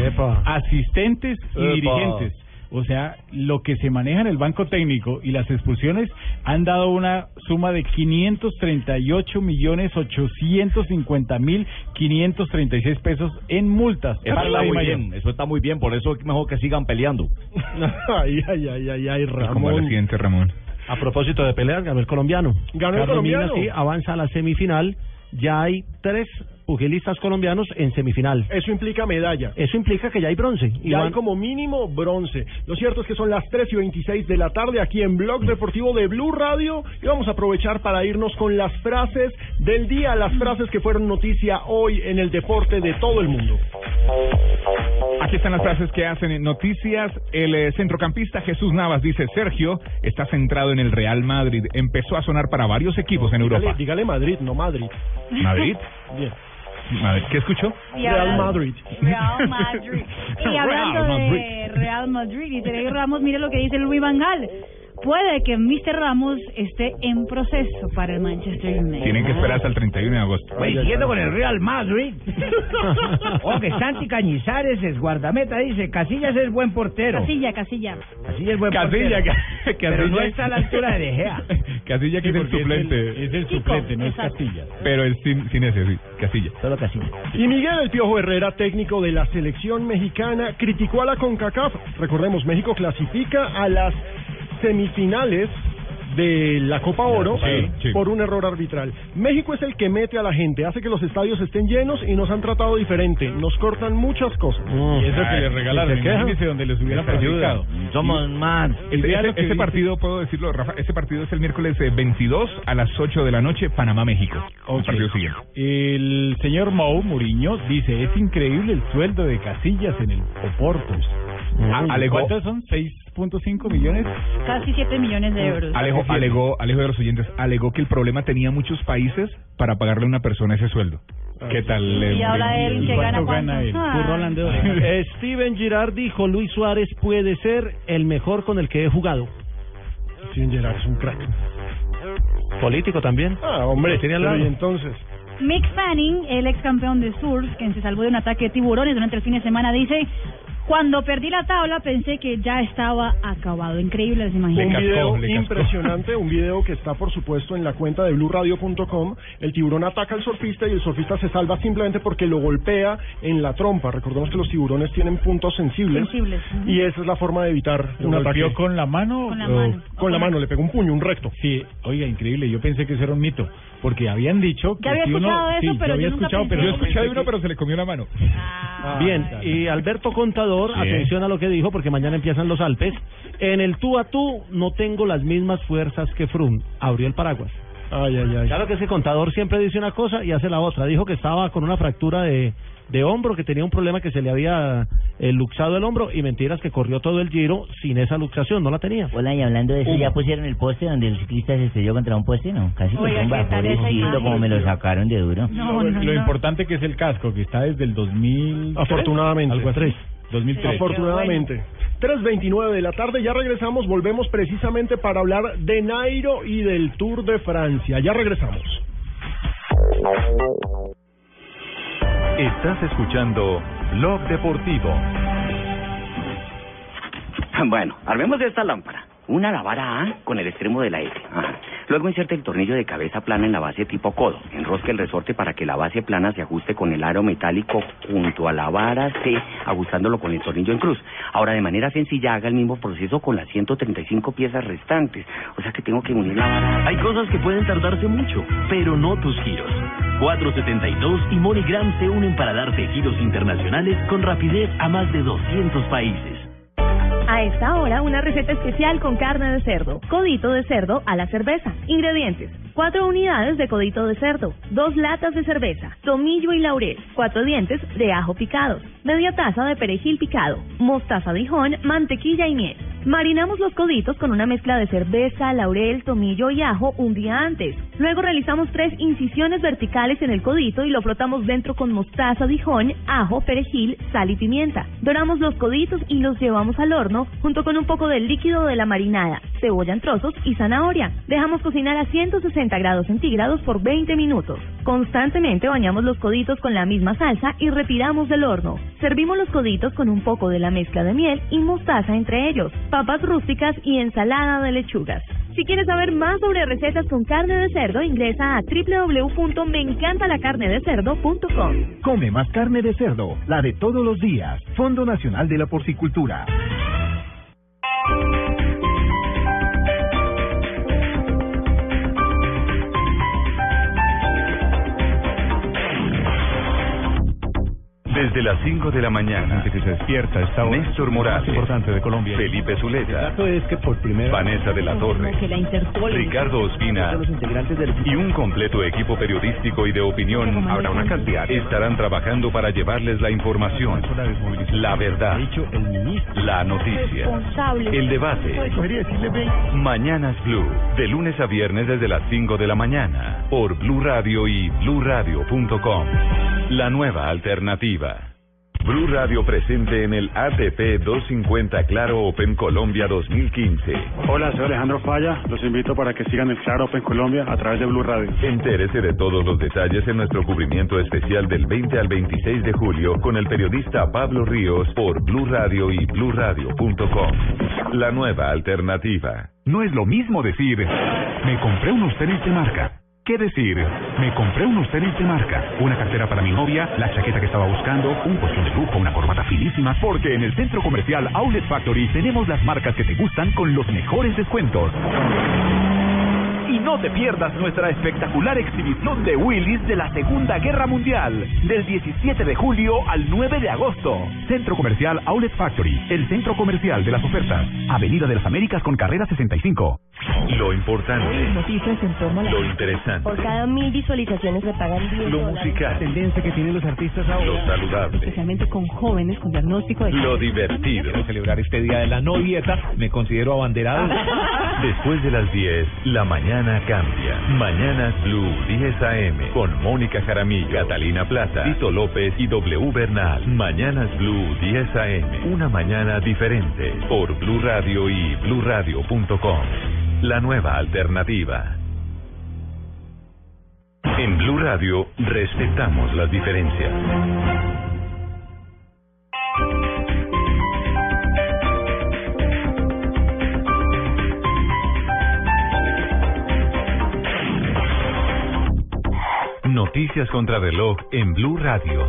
[SPEAKER 3] Epa.
[SPEAKER 11] asistentes y
[SPEAKER 3] Epa.
[SPEAKER 11] dirigentes. O sea, lo que se maneja en el banco técnico y las expulsiones han dado una suma de 538 millones 850 mil 536 pesos en multas.
[SPEAKER 7] Eso
[SPEAKER 11] para
[SPEAKER 7] está
[SPEAKER 11] la
[SPEAKER 7] muy
[SPEAKER 11] DIMAYOR.
[SPEAKER 7] bien, eso está muy bien, por eso es mejor que sigan peleando.
[SPEAKER 3] Ay, ay, ay, ay, ay, Ramón.
[SPEAKER 10] siguiente, Ramón.
[SPEAKER 6] A propósito de peleas, ganó el colombiano.
[SPEAKER 3] Ganó el
[SPEAKER 6] Carlos
[SPEAKER 3] colombiano.
[SPEAKER 6] Mina, sí, avanza a la semifinal
[SPEAKER 8] ya hay tres pugilistas colombianos en semifinal.
[SPEAKER 3] Eso implica medalla.
[SPEAKER 8] Eso implica que ya hay bronce.
[SPEAKER 3] Y
[SPEAKER 8] Iván.
[SPEAKER 3] hay como mínimo bronce. Lo cierto es que son las 3 y 26 de la tarde aquí en Blog Deportivo de Blue Radio y vamos a aprovechar para irnos con las frases del día, las frases que fueron noticia hoy en el deporte de todo el mundo.
[SPEAKER 10] Aquí están las frases que hacen en noticias. El eh, centrocampista Jesús Navas dice, Sergio está centrado en el Real Madrid. Empezó a sonar para varios equipos en
[SPEAKER 3] Dígale-
[SPEAKER 10] Europa.
[SPEAKER 3] dígale Madrid, no Madrid.
[SPEAKER 10] ¿Madrid?
[SPEAKER 3] Bien.
[SPEAKER 10] Madrid. ¿Qué escuchó?
[SPEAKER 5] Y ahora-
[SPEAKER 3] Real Madrid.
[SPEAKER 5] Real Madrid. Y hablando
[SPEAKER 10] Real Madrid.
[SPEAKER 5] de Real Madrid y Sergio Ramos, mire lo que dice Luis Vangal. Puede que Mr. Ramos esté en proceso para el Manchester United.
[SPEAKER 10] Tienen que esperar hasta el 31 de agosto.
[SPEAKER 34] Oye, siguiendo con el Real Madrid. o que Santi Cañizares es guardameta, dice. Casillas es buen portero.
[SPEAKER 5] Casilla, casilla.
[SPEAKER 34] Casillas es buen
[SPEAKER 10] Casilla,
[SPEAKER 34] portero.
[SPEAKER 10] ca-
[SPEAKER 34] Pero no
[SPEAKER 10] Casilla.
[SPEAKER 34] está a la altura de De Gea.
[SPEAKER 10] Casilla que
[SPEAKER 34] Sí,
[SPEAKER 10] es
[SPEAKER 34] porque
[SPEAKER 10] el
[SPEAKER 34] es el-
[SPEAKER 10] suplente.
[SPEAKER 11] Es el suplente, no es Castilla.
[SPEAKER 10] Pero es sin, sin ese, sí. Casilla.
[SPEAKER 34] Solo Casilla.
[SPEAKER 3] Y Miguel El Piojo Herrera, técnico de la selección mexicana, criticó a la CONCACAF. Recordemos, México clasifica a las semifinales de la Copa Oro eh,
[SPEAKER 14] Sí, sí.
[SPEAKER 3] por un error arbitral. México es el que mete a la gente, hace que los estadios estén llenos y nos han tratado diferente. Nos cortan muchas cosas.
[SPEAKER 10] Mm. Y eso que le regalaron, imagínese donde les hubieran perjudicado.
[SPEAKER 3] Somos
[SPEAKER 10] más. Este,
[SPEAKER 3] Vea
[SPEAKER 10] este-
[SPEAKER 3] lo que
[SPEAKER 10] este
[SPEAKER 3] dice-
[SPEAKER 10] partido, puedo decirlo, Rafa, este partido es el miércoles eh, 22 a las 8 de la noche, Panamá-México. El partido siguiente.
[SPEAKER 11] El señor Mau Muriño dice, es increíble el sueldo de Casillas en el Oporto.
[SPEAKER 10] Ah, alegó-
[SPEAKER 11] ¿Cuántos son? ¿6.5 millones?
[SPEAKER 5] Casi 7 millones de euros.
[SPEAKER 10] Mm. Alejo, alegó, Alejo de los oyentes, alegó que el problema tenía muchos países para pagarle a una persona ese sueldo.
[SPEAKER 8] Ah,
[SPEAKER 10] ¿Qué tal?
[SPEAKER 5] Y
[SPEAKER 10] eh,
[SPEAKER 5] ahora
[SPEAKER 10] eh,
[SPEAKER 5] él que
[SPEAKER 10] ¿cuánto gana
[SPEAKER 5] gana
[SPEAKER 10] él?
[SPEAKER 8] Eh, Steven Girard dijo, Luis Suárez puede ser el mejor con el que he jugado.
[SPEAKER 3] Steven Gerrard es un crack.
[SPEAKER 8] Político también.
[SPEAKER 3] Ah, hombre,
[SPEAKER 8] Tenía al
[SPEAKER 3] pero
[SPEAKER 8] lado.
[SPEAKER 3] y entonces.
[SPEAKER 5] Mick Fanning, el ex campeón de Surf, quien se salvó de un ataque de tiburones durante el fin de semana, dice: Cuando perdí la tabla pensé que ya estaba acabado. Increíble, les imagino.
[SPEAKER 3] un video impresionante, un video que está por supuesto en la cuenta de blurradio.com. El tiburón ataca al surfista y el surfista se salva simplemente porque lo golpea en la trompa. Recordemos que los tiburones tienen puntos sensibles,
[SPEAKER 5] Sensibles, ujú.
[SPEAKER 3] y esa es la forma de evitar
[SPEAKER 11] ¿Lo
[SPEAKER 3] un
[SPEAKER 11] golpeó
[SPEAKER 3] ataque.
[SPEAKER 11] con la mano?
[SPEAKER 5] Con la
[SPEAKER 11] o-
[SPEAKER 5] mano.
[SPEAKER 3] Con la mano, le pegó un puño, un recto.
[SPEAKER 11] Sí, oiga, increíble, yo pensé que eso era un mito, porque habían dicho que
[SPEAKER 5] Ya había
[SPEAKER 11] si uno-
[SPEAKER 5] escuchado eso,
[SPEAKER 11] sí,
[SPEAKER 5] pero yo
[SPEAKER 11] había
[SPEAKER 5] nunca
[SPEAKER 11] escuchado,
[SPEAKER 5] pensé
[SPEAKER 11] pero
[SPEAKER 10] Yo escuché de
[SPEAKER 11] pensé
[SPEAKER 10] uno, pero se le comió la mano.
[SPEAKER 3] Ah,
[SPEAKER 8] Bien, y Alberto Contador,
[SPEAKER 10] Sí.
[SPEAKER 8] atención a lo que dijo, porque mañana empiezan los Alpes. En el tú a tú no tengo las mismas fuerzas que Frum. Abrió el paraguas.
[SPEAKER 3] Ay, ay, ay.
[SPEAKER 8] Claro que ese contador siempre dice una cosa y hace la otra. Dijo que estaba con una fractura de, de hombro, que tenía un problema que se le había eh, luxado el hombro y mentiras que corrió todo el giro sin esa luxación, no la tenía.
[SPEAKER 17] Hola, y hablando de eso, ¿ya pusieron el poste donde el ciclista se estrelló contra un poste? No, casi que
[SPEAKER 5] Oiga,
[SPEAKER 17] tumba,
[SPEAKER 5] ¿qué tal esa
[SPEAKER 17] pobrecito,
[SPEAKER 5] imagen?
[SPEAKER 17] como me lo sacaron de duro.
[SPEAKER 5] No,
[SPEAKER 11] lo,
[SPEAKER 5] no,
[SPEAKER 11] lo
[SPEAKER 5] no.
[SPEAKER 11] importante que es el casco, que está desde el 2000.
[SPEAKER 3] Afortunadamente.
[SPEAKER 11] Algo así. 2003.
[SPEAKER 3] Afortunadamente. 3.29 de la tarde, ya regresamos, volvemos precisamente para hablar de Nairo y del Tour de Francia. Ya regresamos.
[SPEAKER 1] Estás escuchando Blog Deportivo.
[SPEAKER 7] Bueno, armemos esta lámpara. Una la vara A con el extremo de la S. Ajá. Luego inserte el tornillo de cabeza plana en la base tipo codo. Enrosca el resorte para que la base plana se ajuste con el aro metálico junto a la vara C, ajustándolo con el tornillo en cruz. Ahora, de manera sencilla, haga el mismo proceso con las 135 piezas restantes. O sea que tengo que unir la vara.
[SPEAKER 20] Hay cosas que pueden tardarse mucho, pero no tus giros. 472 y MoneyGram se unen para darte giros internacionales con rapidez a más de 200 países.
[SPEAKER 35] A esta hora, una receta especial con carne de cerdo. Codito de cerdo a la cerveza. Ingredientes. 4 unidades de codito de cerdo, 2 latas de cerveza, tomillo y laurel, 4 dientes de ajo picados, media taza de perejil picado, mostaza Dijon, mantequilla y miel. Marinamos los coditos con una mezcla de cerveza, laurel, tomillo y ajo un día antes. Luego realizamos tres incisiones verticales en el codito y lo frotamos dentro con mostaza, Dijon, ajo, perejil, sal y pimienta. Doramos los coditos y los llevamos al horno junto con un poco del líquido de la marinada, cebolla en trozos y zanahoria. Dejamos cocinar a 160 grados centígrados por 20 minutos. Constantemente bañamos los coditos con la misma salsa y retiramos del horno. Servimos los coditos con un poco de la mezcla de miel y mostaza entre ellos, papas rústicas y ensalada de lechugas. Si quieres saber más sobre recetas con carne de cerdo, ingresa a www.meencantalacarnedecerdo.com.
[SPEAKER 36] Come más carne de cerdo, la de todos los días. Fondo Nacional de la Porcicultura.
[SPEAKER 1] Desde las 5 de la mañana. que se despierta Néstor Morales. importante de Colombia. Felipe Zuleta.
[SPEAKER 35] es que por primera
[SPEAKER 1] Vanessa de la Torre.
[SPEAKER 35] que la Interpol
[SPEAKER 1] Ricardo Ospina y un completo equipo periodístico y de opinión habrá una cantidad estarán trabajando para llevarles la información, la verdad, la noticia, el debate. Mañanas Blue, de lunes a viernes desde las 5 de la mañana por Blue Radio y BlueRadio.com. La nueva alternativa. Blue Radio presente en el ATP 250 Claro Open Colombia 2015.
[SPEAKER 13] Hola, soy Alejandro Falla. Los invito para que sigan el Claro Open Colombia a través de Blue Radio.
[SPEAKER 1] Entérese de todos los detalles en nuestro cubrimiento especial del 20 al 26 de julio con el periodista Pablo Ríos por Blue Radio y BlueRadio.com. La nueva alternativa.
[SPEAKER 20] No es lo mismo decir, me compré unos tenis de marca. ¿Qué decir? Me compré unos tenis de marca, una cartera para mi novia, la chaqueta que estaba buscando, un colchón de lujo, una corbata finísima, porque en el centro comercial Outlet Factory tenemos las marcas que te gustan con los mejores descuentos. Y no te pierdas nuestra espectacular exhibición de Willis de la Segunda Guerra Mundial, del 17 de julio al 9 de agosto. Centro Comercial Outlet Factory, el centro comercial de las ofertas. Avenida de las Américas con carrera 65.
[SPEAKER 1] Lo importante,
[SPEAKER 5] Noticias en torno a la...
[SPEAKER 1] lo interesante,
[SPEAKER 5] Por cada mil visualizaciones se pagan 10
[SPEAKER 1] lo
[SPEAKER 5] dólares.
[SPEAKER 1] musical, tendencia que tienen los artistas lo saludable,
[SPEAKER 5] Especialmente con jóvenes con diagnóstico de...
[SPEAKER 1] lo divertido.
[SPEAKER 37] Pues. celebrar este día de la no dieta, me considero abanderado.
[SPEAKER 1] Después de las 10, la mañana cambia. Mañanas Blue 10 AM con Mónica Jaramillo, Catalina Plata, Tito López y W Bernal. Mañanas Blue 10 AM, una mañana diferente por Blue Radio y BlueRadio.com. La nueva alternativa. En Blue Radio respetamos las diferencias. Noticias contra reloj en Blue Radio.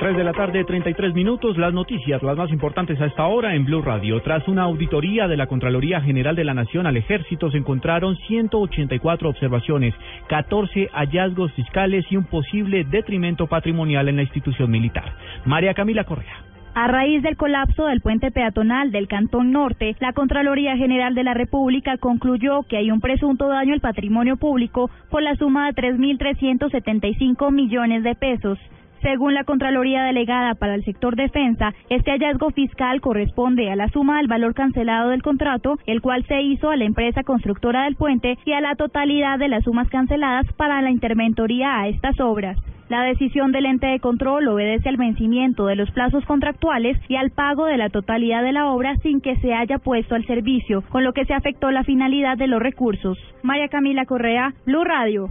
[SPEAKER 38] 3 de la tarde, 33 minutos. Las noticias, las más importantes hasta ahora en Blue Radio. Tras una auditoría de la Contraloría General de la Nación al Ejército, se encontraron 184 observaciones, 14 hallazgos fiscales y un posible detrimento patrimonial en la institución militar. María Camila Correa.
[SPEAKER 12] A raíz del colapso del puente peatonal del Cantón Norte, la Contraloría General de la República concluyó que hay un presunto daño al patrimonio público por la suma de 3.375 millones de pesos. Según la Contraloría Delegada para el Sector Defensa, este hallazgo fiscal corresponde a la suma del valor cancelado del contrato, el cual se hizo a la empresa constructora del puente, y a la totalidad de las sumas canceladas para la interventoría a estas obras. La decisión del ente de control obedece al vencimiento de los plazos contractuales y al pago de la totalidad de la obra sin que se haya puesto al servicio, con lo que se afectó la finalidad de los recursos. María Camila Correa, Blue Radio.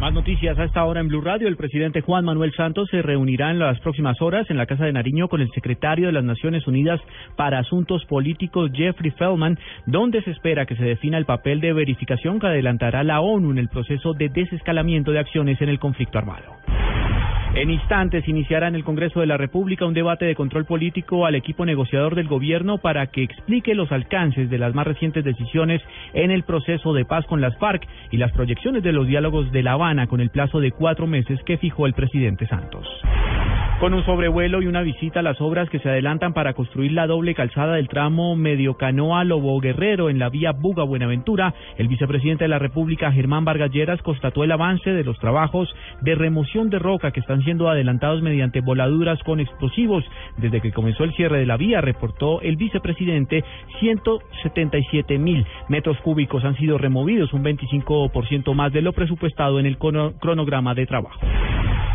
[SPEAKER 38] Más noticias a esta hora en Blue Radio. El presidente Juan Manuel Santos se reunirá en las próximas horas en la Casa de Nariño con el secretario de las Naciones Unidas para Asuntos Políticos, Jeffrey Feldman, donde se espera que se defina el papel de verificación que adelantará la ONU en el proceso de desescalamiento de acciones en el conflicto armado. En instantes iniciará en el Congreso de la República un debate de control político al equipo negociador del gobierno para que explique los alcances de las más recientes decisiones en el proceso de paz con las FARC y las proyecciones de los diálogos de La Habana con el plazo de cuatro meses que fijó el presidente Santos. Con un sobrevuelo y una visita a las obras que se adelantan para construir la doble calzada del tramo Mediocanoa Lobo Guerrero en la vía Buga Buenaventura, el vicepresidente de la República Germán Vargas Lleras constató el avance de los trabajos de remoción de roca que están siendo adelantados mediante voladuras con explosivos. Desde que comenzó el cierre de la vía, reportó el vicepresidente, 177 mil metros cúbicos han sido removidos, un 25% más de lo presupuestado en el cono- cronograma de trabajo.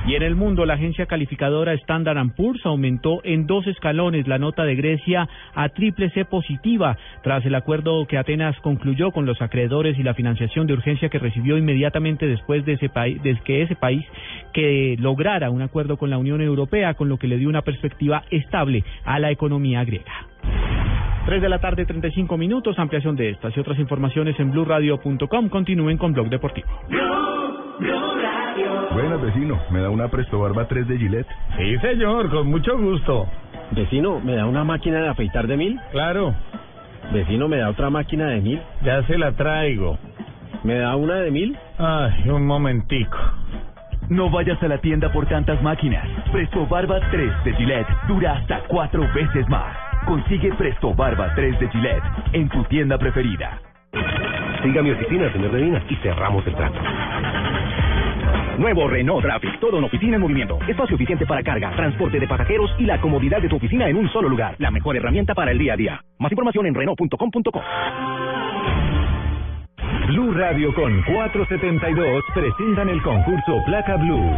[SPEAKER 38] Y en el mundo, la agencia calificadora Standard Poor's aumentó en dos escalones la nota de Grecia a triple C positiva, tras el acuerdo que Atenas concluyó con los acreedores y la financiación de urgencia que recibió inmediatamente después de, ese país, de que ese país que lograra un acuerdo con la Unión Europea, con lo que le dio una perspectiva estable a la economía griega. 3 de la tarde, 35 minutos, ampliación de estas y otras informaciones en blurradio.com. Continúen con Blog Deportivo.
[SPEAKER 14] Buenas, vecino. ¿Me da una Presto Barba 3 de Gillette?
[SPEAKER 37] Sí, señor, con mucho gusto.
[SPEAKER 6] Vecino, ¿me da una máquina de afeitar de mil?
[SPEAKER 37] Claro,
[SPEAKER 6] Vecino, ¿me da otra máquina de mil?
[SPEAKER 37] ya se la traigo.
[SPEAKER 6] ¿Me da una de mil?
[SPEAKER 37] Ay, un momentico.
[SPEAKER 20] No vayas a la tienda por tantas máquinas. Presto Barba 3 de Gillette dura hasta cuatro veces más. Consigue Presto Barba 3 de Gillette en tu tienda preferida.
[SPEAKER 39] Siga mi oficina, señor Medina, y cerramos el trato.
[SPEAKER 40] Nuevo Renault Traffic, todo en oficina en movimiento. Espacio eficiente para carga, transporte de pasajeros y la comodidad de tu oficina en un solo lugar. La mejor herramienta para el día a día. Más información en Renault.com.co.
[SPEAKER 1] Blue Radio con 472 presentan el concurso Placa Blue.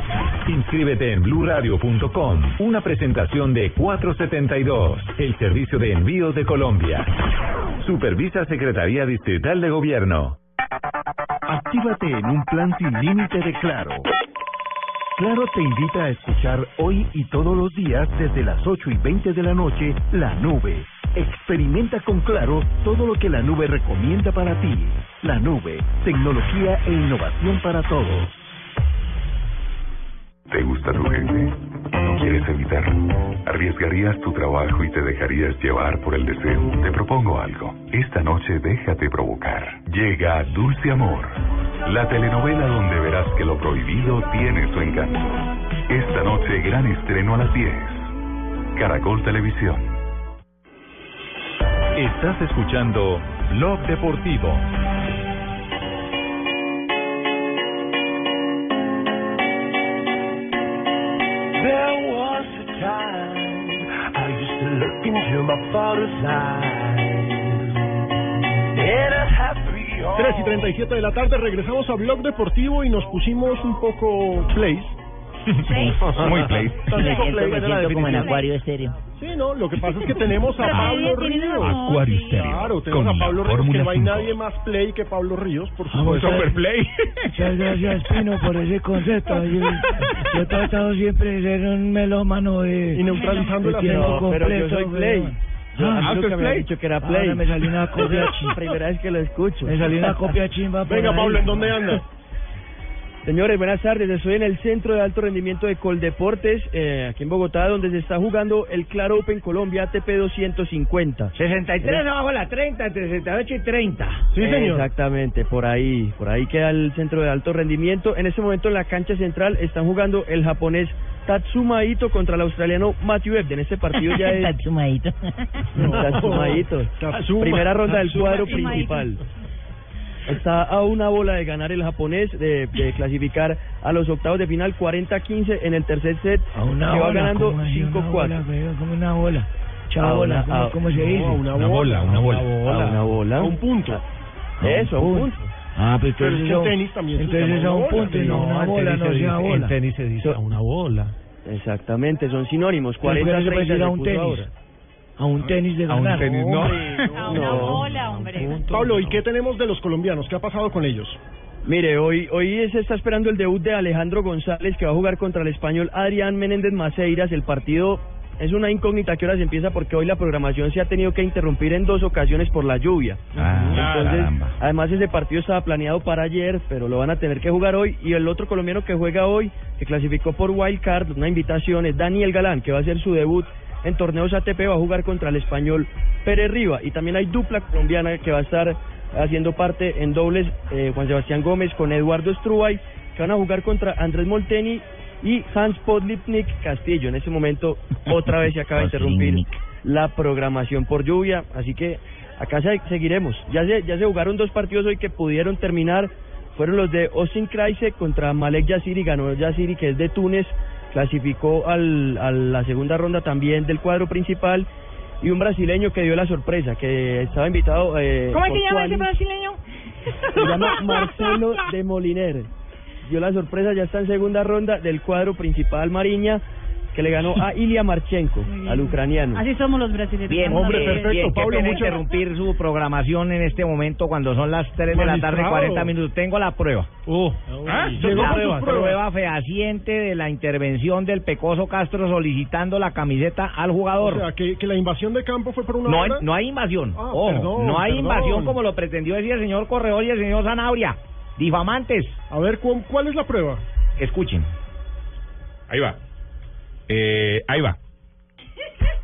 [SPEAKER 1] Inscríbete en bluradio.com. Una presentación de 472, el servicio de envíos de Colombia. Supervisa Secretaría Distrital de Gobierno.
[SPEAKER 6] Actívate en un plan sin límite de Claro. Claro te invita a escuchar hoy y todos los días desde las 8 y 20 de la noche La Nube. Experimenta con Claro todo lo que la nube recomienda para ti. La nube, tecnología e innovación para todos.
[SPEAKER 41] ¿Te gusta tu jefe? ¿No quieres evitarlo? ¿Arriesgarías tu trabajo y te dejarías llevar por el deseo? Te propongo algo. Esta noche déjate provocar. Llega Dulce Amor, la telenovela donde verás que lo prohibido tiene su encanto. Esta noche gran estreno a las 10. Caracol Televisión.
[SPEAKER 1] Estás escuchando Blog Deportivo.
[SPEAKER 42] There was a time I used to look into my father's eyes. In a happy
[SPEAKER 3] 3 y 37 de la tarde regresamos a Blog Deportivo y nos pusimos un poco plays.
[SPEAKER 41] Muy plays.
[SPEAKER 3] Tantito
[SPEAKER 17] Me siento-
[SPEAKER 3] plays
[SPEAKER 17] me
[SPEAKER 3] era la
[SPEAKER 17] siento como en
[SPEAKER 3] definición.
[SPEAKER 17] acuario estéreo.
[SPEAKER 3] Sí, no, lo que pasa es que tenemos a
[SPEAKER 17] Pero
[SPEAKER 3] Pablo
[SPEAKER 17] ahí tiene
[SPEAKER 3] Ríos.
[SPEAKER 17] razón, Acuario sí.
[SPEAKER 3] Estéreo. Claro, tenemos
[SPEAKER 17] con
[SPEAKER 3] a
[SPEAKER 17] la
[SPEAKER 3] Pablo Ríos, que
[SPEAKER 17] Fórmula
[SPEAKER 3] no hay
[SPEAKER 17] 5.
[SPEAKER 3] nadie más play que Pablo Ríos, por
[SPEAKER 14] Vamos,
[SPEAKER 3] supuesto.
[SPEAKER 14] Superplay. Muchas gracias, Pino, por ese concepto. Yo, yo he tratado siempre de ser un melómano de.
[SPEAKER 3] Y neutralizando
[SPEAKER 14] de
[SPEAKER 3] las
[SPEAKER 14] tiempo
[SPEAKER 3] cosas. No, pero
[SPEAKER 14] completo,
[SPEAKER 3] yo soy
[SPEAKER 14] pero-
[SPEAKER 3] Play. Yo-
[SPEAKER 14] Ah,
[SPEAKER 3] a mí
[SPEAKER 14] ¿usted
[SPEAKER 3] nunca me
[SPEAKER 14] es Ah,
[SPEAKER 3] habían dicho que era Play.
[SPEAKER 14] Ahora me salió una copia
[SPEAKER 3] Es la
[SPEAKER 14] chimba.
[SPEAKER 3] primera
[SPEAKER 14] vez que lo escucho. Me salió una copia chimba. por
[SPEAKER 3] Venga,
[SPEAKER 14] ahí.
[SPEAKER 3] Pablo, ¿en dónde andas?
[SPEAKER 43] Señores, buenas tardes. Estoy en el Centro de Alto Rendimiento de Coldeportes, eh, aquí en Bogotá, donde se está jugando el Claro Open Colombia ATP 250.
[SPEAKER 44] 63 abajo la 30, entre 68 y 30.
[SPEAKER 3] Eh,
[SPEAKER 43] Exactamente, por ahí, por ahí queda el centro de alto rendimiento. En este momento en la cancha central están jugando el japonés Tatsuma Ito contra el australiano Matthew Ebden. Este partido ya es
[SPEAKER 17] Tatsuma Ito.
[SPEAKER 43] Tatsuma Ito.
[SPEAKER 17] Tatsuma,
[SPEAKER 43] Primera ronda del
[SPEAKER 17] Tatsuma
[SPEAKER 43] cuadro
[SPEAKER 17] Ito.
[SPEAKER 43] principal. Está a una bola de ganar el japonés, de, de clasificar a los octavos de final 40-15 en el tercer set,
[SPEAKER 14] Una
[SPEAKER 43] que va
[SPEAKER 14] bola,
[SPEAKER 43] ganando
[SPEAKER 14] como ahí, una
[SPEAKER 43] 5-4.
[SPEAKER 14] bola, pero Como una bola.
[SPEAKER 43] Ah,
[SPEAKER 14] Chabola,
[SPEAKER 43] una-
[SPEAKER 14] ¿cómo,
[SPEAKER 43] ah,
[SPEAKER 14] cómo se
[SPEAKER 43] no,
[SPEAKER 14] dice?
[SPEAKER 43] una Una bola, bola, una bola.
[SPEAKER 14] A Ah, una bola.
[SPEAKER 43] un punto. Eso, a un punto.
[SPEAKER 14] Ah,
[SPEAKER 6] pues,
[SPEAKER 14] pero
[SPEAKER 43] Pero es que
[SPEAKER 14] entonces
[SPEAKER 43] en
[SPEAKER 14] son-
[SPEAKER 43] tenis también se
[SPEAKER 14] Entonces
[SPEAKER 43] llama
[SPEAKER 14] a un
[SPEAKER 43] bola,
[SPEAKER 14] punto y no
[SPEAKER 43] no,
[SPEAKER 14] una
[SPEAKER 43] en
[SPEAKER 14] bola,
[SPEAKER 43] tenis
[SPEAKER 14] no
[SPEAKER 43] se
[SPEAKER 14] sea
[SPEAKER 43] dice-
[SPEAKER 14] bola.
[SPEAKER 43] en tenis se dice a
[SPEAKER 14] una bola.
[SPEAKER 43] Exactamente, son sinónimos.
[SPEAKER 14] Pero ¿por qué no se
[SPEAKER 43] 40
[SPEAKER 14] puede
[SPEAKER 43] 30
[SPEAKER 14] decir a
[SPEAKER 43] le
[SPEAKER 14] un
[SPEAKER 43] puso
[SPEAKER 14] tenis?
[SPEAKER 43] ahora.
[SPEAKER 14] A un tenis de
[SPEAKER 43] A un
[SPEAKER 14] ganar.
[SPEAKER 43] tenis, no.
[SPEAKER 14] Hombre,
[SPEAKER 43] A una No. bola,
[SPEAKER 14] hombre.
[SPEAKER 3] Pablo, ¿y qué tenemos de los colombianos? ¿Qué ha pasado con ellos?
[SPEAKER 43] Mire, hoy hoy se está esperando el debut de Alejandro González que va a jugar contra el español Adrián Menéndez Maceiras. El partido es una incógnita que ahora se empieza porque hoy la programación se ha tenido que interrumpir en dos ocasiones por la lluvia.
[SPEAKER 14] Ah,
[SPEAKER 43] Entonces, además ese partido estaba planeado para ayer, pero lo van a tener que jugar hoy. Y el otro colombiano que juega hoy, que clasificó por wild card, una invitación, es Daniel Galán, que va a hacer su debut en torneos ATP, va a jugar contra el español Pérez Riva. Y también hay dupla colombiana que va a estar haciendo parte en dobles, eh, Juan Sebastián Gómez con Eduardo Strubay, que van a jugar contra Andrés Molteni y Hans Podlipnik Castillo. En ese momento, otra vez se acaba de interrumpir la programación por lluvia, así que acá se- seguiremos. Ya se, ya se jugaron dos partidos hoy que pudieron terminar, fueron los de Austin Kreise contra Malek Yassiri, ganó Yassiri que es de Túnez, clasificó al, a la segunda ronda también del cuadro principal y un brasileño que dio la sorpresa, que estaba invitado... eh,
[SPEAKER 7] ¿Cómo es que
[SPEAKER 43] por
[SPEAKER 7] llama ese
[SPEAKER 43] Quali.
[SPEAKER 7] brasileño?
[SPEAKER 43] Se llama Marcelo de Moliner. Dio la sorpresa, ya está en segunda ronda del cuadro principal Mariña, que le ganó a Ilia Marchenko, al ucraniano.
[SPEAKER 5] Así somos los brasileños.
[SPEAKER 7] Bien,
[SPEAKER 5] Hombre,
[SPEAKER 7] bien,
[SPEAKER 5] perfecto,
[SPEAKER 7] bien, qué
[SPEAKER 5] Pablo,
[SPEAKER 7] pena
[SPEAKER 5] muchas-
[SPEAKER 7] interrumpir su programación en este momento cuando son las 3 de la tarde,
[SPEAKER 5] Magistrado.
[SPEAKER 7] 40 minutos. Tengo la prueba.
[SPEAKER 3] Uh,
[SPEAKER 5] ¿Ah?
[SPEAKER 7] Llegó
[SPEAKER 5] Llegó
[SPEAKER 7] la
[SPEAKER 5] con sus
[SPEAKER 7] prueba,
[SPEAKER 5] pruebas.
[SPEAKER 7] fehaciente de la intervención del Pecoso Castro solicitando la camiseta al jugador.
[SPEAKER 3] O sea, que, que la invasión de campo fue por una
[SPEAKER 7] no, hay,
[SPEAKER 3] hora.
[SPEAKER 7] no hay invasión.
[SPEAKER 3] Ah,
[SPEAKER 7] Ojo,
[SPEAKER 3] perdón,
[SPEAKER 7] no hay
[SPEAKER 3] perdón.
[SPEAKER 7] invasión como lo pretendió decir el señor Corredor y el señor Zanabria. Difamantes.
[SPEAKER 3] A ver, ¿cu- ¿cuál es la prueba?
[SPEAKER 7] Escuchen.
[SPEAKER 10] Ahí va. Eh, ahí va.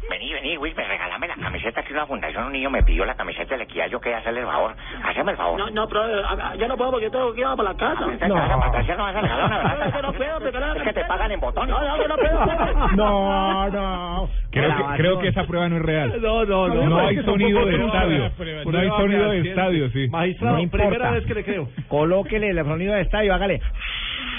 [SPEAKER 45] Vení,
[SPEAKER 14] vení, Wilmer, regálame la camiseta que una fundación, un niño me pidió la camiseta de la equidad, yo quería hacerle el favor. Hazme el favor.
[SPEAKER 27] No, no, pero eh, a- a- ya no puedo porque tengo que ir para la casa.
[SPEAKER 14] Te vas a matar, si no vas a regalar una verdad.
[SPEAKER 27] Es que no puedo, te
[SPEAKER 14] Es que te pagan en botones.
[SPEAKER 27] No, no, yo no puedo.
[SPEAKER 3] No, no.
[SPEAKER 6] Creo que, creo que esa prueba no es real.
[SPEAKER 3] No, no, no.
[SPEAKER 6] No hay
[SPEAKER 3] Tampoco
[SPEAKER 6] sonido de
[SPEAKER 3] creo.
[SPEAKER 6] estadio. No hay sonido de estadio, sí.
[SPEAKER 3] Magistrado,
[SPEAKER 6] No importa.
[SPEAKER 3] primera vez que le creo.
[SPEAKER 46] Colóquele el sonido de estadio, hágale.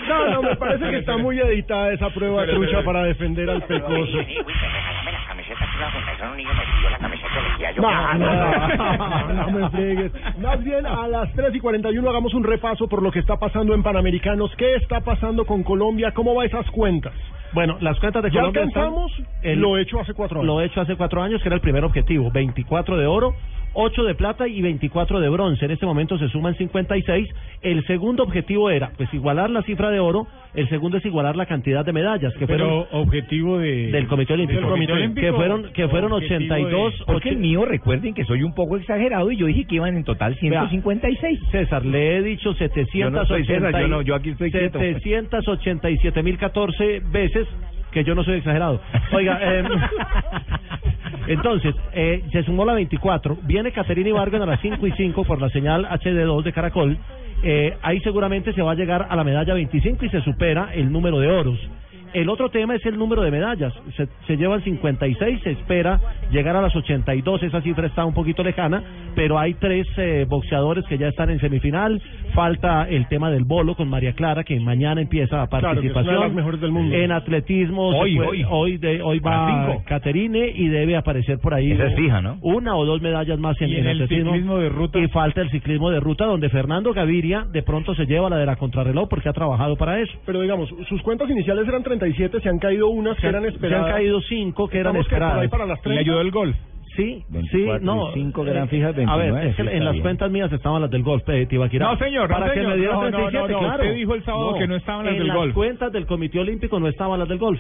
[SPEAKER 3] No, no, me parece que está muy editada esa prueba
[SPEAKER 14] Espere,
[SPEAKER 3] trucha
[SPEAKER 14] espere.
[SPEAKER 3] para defender al pecoso.
[SPEAKER 14] Vení, Wilmer, regálame la camiseta que una fundación, un niño me pidió la camiseta de la equidad, yo
[SPEAKER 3] No, no,
[SPEAKER 14] quería...
[SPEAKER 3] no me friegues. Más bien, a las 3 y 41 hagamos un repaso por lo que está pasando en Panamericanos. ¿Qué está pasando con Colombia? ¿Cómo va esas cuentas?
[SPEAKER 8] Bueno, las cuentas de
[SPEAKER 3] ¿Ya
[SPEAKER 8] Colombia
[SPEAKER 3] alcanzamos
[SPEAKER 8] están-
[SPEAKER 3] lo hecho hace cuatro años?
[SPEAKER 8] Lo hecho hace cuatro años, que era el primer objetivo. 24 de oro, 8 de plata y 24 de bronce. En este momento se suman 56. El segundo objetivo era, pues, igualar la cifra de oro. El segundo es igualar la cantidad de medallas, que fueron...
[SPEAKER 7] Pero objetivo de...
[SPEAKER 8] Del Comité Olímpico.
[SPEAKER 7] Del Comité Olímpico.
[SPEAKER 8] Que fueron, que fueron
[SPEAKER 7] Objetivo de-
[SPEAKER 8] 82...
[SPEAKER 7] Porque el
[SPEAKER 8] mío, recuerden que soy un poco exagerado y yo dije que iban en total 156. César, le he dicho 787
[SPEAKER 7] Yo no soy César, yo no, yo aquí estoy quieto.
[SPEAKER 8] 787.014 veces que yo no soy exagerado. Oiga,
[SPEAKER 3] em.
[SPEAKER 8] eh, entonces, eh, se sumó la 24. Viene Caterina Ibargüen a las 5 y 5 por la señal HD2 de Caracol. Eh, ahí seguramente se va a llegar a la medalla 25 y se supera el número de oros. El otro tema es el número de medallas. Se, se llevan 56, se espera llegar a las 82. Esa cifra está un poquito lejana, pero hay tres eh, boxeadores que ya están en semifinal. Falta el tema del bolo con María Clara, que mañana empieza la
[SPEAKER 3] Claro, que es una de
[SPEAKER 8] participación.
[SPEAKER 3] las mejores del mundo.
[SPEAKER 8] En atletismo, se
[SPEAKER 3] Hoy,
[SPEAKER 8] puede-
[SPEAKER 3] hoy.
[SPEAKER 8] hoy, de, hoy
[SPEAKER 3] A las
[SPEAKER 8] va
[SPEAKER 3] cinco.
[SPEAKER 8] Caterine y debe aparecer por ahí
[SPEAKER 17] Esa es fija, ¿no?
[SPEAKER 8] una o dos medallas más en,
[SPEAKER 17] Y en el
[SPEAKER 8] atletismo.
[SPEAKER 17] ciclismo
[SPEAKER 8] de ruta. Y falta el ciclismo de ruta, donde Fernando Gaviria de pronto se lleva la de la contrarreloj porque ha trabajado para eso.
[SPEAKER 3] Pero digamos, sus cuentas iniciales eran 37, se han caído unas que
[SPEAKER 8] Se-
[SPEAKER 3] eran
[SPEAKER 8] se han
[SPEAKER 3] esperadas.
[SPEAKER 8] caído cinco que eran
[SPEAKER 3] Estamos que por ahí
[SPEAKER 8] esperadas.
[SPEAKER 3] para las 30. ¿Le ayudó el
[SPEAKER 8] golf? Sí, sí,
[SPEAKER 3] 24 y
[SPEAKER 8] no.
[SPEAKER 3] cinco gran
[SPEAKER 8] eh,
[SPEAKER 3] fijas,
[SPEAKER 8] A
[SPEAKER 3] 29,
[SPEAKER 8] ver, es que
[SPEAKER 3] sí,
[SPEAKER 8] en
[SPEAKER 3] está
[SPEAKER 8] las
[SPEAKER 3] bien.
[SPEAKER 8] cuentas mías estaban las del golf, eh, Tibaquirá.
[SPEAKER 6] No, señor, no,
[SPEAKER 8] Para que
[SPEAKER 6] señor,
[SPEAKER 8] me dieran
[SPEAKER 6] no, no,
[SPEAKER 8] 37,
[SPEAKER 6] no, no,
[SPEAKER 8] claro.
[SPEAKER 6] usted dijo el sábado que no estaban las
[SPEAKER 8] en
[SPEAKER 6] del golf.
[SPEAKER 8] las cuentas del Comité Olímpico no estaban las del golf.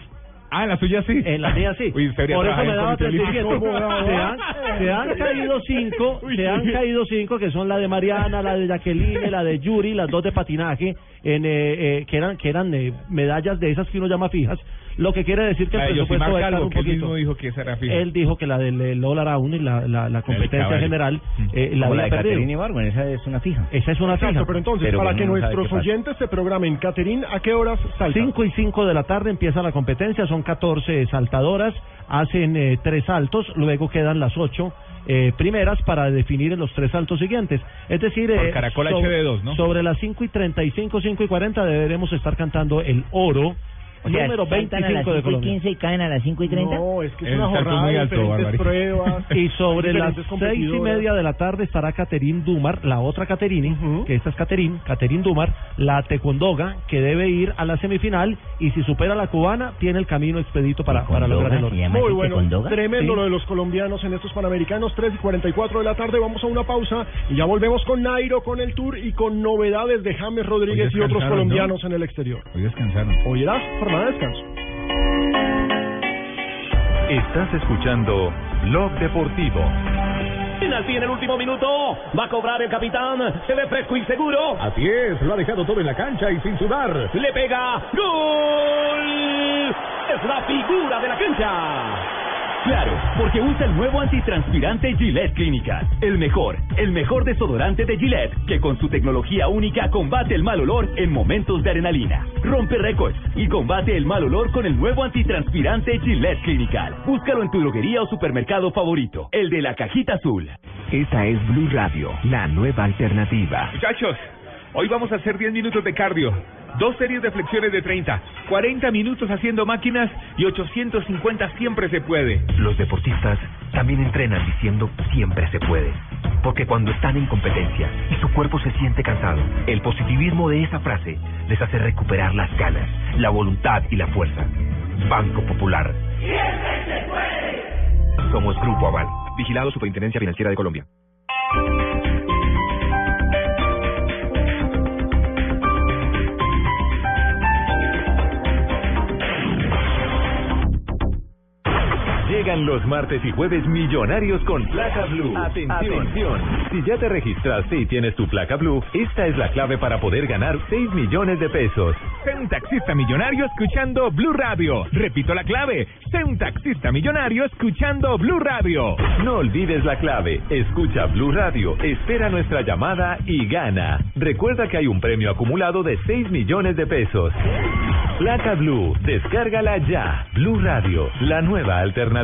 [SPEAKER 6] Ah, en la suya sí.
[SPEAKER 8] En la mía sí.
[SPEAKER 6] Uy, sería
[SPEAKER 8] Por eso
[SPEAKER 6] trabajar
[SPEAKER 8] me
[SPEAKER 6] en
[SPEAKER 8] daba
[SPEAKER 6] Comité
[SPEAKER 8] 37.
[SPEAKER 6] Olímpico.
[SPEAKER 8] Se han, se han caído cinco, se han caído cinco que son la de Mariana, la de Jacqueline, la de Yuri, las dos de patinaje, en, eh, eh, que eran que eran eh, medallas de esas que uno llama fijas. Lo que quiere decir que
[SPEAKER 6] La de
[SPEAKER 8] el presupuesto
[SPEAKER 6] Yosimar
[SPEAKER 8] va a estar
[SPEAKER 6] Calvo,
[SPEAKER 8] un
[SPEAKER 6] que él
[SPEAKER 8] poquito.
[SPEAKER 6] mismo dijo que esa era fija.
[SPEAKER 8] Él dijo que la del eh, Lola Araúne y la, la, la competencia
[SPEAKER 17] caballo.
[SPEAKER 8] general
[SPEAKER 6] Mm.
[SPEAKER 8] eh, la
[SPEAKER 17] Como la
[SPEAKER 8] había
[SPEAKER 17] de
[SPEAKER 8] perdido.
[SPEAKER 17] Caterina Ibargüen, esa es una fija.
[SPEAKER 8] Esa es una
[SPEAKER 3] Exacto,
[SPEAKER 8] fija.
[SPEAKER 3] pero entonces,
[SPEAKER 8] Pero
[SPEAKER 3] para
[SPEAKER 8] bueno,
[SPEAKER 3] que
[SPEAKER 8] uno sabe
[SPEAKER 3] nuestros
[SPEAKER 8] qué pasa.
[SPEAKER 3] oyentes se programen, Caterín, ¿a qué horas salta?
[SPEAKER 8] 5 y 5 de la tarde empieza la competencia, son 14 saltadoras, hacen eh, tres saltos, luego quedan las ocho eh, primeras para definir en los tres saltos siguientes. Es decir, eh,
[SPEAKER 6] Por Caracol HD2, ¿no?
[SPEAKER 8] sobre las 5 y 35, 5 y 40 deberemos estar cantando el oro,
[SPEAKER 17] O sea,
[SPEAKER 8] número
[SPEAKER 17] saltan a las
[SPEAKER 8] 25 de
[SPEAKER 17] 5 y
[SPEAKER 8] Colombia.
[SPEAKER 17] 15 y caen a las 5 y 30.
[SPEAKER 3] No, es que
[SPEAKER 8] es una jornada de diferentes
[SPEAKER 3] pruebas.
[SPEAKER 8] Y sobre
[SPEAKER 3] diferentes
[SPEAKER 8] las seis y
[SPEAKER 3] competidoras.
[SPEAKER 8] media de la tarde estará Caterín Dumar, la otra Caterine, que esta es Caterín, Caterín Dumar, la tecondoga, que debe ir a la semifinal y si supera a la cubana, tiene el camino expedito para, para lograr el oro.
[SPEAKER 3] Muy bueno, tremendo lo de los colombianos en estos Panamericanos, 3 y 44 de la tarde, vamos a una pausa y ya volvemos con Nairo, con el Tour y con novedades de James Rodríguez
[SPEAKER 6] Hoy
[SPEAKER 3] y otros
[SPEAKER 6] descansaron,
[SPEAKER 3] colombianos en el exterior.
[SPEAKER 6] Hoy descansaron.
[SPEAKER 3] Hoy era jornada de descanso.
[SPEAKER 1] Estás escuchando Blog Deportivo.
[SPEAKER 47] Penalti en el último minuto. Va a cobrar el capitán. Se ve fresco y seguro.
[SPEAKER 48] Así es, lo ha dejado todo en la cancha y sin sudar.
[SPEAKER 47] Le pega. ¡Gol! Es la figura de la cancha.
[SPEAKER 49] Claro, porque usa el nuevo antitranspirante Gillette Clinical. El mejor, el mejor desodorante de Gillette, que con su tecnología única combate el mal olor en momentos de adrenalina. Rompe récords y combate el mal olor con el nuevo antitranspirante Gillette Clinical. Búscalo en tu droguería o supermercado favorito, el de la cajita azul.
[SPEAKER 20] Esta es Blue Radio, la nueva alternativa.
[SPEAKER 10] Muchachos, hoy vamos a hacer 10 minutos de cardio, dos series de flexiones de 30, 40 minutos haciendo máquinas y 850 siempre se puede.
[SPEAKER 20] Los deportistas también entrenan diciendo siempre se puede. Porque cuando están en competencia y su cuerpo se siente cansado, el positivismo de esa frase les hace recuperar las ganas, la voluntad y la fuerza. Banco Popular. Somos Grupo Aval. Vigilado Superintendencia Financiera de Colombia.
[SPEAKER 1] Llegan los martes y jueves millonarios con placa blue. Atención. Si ya te registraste y tienes tu placa blue, esta es la clave para poder ganar 6 millones de pesos.
[SPEAKER 10] Sé un taxista millonario escuchando Blue Radio. Repito la clave. Sé un taxista millonario escuchando Blue Radio.
[SPEAKER 1] No olvides la clave. Escucha Blue Radio, espera nuestra llamada y gana. Recuerda que hay un premio acumulado de 6 millones de pesos. Placa Blue, descárgala ya. Blue Radio, la nueva alternativa.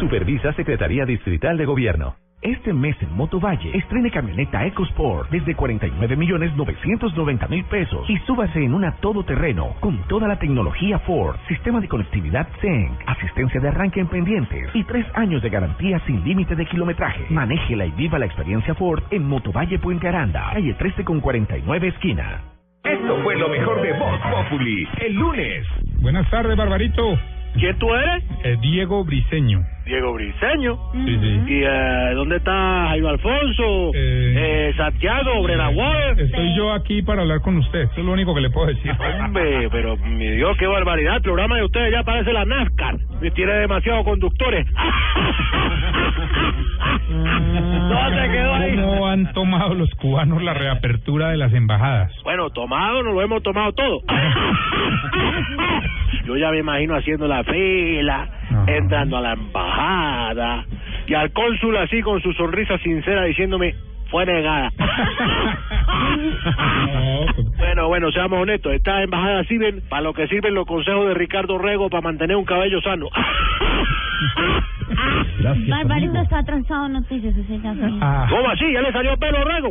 [SPEAKER 1] Supervisa Secretaría Distrital de Gobierno.
[SPEAKER 20] Este mes en Motovalle, estrene camioneta EcoSport desde 49 millones 990 mil pesos y súbase en una todoterreno con toda la tecnología Ford, sistema de conectividad Zen, asistencia de arranque en pendientes y tres años de garantía sin límite de kilometraje. Manéjela y viva la experiencia Ford en Motovalle Puente Aranda, calle 13 con 49 esquina.
[SPEAKER 50] Esto fue lo mejor de Voz Populi. El lunes.
[SPEAKER 11] Buenas tardes, Barbarito. Eh,
[SPEAKER 6] ¿Quién tú eres?
[SPEAKER 11] Diego Briseño.
[SPEAKER 6] Diego Briseño.
[SPEAKER 11] Sí, sí.
[SPEAKER 6] ¿Y eh, dónde está Jairo Alfonso? Eh, Santiago, Brenaguar.
[SPEAKER 11] Estoy yo aquí para hablar con usted. Eso es lo único que le puedo decir.
[SPEAKER 6] Hombre, pero mi Dios, qué barbaridad. El programa de ustedes ya parece la NASCAR. Y Tiene demasiados conductores. no se quedó ahí.
[SPEAKER 11] ¿Cómo han tomado los cubanos la reapertura de las embajadas?
[SPEAKER 6] Bueno, tomado, nos lo hemos tomado todo. Yo ya me imagino haciendo la fila, entrando a la embajada y al cónsul así con su sonrisa sincera diciéndome, fue negada.
[SPEAKER 14] pues.
[SPEAKER 6] Bueno, bueno, seamos honestos, estas embajadas sirven para lo que sirven los consejos de Ricardo Rego para mantener un cabello sano.
[SPEAKER 21] Barbarito está atrasado en noticias, ese ya sabe.
[SPEAKER 6] ¿Cómo así? ¿Ya le salió pelo a Rego?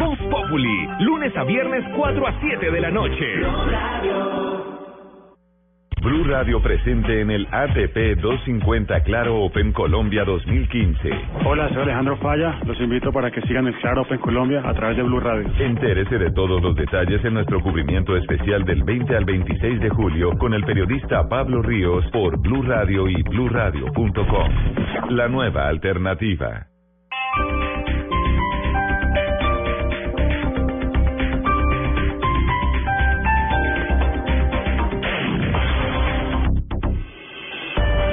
[SPEAKER 50] Voz Populi, lunes a viernes 4 a 7 de la noche.
[SPEAKER 1] Blue Radio presente en el ATP 250 Claro Open Colombia 2015.
[SPEAKER 13] Hola, soy Alejandro Falla. Los invito para que sigan el Claro Open Colombia a través de Blue Radio.
[SPEAKER 1] Entérese de todos los detalles en nuestro cubrimiento especial del 20 al 26 de julio con el periodista Pablo Ríos por Blue Radio y BlueRadio.com. La nueva alternativa.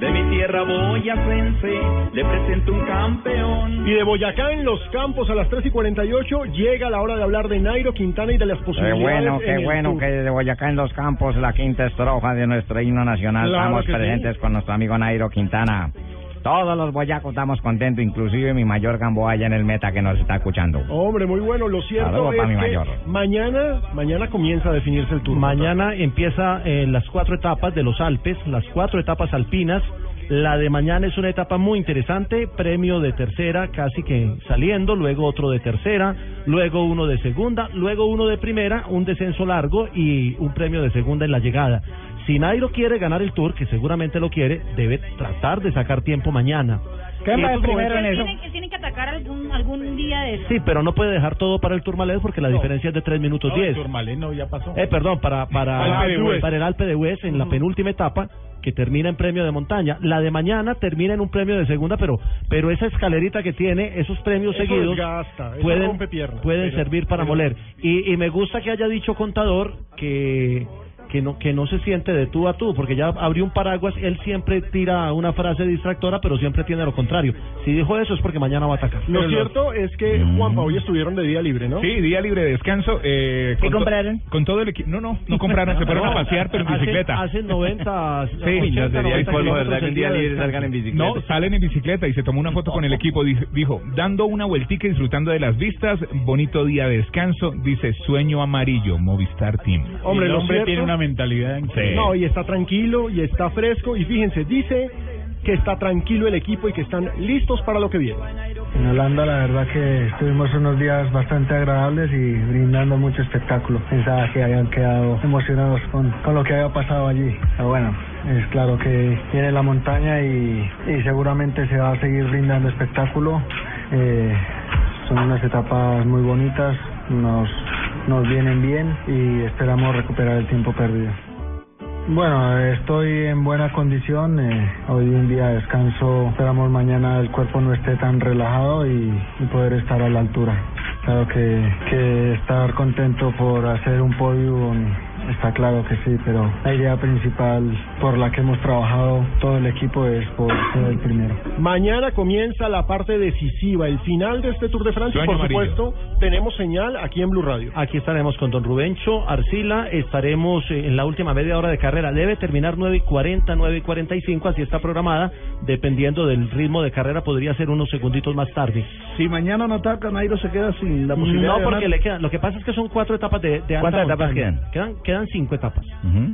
[SPEAKER 14] De mi tierra boyacense le presento un campeón.
[SPEAKER 3] Y de Boyacá en los campos a las 3 y 48 llega la hora de hablar de Nairo Quintana y de las
[SPEAKER 7] Qué
[SPEAKER 3] posibilidades.
[SPEAKER 7] bueno, qué
[SPEAKER 3] en el
[SPEAKER 7] bueno
[SPEAKER 3] Tour.
[SPEAKER 7] que desde Boyacá en los campos, la quinta estrofa de nuestro himno nacional,
[SPEAKER 3] Claro
[SPEAKER 7] estamos
[SPEAKER 3] que sí.
[SPEAKER 7] presentes con nuestro amigo Nairo Quintana. Todos los boyacos estamos contentos, inclusive mi mayor Gamboa allá en el meta que nos está escuchando.
[SPEAKER 3] Hombre, muy bueno. Lo cierto
[SPEAKER 7] Saludos
[SPEAKER 3] es
[SPEAKER 7] para
[SPEAKER 3] que
[SPEAKER 7] mi mayor.
[SPEAKER 3] mañana, mañana comienza a definirse el turno.
[SPEAKER 8] Mañana empieza eh, las cuatro etapas de los Alpes, las cuatro etapas alpinas. La de mañana es una etapa muy interesante, premio de tercera casi que saliendo, luego otro de tercera, luego uno de segunda, luego uno de primera, un descenso largo y un premio de segunda en la llegada. Si Nairo quiere ganar el Tour, que seguramente lo quiere, debe tratar de sacar tiempo mañana. Y estos momentos-
[SPEAKER 5] Tienen que, tienen que atacar algún, algún día de
[SPEAKER 8] Sí, pero no puede dejar todo para el Tourmalet porque la diferencia es de 3 minutos 10.
[SPEAKER 11] Turmaleno ya pasó.
[SPEAKER 8] Eh, perdón, para para,
[SPEAKER 11] Alpe de Hues.
[SPEAKER 8] para el Alpe de Hues en la penúltima etapa que termina en premio de montaña. La de mañana termina en un premio de segunda, pero pero esa escalerita que tiene, esos premios
[SPEAKER 3] Eso
[SPEAKER 8] seguidos
[SPEAKER 3] desgasta, eso
[SPEAKER 8] pueden
[SPEAKER 3] rompe piernas,
[SPEAKER 8] pueden
[SPEAKER 3] pero-
[SPEAKER 8] servir para
[SPEAKER 3] pero-
[SPEAKER 8] moler. Y, y me gusta que haya dicho contador que que no que no se siente de tú a tú, porque ya abrió un paraguas, él siempre tira una frase distractora, pero siempre tiene lo contrario. Si dijo eso es porque mañana va a atacar.
[SPEAKER 3] Lo
[SPEAKER 8] Pero-
[SPEAKER 3] cierto es que
[SPEAKER 7] Mm.
[SPEAKER 3] Juanpa hoy estuvieron de día libre, ¿no?
[SPEAKER 10] Sí, día libre de descanso. Eh,
[SPEAKER 3] ¿Qué
[SPEAKER 10] to-
[SPEAKER 3] compraron?
[SPEAKER 10] Con todo el equipo. No, no, no compraron, se fueron a
[SPEAKER 8] No,
[SPEAKER 10] pasear, pero en
[SPEAKER 8] hacen-
[SPEAKER 10] bicicleta.
[SPEAKER 8] Hacen 90.
[SPEAKER 10] Sí,
[SPEAKER 8] 80, 90 kilómetros el día de descanso.
[SPEAKER 10] No, salen en bicicleta y se tomó una foto con el equipo. Dice- Dijo, dando una vueltica y disfrutando de las vistas, bonito día de descanso. Dice, sueño amarillo, Movistar Team.
[SPEAKER 3] Hombre, lo cierto-
[SPEAKER 10] mentalidad increíble.
[SPEAKER 3] No, y está tranquilo y está fresco. Y fíjense, dice que está tranquilo el equipo y que están listos para lo que viene.
[SPEAKER 51] En Holanda la verdad que estuvimos unos días bastante agradables y brindando mucho espectáculo. Pensaba que habían quedado emocionados con, con lo que había pasado allí. Pero bueno, es claro que viene la montaña y, y seguramente se va a seguir brindando espectáculo. Eh, son unas etapas muy bonitas, nos nos vienen bien y esperamos recuperar el tiempo perdido. Bueno, estoy en buena condición. eh, hoy un día de descanso. Esperamos mañana el cuerpo no esté tan relajado y, y poder estar a la altura. Claro que, que estar contento por hacer un podio está claro que sí, pero la idea principal por la que hemos trabajado todo el equipo es por ser el primero.
[SPEAKER 3] Mañana comienza la parte decisiva, el final de este Tour de Francia. Y
[SPEAKER 8] Sueño
[SPEAKER 3] por
[SPEAKER 8] amarillo.
[SPEAKER 3] supuesto, tenemos señal aquí en Blue Radio.
[SPEAKER 8] Aquí estaremos con don Rubencho Arcila, estaremos eh, en la última media hora de carrera. Debe terminar 9 y 40, 9 y 45, así está programada. Dependiendo del ritmo de carrera, podría ser unos segunditos más tarde.
[SPEAKER 9] Si mañana no ataca, Nairo se queda sin la posibilidad
[SPEAKER 8] No,
[SPEAKER 9] de
[SPEAKER 8] porque
[SPEAKER 9] ganar.
[SPEAKER 8] le quedan. Lo que pasa es que son cuatro etapas de, de alta
[SPEAKER 9] ¿Cuántas etapas
[SPEAKER 8] montaña. quedan? Quedan cinco etapas.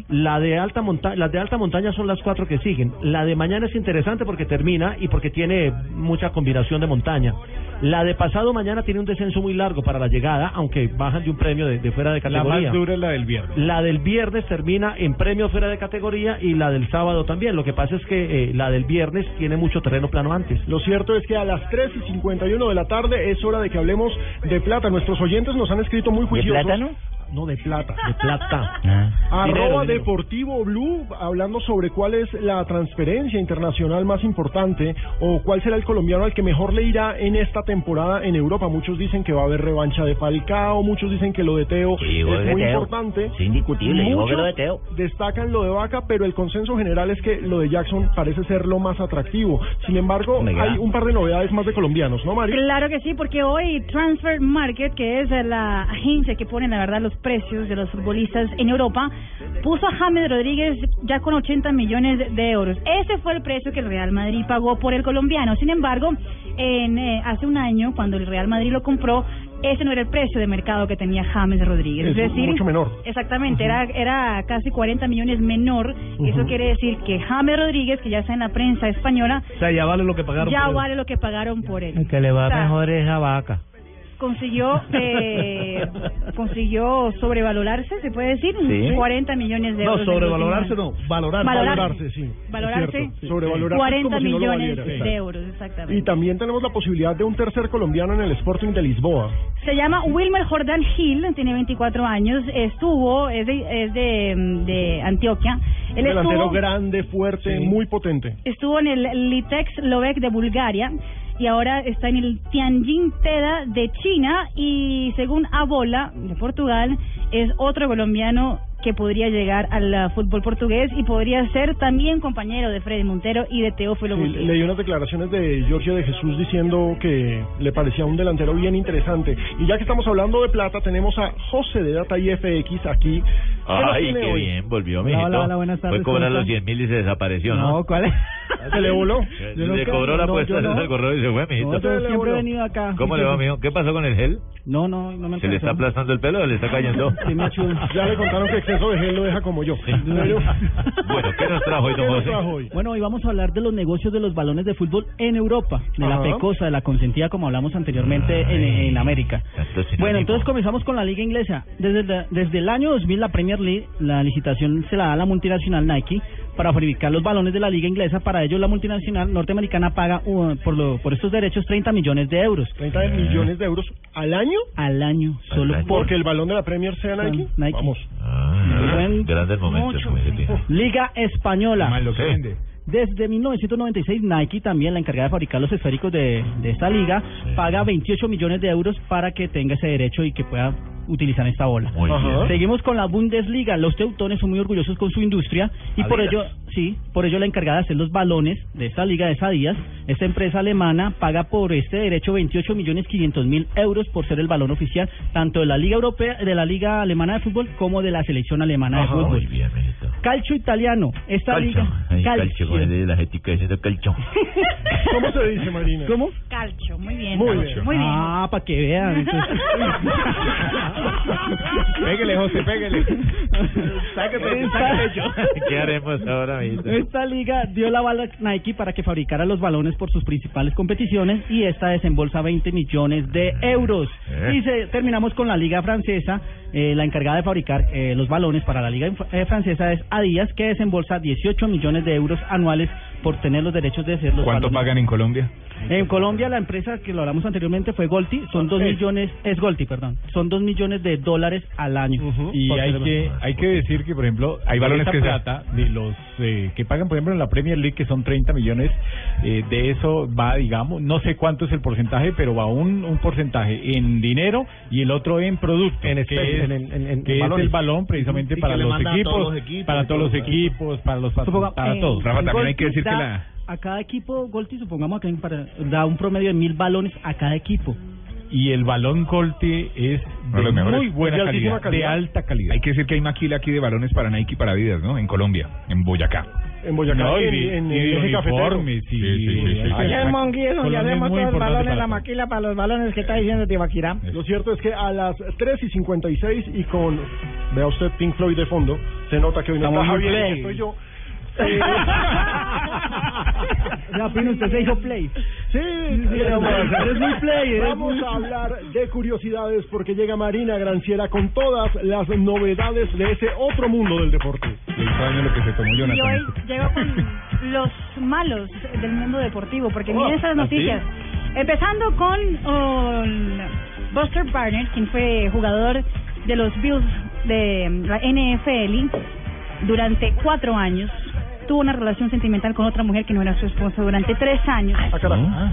[SPEAKER 8] La de alta montaña, las de alta montaña son las cuatro que siguen. La de mañana es interesante porque termina y porque tiene mucha combinación de montaña. La de pasado mañana tiene un descenso muy largo para la llegada, aunque bajan de un premio de, de fuera de
[SPEAKER 10] La
[SPEAKER 8] categoría.
[SPEAKER 10] más dura es la del viernes.
[SPEAKER 8] La del viernes termina en premio fuera de categoría y la del sábado también. Lo que pasa es que eh, la del viernes tiene mucho terreno plano antes.
[SPEAKER 3] Lo cierto es que a las 3 y 51 de la tarde es hora de que hablemos de plata. Nuestros oyentes nos han escrito muy juiciosos.
[SPEAKER 8] plátano?
[SPEAKER 3] No, de plata.
[SPEAKER 8] De plata.
[SPEAKER 26] Ah.
[SPEAKER 3] Arroba
[SPEAKER 8] Dinero, dinero.
[SPEAKER 3] Deportivo Blue, hablando sobre cuál es la transferencia internacional más importante o cuál será el colombiano al que mejor le irá en esta temporada en Europa. Muchos dicen que va a haber revancha de Falcao, muchos dicen que lo de Teo es
[SPEAKER 26] digo que
[SPEAKER 3] muy
[SPEAKER 26] Teo.
[SPEAKER 3] importante.
[SPEAKER 26] Es indiscutible, digo que
[SPEAKER 3] Muchos
[SPEAKER 26] lo de Teo.
[SPEAKER 3] destacan lo de Vaca, pero el consenso general es que lo de Jackson parece ser lo más atractivo. Sin embargo,
[SPEAKER 26] Venga.
[SPEAKER 3] hay un par de novedades más de colombianos, ¿no, Mario?
[SPEAKER 5] Claro que sí, porque hoy Transfer Market, que es la agencia que pone la verdad los precios de los futbolistas en Europa, puso a James Rodríguez ya con 80 millones de euros. Ese fue el precio que el Real Madrid pagó por el colombiano. Sin embargo, en, eh, hace un año, cuando el Real Madrid lo compró, ese no era el precio de mercado que tenía James Rodríguez.
[SPEAKER 3] Es mucho menor.
[SPEAKER 5] Exactamente, era, era casi 40 millones menor. Eso
[SPEAKER 9] Ujú.
[SPEAKER 5] quiere decir que James Rodríguez, que ya está en la prensa española,
[SPEAKER 9] O sea, ya vale lo que pagaron.
[SPEAKER 5] ya
[SPEAKER 9] por él.
[SPEAKER 5] vale lo que pagaron por él.
[SPEAKER 9] El que le va
[SPEAKER 5] O sea,
[SPEAKER 9] mejor
[SPEAKER 8] es a vaca.
[SPEAKER 5] Consiguió, eh, consiguió sobrevalorarse, se puede decir,
[SPEAKER 9] Sí.
[SPEAKER 5] 40 millones de
[SPEAKER 9] No,
[SPEAKER 5] euros. en el último
[SPEAKER 9] sobrevalorarse
[SPEAKER 5] año.
[SPEAKER 9] no, valorar,
[SPEAKER 5] valorarse,
[SPEAKER 9] valorarse, sí,
[SPEAKER 3] es
[SPEAKER 5] Valorarse,
[SPEAKER 3] cierto, sí. Sobrevalorarse
[SPEAKER 5] 40
[SPEAKER 3] como si no lo
[SPEAKER 5] millones
[SPEAKER 3] valiera,
[SPEAKER 5] de
[SPEAKER 3] exacto.
[SPEAKER 5] euros, exactamente.
[SPEAKER 3] Y también tenemos la posibilidad de un tercer colombiano en el Sporting de Lisboa.
[SPEAKER 5] Se llama Wilmer Jordan Hill, tiene 24 años, estuvo, es de, es de, mm, de Antioquia.
[SPEAKER 3] Un
[SPEAKER 5] Él
[SPEAKER 3] delantero
[SPEAKER 5] estuvo,
[SPEAKER 3] grande, fuerte, muy potente.
[SPEAKER 5] estuvo en el Litex Lovec de Bulgaria y ahora está en el Tianjin Teda de China y según Abola de Portugal es otro colombiano que podría llegar al ah, fútbol portugués y podría ser también compañero de Freddy Montero y de Teófilo
[SPEAKER 3] Sí,
[SPEAKER 5] Gutiérrez.
[SPEAKER 3] leí unas declaraciones de Giorgio de Jesús diciendo que le parecía un delantero bien interesante. Y ya que estamos hablando de plata, tenemos a José de Data IFX aquí. ¿Qué nos
[SPEAKER 16] Ay,
[SPEAKER 3] tiene
[SPEAKER 16] qué
[SPEAKER 3] hoy?
[SPEAKER 16] bien, volvió,
[SPEAKER 3] Hola,
[SPEAKER 16] mijito.
[SPEAKER 3] hola, hola, buenas tardes,
[SPEAKER 16] Fue cobrar
[SPEAKER 3] ¿cómo
[SPEAKER 16] los
[SPEAKER 3] están?
[SPEAKER 16] 100 mil y se desapareció, ¿no?
[SPEAKER 9] No, ¿cuál es?
[SPEAKER 3] ¿Se le voló?
[SPEAKER 16] le
[SPEAKER 9] nunca-
[SPEAKER 16] cobró la
[SPEAKER 9] no,
[SPEAKER 16] apuesta,
[SPEAKER 9] yo
[SPEAKER 16] se
[SPEAKER 9] no.
[SPEAKER 16] correo y se fue, mijito.
[SPEAKER 9] No, yo siempre he venido acá.
[SPEAKER 16] ¿Cómo le va, mijo? ¿Qué pasó con el gel?
[SPEAKER 9] No, no, no me
[SPEAKER 16] ¿Se le está
[SPEAKER 9] alcanzó.
[SPEAKER 16] aplastando el pelo o le está cayendo?
[SPEAKER 9] Sí, me ayuda.
[SPEAKER 3] Ya le contaron que exceso de gel lo deja como yo. Pero-
[SPEAKER 16] Bueno, ¿qué nos trajo hoy, don José?
[SPEAKER 52] Bueno, hoy vamos a hablar de los negocios de los balones de fútbol en Europa, de
[SPEAKER 16] Ajá.
[SPEAKER 52] la pecosa, de la consentida, como hablamos anteriormente en,
[SPEAKER 16] Ay.
[SPEAKER 52] en América.
[SPEAKER 16] Tanto sinónimo.
[SPEAKER 52] Bueno, entonces comenzamos con la liga inglesa. Desde, la- desde el año 2000 la Premier League, la licitación se la da a la multinacional Nike para fabricar los balones de la liga inglesa. Para ello la multinacional norteamericana paga uh, por, lo- por estos derechos 30 millones de euros.
[SPEAKER 3] 30 millones de euros al año.
[SPEAKER 52] Al año, solo
[SPEAKER 3] Porque el balón de la Premier sea Nike. Vamos.
[SPEAKER 16] Ah, grandes momentos, como dice Tino.
[SPEAKER 52] Liga Española.
[SPEAKER 16] Sí.
[SPEAKER 52] Desde 1996, Nike, también la encargada de fabricar los esféricos de, de esta liga, paga 28 millones de euros para que tenga ese derecho y que pueda utilizar esta bola.
[SPEAKER 16] Muy bien. Ajá.
[SPEAKER 52] Seguimos con la Bundesliga. Los teutones son muy orgullosos con su industria y por ello,
[SPEAKER 16] Adidas.
[SPEAKER 52] sí, por ello la encargada de hacer los balones de esta liga de esa días, esta empresa alemana paga por este derecho 28 millones 500 mil euros por ser el balón oficial tanto de la liga europea, de la liga alemana de fútbol como de la selección alemana
[SPEAKER 16] Ajá,
[SPEAKER 52] de fútbol.
[SPEAKER 16] Muy bien, mijito.
[SPEAKER 52] Calcio italiano. Esta
[SPEAKER 16] Calcio.
[SPEAKER 52] liga.
[SPEAKER 16] Ay,
[SPEAKER 52] Calcio.
[SPEAKER 16] calcio, como el de la jetica diciendo calcio.
[SPEAKER 3] ¿Cómo se dice, Marina?
[SPEAKER 52] ¿Cómo?
[SPEAKER 5] Calcho, muy bien.
[SPEAKER 16] Muy
[SPEAKER 5] Calcho,
[SPEAKER 16] bien.
[SPEAKER 5] Muy bien.
[SPEAKER 52] Ah, para que vean. entonces.
[SPEAKER 16] Pégale, José, pégale.
[SPEAKER 52] Sáquete, sáquete yo.
[SPEAKER 16] ¿Qué haremos ahora, mijito?
[SPEAKER 52] Esta liga dio la bala a Nike para que fabricara los balones por sus principales competiciones y esta desembolsa 20 millones de euros.
[SPEAKER 16] Eh.
[SPEAKER 52] Y se- terminamos con la liga francesa. eh, la encargada de fabricar eh, los balones para la liga inf- eh, francesa es Adidas, que desembolsa 18 millones de euros anuales por tener los derechos de hacer los
[SPEAKER 10] ¿Cuánto
[SPEAKER 52] balones.
[SPEAKER 10] pagan en Colombia?
[SPEAKER 52] En Colombia la empresa que lo hablamos anteriormente fue Golti, son dos millones, es Golti, perdón, son dos millones de dólares al año.
[SPEAKER 11] Y
[SPEAKER 52] Por
[SPEAKER 11] hay
[SPEAKER 52] ser-
[SPEAKER 11] que, hay que decir que, por ejemplo,
[SPEAKER 10] Hay balones
[SPEAKER 11] esta
[SPEAKER 10] que se-
[SPEAKER 11] plata de los eh, que pagan, por ejemplo, en la Premier League, que son 30 millones, eh, de eso va, digamos, no sé cuánto es el porcentaje, pero va un, un porcentaje en dinero y el otro en producto. En
[SPEAKER 8] especie, en- en- en- en
[SPEAKER 11] que es
[SPEAKER 8] balones.
[SPEAKER 11] el balón precisamente
[SPEAKER 8] Y que
[SPEAKER 11] para
[SPEAKER 8] le
[SPEAKER 11] los
[SPEAKER 8] mandan a
[SPEAKER 11] equipos,
[SPEAKER 8] todos los equipos
[SPEAKER 11] para
[SPEAKER 8] y
[SPEAKER 11] todos los
[SPEAKER 8] todo, claro.
[SPEAKER 11] equipos, para los
[SPEAKER 52] Suponga-
[SPEAKER 11] para
[SPEAKER 52] eh,
[SPEAKER 11] todos.
[SPEAKER 10] Rafa, también hay
[SPEAKER 52] Golti
[SPEAKER 10] que decir que
[SPEAKER 52] da
[SPEAKER 10] la-
[SPEAKER 52] A cada equipo, Golti, supongamos que para- da un promedio de mil balones a cada equipo.
[SPEAKER 11] Y el balón Golti es
[SPEAKER 10] Uno de
[SPEAKER 11] de
[SPEAKER 10] los mejores.
[SPEAKER 11] muy buena
[SPEAKER 10] De
[SPEAKER 11] calidad, de
[SPEAKER 10] altísima calidad.
[SPEAKER 11] alta calidad.
[SPEAKER 10] Hay que decir que hay maquila aquí de balones para Nike y para Adidas, ¿no? En Colombia, en Boyacá.
[SPEAKER 3] En Boyacá,
[SPEAKER 10] No, y
[SPEAKER 3] en,
[SPEAKER 10] de-
[SPEAKER 3] en,
[SPEAKER 10] y de
[SPEAKER 3] en Eje Cafetero.
[SPEAKER 10] uniformes, y- sí.
[SPEAKER 3] Ay,
[SPEAKER 25] Ayer Monguillo,
[SPEAKER 3] Colombia
[SPEAKER 25] ya
[SPEAKER 3] es
[SPEAKER 25] hacemos
[SPEAKER 3] muy
[SPEAKER 25] todos los
[SPEAKER 3] importante
[SPEAKER 25] balones,
[SPEAKER 3] para
[SPEAKER 25] la
[SPEAKER 3] todo.
[SPEAKER 25] maquila para los balones que está diciendo Tibaquirá.
[SPEAKER 3] Lo cierto es que a las 3 y 56 y con, vea usted, Pink Floyd de fondo, se nota que hoy no
[SPEAKER 25] Estamos
[SPEAKER 3] está
[SPEAKER 25] muy
[SPEAKER 3] Javier,
[SPEAKER 25] play.
[SPEAKER 3] que soy yo.
[SPEAKER 52] Ya, Pino, usted se dijo play.
[SPEAKER 3] Sí,
[SPEAKER 52] vamos a hacer. Eres muy play, eres
[SPEAKER 3] Vamos
[SPEAKER 52] muy-
[SPEAKER 3] a hablar de curiosidades porque llega Marina Granciera con todas las novedades de ese otro mundo del deporte.
[SPEAKER 10] Le hizo daño lo que se tomó
[SPEAKER 5] Y
[SPEAKER 10] Jonathan.
[SPEAKER 5] hoy llego con los malos del mundo deportivo, porque miren
[SPEAKER 10] Oh,
[SPEAKER 5] esas
[SPEAKER 10] ¿así?
[SPEAKER 5] noticias. Empezando con oh, Buster Barnett, quien fue jugador de los Bills de mm, la NFL durante cuatro años. Tuvo una relación sentimental con otra mujer que no era su esposa durante tres años.
[SPEAKER 10] Ah,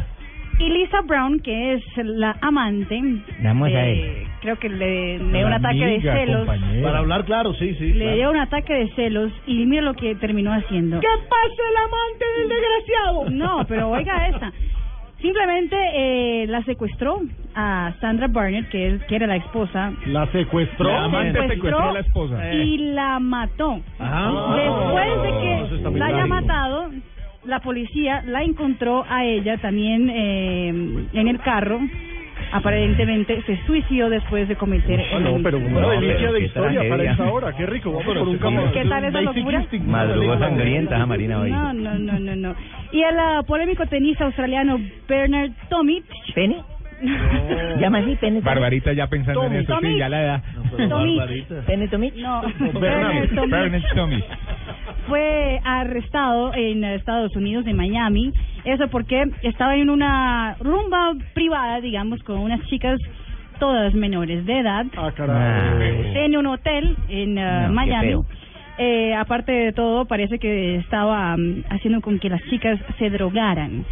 [SPEAKER 5] Y Lisa Brown, que es la amante,
[SPEAKER 20] Vamos
[SPEAKER 5] eh,
[SPEAKER 20] a ver.
[SPEAKER 5] creo que le, le dio un ataque de
[SPEAKER 20] Amiga,
[SPEAKER 5] celos.
[SPEAKER 20] compañera.
[SPEAKER 8] Para hablar claro, sí, sí.
[SPEAKER 5] Le
[SPEAKER 8] claro.
[SPEAKER 5] dio un ataque de celos y mira lo que terminó haciendo.
[SPEAKER 8] ¿Qué
[SPEAKER 5] pasa el amante del desgraciado? No, pero oiga esta. Simplemente eh, la secuestró a Sandra Barnett, que, es, que era la esposa.
[SPEAKER 8] La secuestró.
[SPEAKER 5] La amante secuestró a la esposa.
[SPEAKER 8] Eh.
[SPEAKER 5] Y la mató.
[SPEAKER 8] Ajá.
[SPEAKER 5] Ah, Después
[SPEAKER 8] Oh, eso
[SPEAKER 5] de
[SPEAKER 8] está
[SPEAKER 5] que
[SPEAKER 8] muy
[SPEAKER 5] la haya
[SPEAKER 8] largo.
[SPEAKER 5] matado, la policía la encontró a ella también eh, en el carro. Aparentemente se suicidó después de cometer
[SPEAKER 3] Ah,
[SPEAKER 5] el
[SPEAKER 3] no, pero
[SPEAKER 5] homicidio.
[SPEAKER 3] una
[SPEAKER 20] No,
[SPEAKER 3] delicia
[SPEAKER 20] pero
[SPEAKER 3] de
[SPEAKER 20] qué
[SPEAKER 3] historia para
[SPEAKER 20] tragedia.
[SPEAKER 3] esta hora. Qué rico, vamos por un camino.
[SPEAKER 5] ¿Qué tal esa locura?
[SPEAKER 20] Madrugó sangrienta a Marina hoy.
[SPEAKER 5] No, no, no, no, no. Y el ah, polémico tenista australiano Bernard Tomic. ¿Pene?
[SPEAKER 20] Llama así, Pene.
[SPEAKER 10] Barbarita ya pensando
[SPEAKER 20] Tommy,
[SPEAKER 10] en eso,
[SPEAKER 20] Tommy.
[SPEAKER 10] sí, ya la edad.
[SPEAKER 5] Tomic.
[SPEAKER 20] ¿Pene Tomic?
[SPEAKER 5] No, Bernard
[SPEAKER 10] Bernard,
[SPEAKER 5] Tomic
[SPEAKER 10] Bernard Tommy.
[SPEAKER 5] fue arrestado en Estados Unidos, en Miami. Eso porque estaba en una rumba privada, digamos, con unas chicas todas menores de edad. en un hotel en eh,
[SPEAKER 20] No, qué
[SPEAKER 5] Miami.
[SPEAKER 20] feo.
[SPEAKER 5] Eh, aparte de todo, parece que estaba mm, haciendo con que las chicas se drogaran.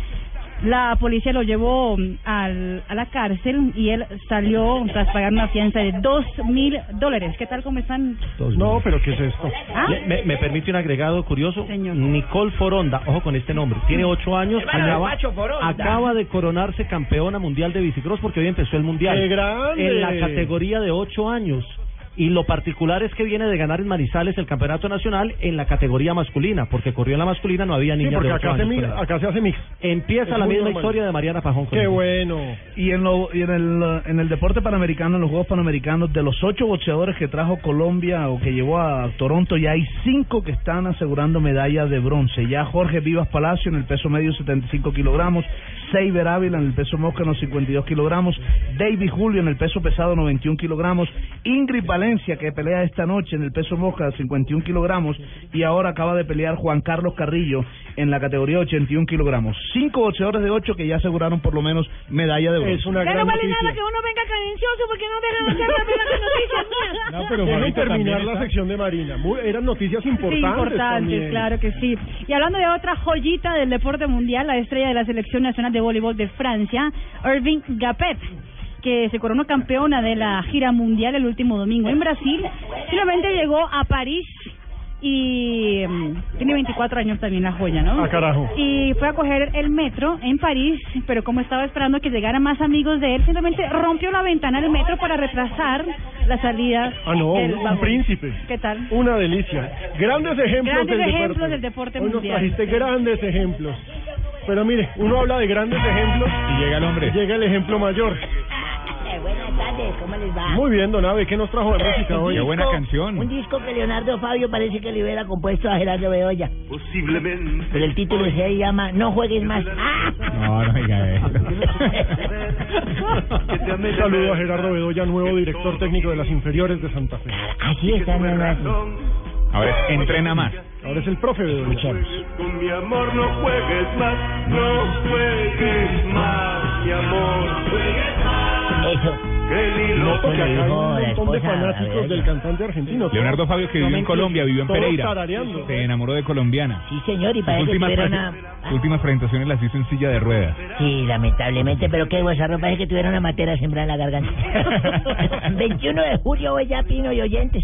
[SPEAKER 5] La policía lo llevó mm, al- a la cárcel y él salió tras pagar una fianza de dos mil dólares. ¿Qué tal? ¿Cómo están?
[SPEAKER 8] No, pero ¿qué es esto?
[SPEAKER 5] Ah.
[SPEAKER 8] Le- Me, me permite un agregado curioso.
[SPEAKER 5] Señor.
[SPEAKER 8] Nicole Foronda, ojo con este nombre, tiene ocho años,
[SPEAKER 20] Hermano del
[SPEAKER 8] acaba,
[SPEAKER 20] Pacho Foronda.
[SPEAKER 8] acaba de coronarse campeona mundial de bicicross porque hoy empezó el mundial.
[SPEAKER 3] ¡Qué grande!
[SPEAKER 8] En la categoría de ocho años. Y lo particular es que viene de ganar en Manizales el campeonato nacional en la categoría masculina, porque corrió en la masculina, no había
[SPEAKER 3] Sí,
[SPEAKER 8] niñas
[SPEAKER 3] porque
[SPEAKER 8] de ocho
[SPEAKER 3] acá se,
[SPEAKER 8] años.
[SPEAKER 3] mi-
[SPEAKER 8] por ahí.
[SPEAKER 3] acá se hace mix.
[SPEAKER 8] Empieza
[SPEAKER 3] es
[SPEAKER 8] la
[SPEAKER 3] muy
[SPEAKER 8] misma
[SPEAKER 3] normal.
[SPEAKER 8] historia de Mariana Pajón. Con
[SPEAKER 3] Qué
[SPEAKER 8] nosotros.
[SPEAKER 3] bueno.
[SPEAKER 9] Y en, lo- y en el, eh, en el deporte panamericano, en los Juegos Panamericanos, de los ocho boxeadores que trajo Colombia o que llevó a Toronto, ya hay cinco que están asegurando medallas de bronce. Ya Jorge Vivas Palacio en el peso medio 75 kilogramos, Seiber Ávila en el peso moscano 52 kilogramos, David Julio en el peso pesado 91 kilogramos, Ingrid Valencia que pelea esta noche en el peso mosca 51 kilogramos y ahora acaba de pelear Juan Carlos Carrillo en la categoría 81 kilogramos. Cinco boxeadores de ocho que ya aseguraron por lo menos medalla de bronce.
[SPEAKER 3] Es una
[SPEAKER 25] Ya no vale nada que uno venga cadencioso porque no dejan hacer la pena con noticias mías.
[SPEAKER 3] No,
[SPEAKER 9] pero Juanita también
[SPEAKER 3] terminar
[SPEAKER 9] está-
[SPEAKER 3] la sección de Marina. Muy- eran noticias
[SPEAKER 5] Sí,
[SPEAKER 3] importantes.
[SPEAKER 5] importantes,
[SPEAKER 3] también.
[SPEAKER 5] claro que sí. Y hablando de otra joyita del deporte mundial, la estrella de la selección nacional de voleibol de Francia, Irving Gapet, que se coronó campeona de la gira mundial el último domingo en Brasil, finalmente llegó a París y mm, tiene 24 años también la joya, ¿no?
[SPEAKER 3] Ah, carajo.
[SPEAKER 5] Y fue a coger el metro en París, pero como estaba esperando que llegaran más amigos de él, simplemente rompió la ventana del metro para retrasar la salida.
[SPEAKER 3] Ah, no,
[SPEAKER 5] del
[SPEAKER 3] un
[SPEAKER 5] vagón.
[SPEAKER 3] príncipe.
[SPEAKER 5] ¿Qué tal?
[SPEAKER 3] Una delicia. Grandes ejemplos
[SPEAKER 5] Grandes
[SPEAKER 3] del deporte.
[SPEAKER 5] ejemplos del
[SPEAKER 17] Este
[SPEAKER 5] deporte
[SPEAKER 3] Hoy
[SPEAKER 5] mundial.
[SPEAKER 3] nos trajiste grandes ejemplos. Pero mire, uno habla de grandes ejemplos y llega el hombre. Llega el ejemplo mayor.
[SPEAKER 17] Buenas tardes, ¿cómo les va?
[SPEAKER 3] Muy bien, don Ave, ¿qué nos trajo de música hoy?
[SPEAKER 17] Qué buena Un disco que Leonardo Fabio parece que le hubiera compuesto a Gerardo Bedoya.
[SPEAKER 14] Posiblemente.
[SPEAKER 17] Pero el título se llama No juegues más. ¡Ah!
[SPEAKER 10] No, no diga eso.
[SPEAKER 3] Un saludo a Gerardo Bedoya, nuevo director técnico de las inferiores de Santa Fe.
[SPEAKER 17] Así está, no, no, no.
[SPEAKER 10] A ver, entrena más.
[SPEAKER 8] Ahora es el profe de
[SPEAKER 27] Con mi amor no juegues más, no juegues más, mi amor. Juegues más.
[SPEAKER 17] Eso.
[SPEAKER 27] No,
[SPEAKER 3] porque acá hay un
[SPEAKER 17] la
[SPEAKER 3] montón de
[SPEAKER 17] esposa,
[SPEAKER 3] fanáticos del cantante argentino.
[SPEAKER 14] Leonardo Fabio, que vivió en Colombia, vivió en
[SPEAKER 3] Todos
[SPEAKER 14] Pereira.
[SPEAKER 3] tarareando.
[SPEAKER 14] Se enamoró de colombiana.
[SPEAKER 17] Sí, señor, y
[SPEAKER 14] Sus
[SPEAKER 17] para eso
[SPEAKER 14] últimas,
[SPEAKER 17] tuvieron
[SPEAKER 14] presen-
[SPEAKER 17] a...
[SPEAKER 14] sus últimas presentaciones las hizo en silla de ruedas.
[SPEAKER 17] Sí, lamentablemente, pero qué guasarro, parece que tuvieron una matera sembrada en la garganta. 21 de julio, hoy ya Pino y oyentes.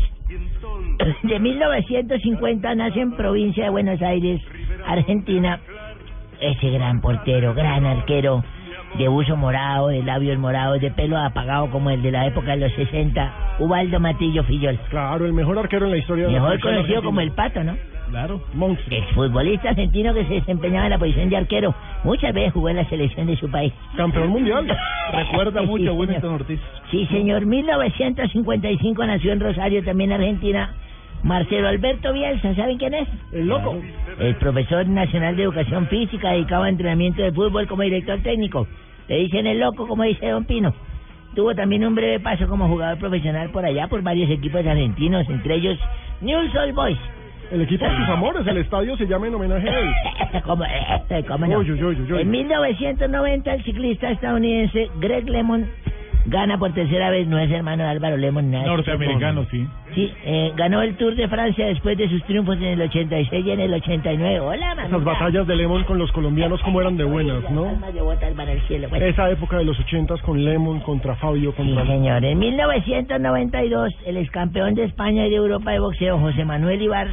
[SPEAKER 17] De 1950 nace en provincia de Buenos Aires, Argentina, ese gran portero, gran arquero, de uso morado, de labios morados, de pelo apagado como el de la época de los 60, Ubaldo Matillo Fillol.
[SPEAKER 3] Claro, el mejor arquero en la historia de la
[SPEAKER 17] Mejor
[SPEAKER 3] selección
[SPEAKER 17] conocido
[SPEAKER 3] argentina.
[SPEAKER 17] como el Pato, ¿no?
[SPEAKER 3] Claro, monstruo.
[SPEAKER 17] Exfutbolista argentino que se desempeñaba en la posición de arquero. Muchas veces jugó en la selección de su país.
[SPEAKER 3] Campeón mundial.
[SPEAKER 17] Recuerda mucho a Wilmington
[SPEAKER 3] Ortiz.
[SPEAKER 17] Sí, señor. 1955 nació en Rosario, también Argentina. Marcelo Alberto Bielsa, ¿saben quién es?
[SPEAKER 3] El loco.
[SPEAKER 17] El profesor nacional de educación física dedicado a entrenamiento de fútbol como director técnico. Le dicen el loco, como dice Don Pino. Tuvo también un breve paso como jugador profesional por allá, por varios equipos argentinos, entre ellos News All Boys.
[SPEAKER 3] El equipo de sus amores, el estadio se llama en homenaje a él.
[SPEAKER 17] ¿Cómo, eh, cómo no?
[SPEAKER 3] Uy, uy, uy, uy, uy.
[SPEAKER 17] En 1990 el ciclista estadounidense Greg Lemon gana por tercera vez, no es hermano de Álvaro Lemon, nada.
[SPEAKER 12] Norteamericano, sí.
[SPEAKER 17] Sí, eh, ganó el Tour de Francia después de sus triunfos en el 86 y en el 89. Hola, mamita.
[SPEAKER 3] Esas batallas de Lemon con los colombianos, como eran de buenas, ¿no?
[SPEAKER 17] Almas de botas van al cielo. pues. Bueno,
[SPEAKER 3] Esa época de los ochentas con Lemon contra Fabio, contra...
[SPEAKER 17] señor, en 1992 el ex campeón de España y de Europa de boxeo José Manuel Ibar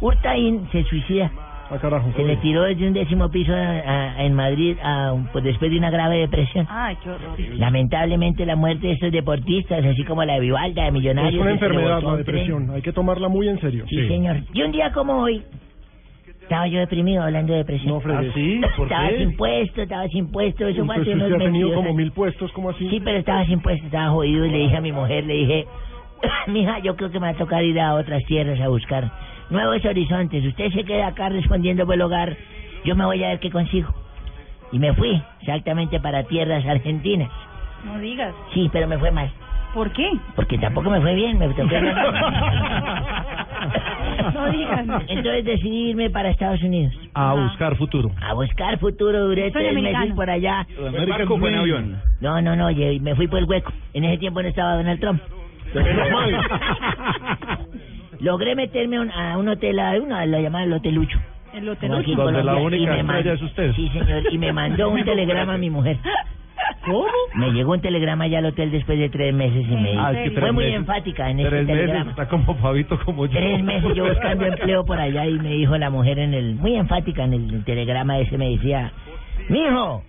[SPEAKER 17] Hurtaín se suicida.
[SPEAKER 3] Ah, carajo.
[SPEAKER 17] Se le tiró desde un décimo piso a- a- en Madrid a un- pues, después de una grave depresión.
[SPEAKER 14] Ah.
[SPEAKER 53] Ay, qué horror.
[SPEAKER 17] Lamentablemente la muerte de estos deportistas, así como la de Vivalda, de Millonarios...
[SPEAKER 3] Es una
[SPEAKER 17] que se le
[SPEAKER 3] enfermedad,
[SPEAKER 17] volcó
[SPEAKER 3] la
[SPEAKER 17] un tren.
[SPEAKER 3] depresión. Hay que tomarla muy en serio.
[SPEAKER 17] Sí, señor. Y un día como hoy, estaba yo deprimido hablando de depresión.
[SPEAKER 3] No fregues. ¿Ah, sí? ¿Por
[SPEAKER 17] estaba
[SPEAKER 3] qué?
[SPEAKER 17] sin puesto, estaba sin puesto. Eso fue hace
[SPEAKER 3] Entonces
[SPEAKER 17] unos
[SPEAKER 3] usted ha tenido
[SPEAKER 17] 22
[SPEAKER 3] como
[SPEAKER 17] años.
[SPEAKER 3] mil puestos, como así? Ah.
[SPEAKER 17] Sí, pero estaba sin puesto, estaba jodido y le dije a mi mujer, le dije, mija, yo creo que me va a tocar ir a otras tierras a buscar nuevos horizontes. Usted se queda acá respondiendo por el hogar, yo me voy a ver qué consigo. Y me fui exactamente para tierras argentinas.
[SPEAKER 5] No digas.
[SPEAKER 17] Sí, pero me fue mal,
[SPEAKER 5] ¿Por qué?
[SPEAKER 17] porque tampoco me fue bien, me tocó
[SPEAKER 5] No digas.
[SPEAKER 17] Entonces decidí irme para Estados Unidos. Ah.
[SPEAKER 8] A buscar futuro.
[SPEAKER 17] A buscar futuro, duré
[SPEAKER 5] Soy
[SPEAKER 17] tres
[SPEAKER 5] americano.
[SPEAKER 17] meses por allá.
[SPEAKER 8] Lo de American Barco Pues fue en Dream. avión.
[SPEAKER 17] No, no, no, ye- me fui por el hueco. En ese tiempo no estaba Donald Trump.
[SPEAKER 3] Menos mal.
[SPEAKER 17] Logré meterme a un- a un hotel, a uno, lo llamaban el Hotel Lucho.
[SPEAKER 5] El
[SPEAKER 17] como aquí en
[SPEAKER 5] hotel.
[SPEAKER 17] Colombia, y me mandó-
[SPEAKER 8] usted.
[SPEAKER 17] Sí, señor, y me mandó un telegrama a mi mujer.
[SPEAKER 3] ¿Cómo?
[SPEAKER 17] Me llegó un telegrama ya al hotel después de tres meses y me
[SPEAKER 5] Ah, es que
[SPEAKER 17] fue
[SPEAKER 5] tres
[SPEAKER 17] muy
[SPEAKER 5] meses.
[SPEAKER 17] enfática en
[SPEAKER 5] este
[SPEAKER 17] ese
[SPEAKER 16] Tres meses,
[SPEAKER 17] telegrama.
[SPEAKER 16] está como Fabito, como yo.
[SPEAKER 17] Tres meses yo buscando empleo por allá y me dijo la mujer en el, muy enfática en el telegrama ese, me decía, mijo,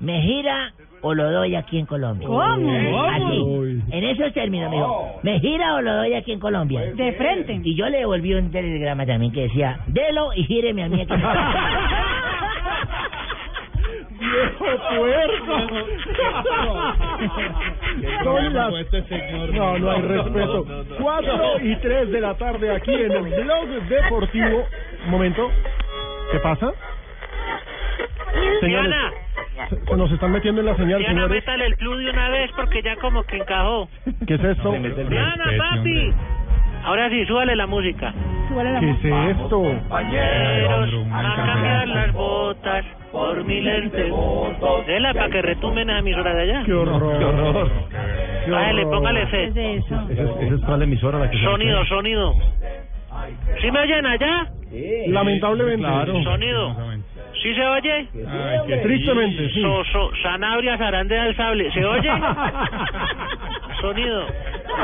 [SPEAKER 17] me gira o lo doy aquí en Colombia.
[SPEAKER 5] ¿Cómo? Oh.
[SPEAKER 17] Así, en esos términos, me dijo, me gira o lo doy aquí en Colombia.
[SPEAKER 5] De frente.
[SPEAKER 17] Y yo le devolví un telegrama también que decía, delo y gíreme a mí aquí.
[SPEAKER 3] ¡Viejo puerco! Son las... No, no hay respeto. Cuatro y tres de la tarde aquí en el Blog Deportivo. Un momento. ¿Qué pasa? Señores,
[SPEAKER 54] Diana,
[SPEAKER 3] se- se nos están metiendo en la señal,
[SPEAKER 54] Diana,
[SPEAKER 3] señores.
[SPEAKER 54] métale el club de una vez porque ya como que encajó.
[SPEAKER 3] ¿Qué es esto?
[SPEAKER 54] Diana, papi. Ahora sí, súbale la música.
[SPEAKER 5] Súbale la
[SPEAKER 3] ¿Qué
[SPEAKER 5] voz.
[SPEAKER 3] es esto?
[SPEAKER 54] Compañeros, a cambiar las botas por mi lente. Dela para que retumben a mis horas de allá.
[SPEAKER 3] ¡Qué horror! ¡Qué horror!
[SPEAKER 54] Bájale, póngale fe.
[SPEAKER 5] de eso?
[SPEAKER 8] Esa es cuál emisora la que se-
[SPEAKER 54] Sonido, sonido. ¿Sí me oyen allá?
[SPEAKER 3] Lamentablemente. Ah,
[SPEAKER 54] Sonido. ¿Sí se oye?
[SPEAKER 3] Tristemente, sí.
[SPEAKER 54] So, so, zanabria, zarandea del sable. ¿Se oye? sonido.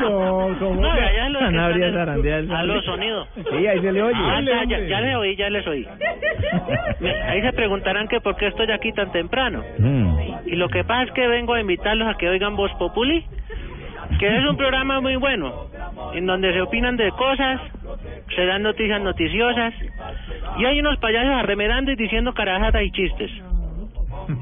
[SPEAKER 3] No, ¿cómo?
[SPEAKER 54] No, ya, ya lo
[SPEAKER 16] Zanabria,
[SPEAKER 54] que están en-
[SPEAKER 16] zarandea del sable.
[SPEAKER 54] Aló, sonido.
[SPEAKER 16] Sí, ahí se le oye.
[SPEAKER 54] Ah, ya, ya, ya les oí, ya les oí. Me- Ahí se preguntarán que por qué estoy aquí tan temprano. Y lo que pasa es que vengo a invitarlos a que oigan Voz Populi, que es un programa muy bueno, en donde se opinan de cosas, se dan noticias noticiosas, y hay unos payasos arremerando y diciendo carajadas y chistes.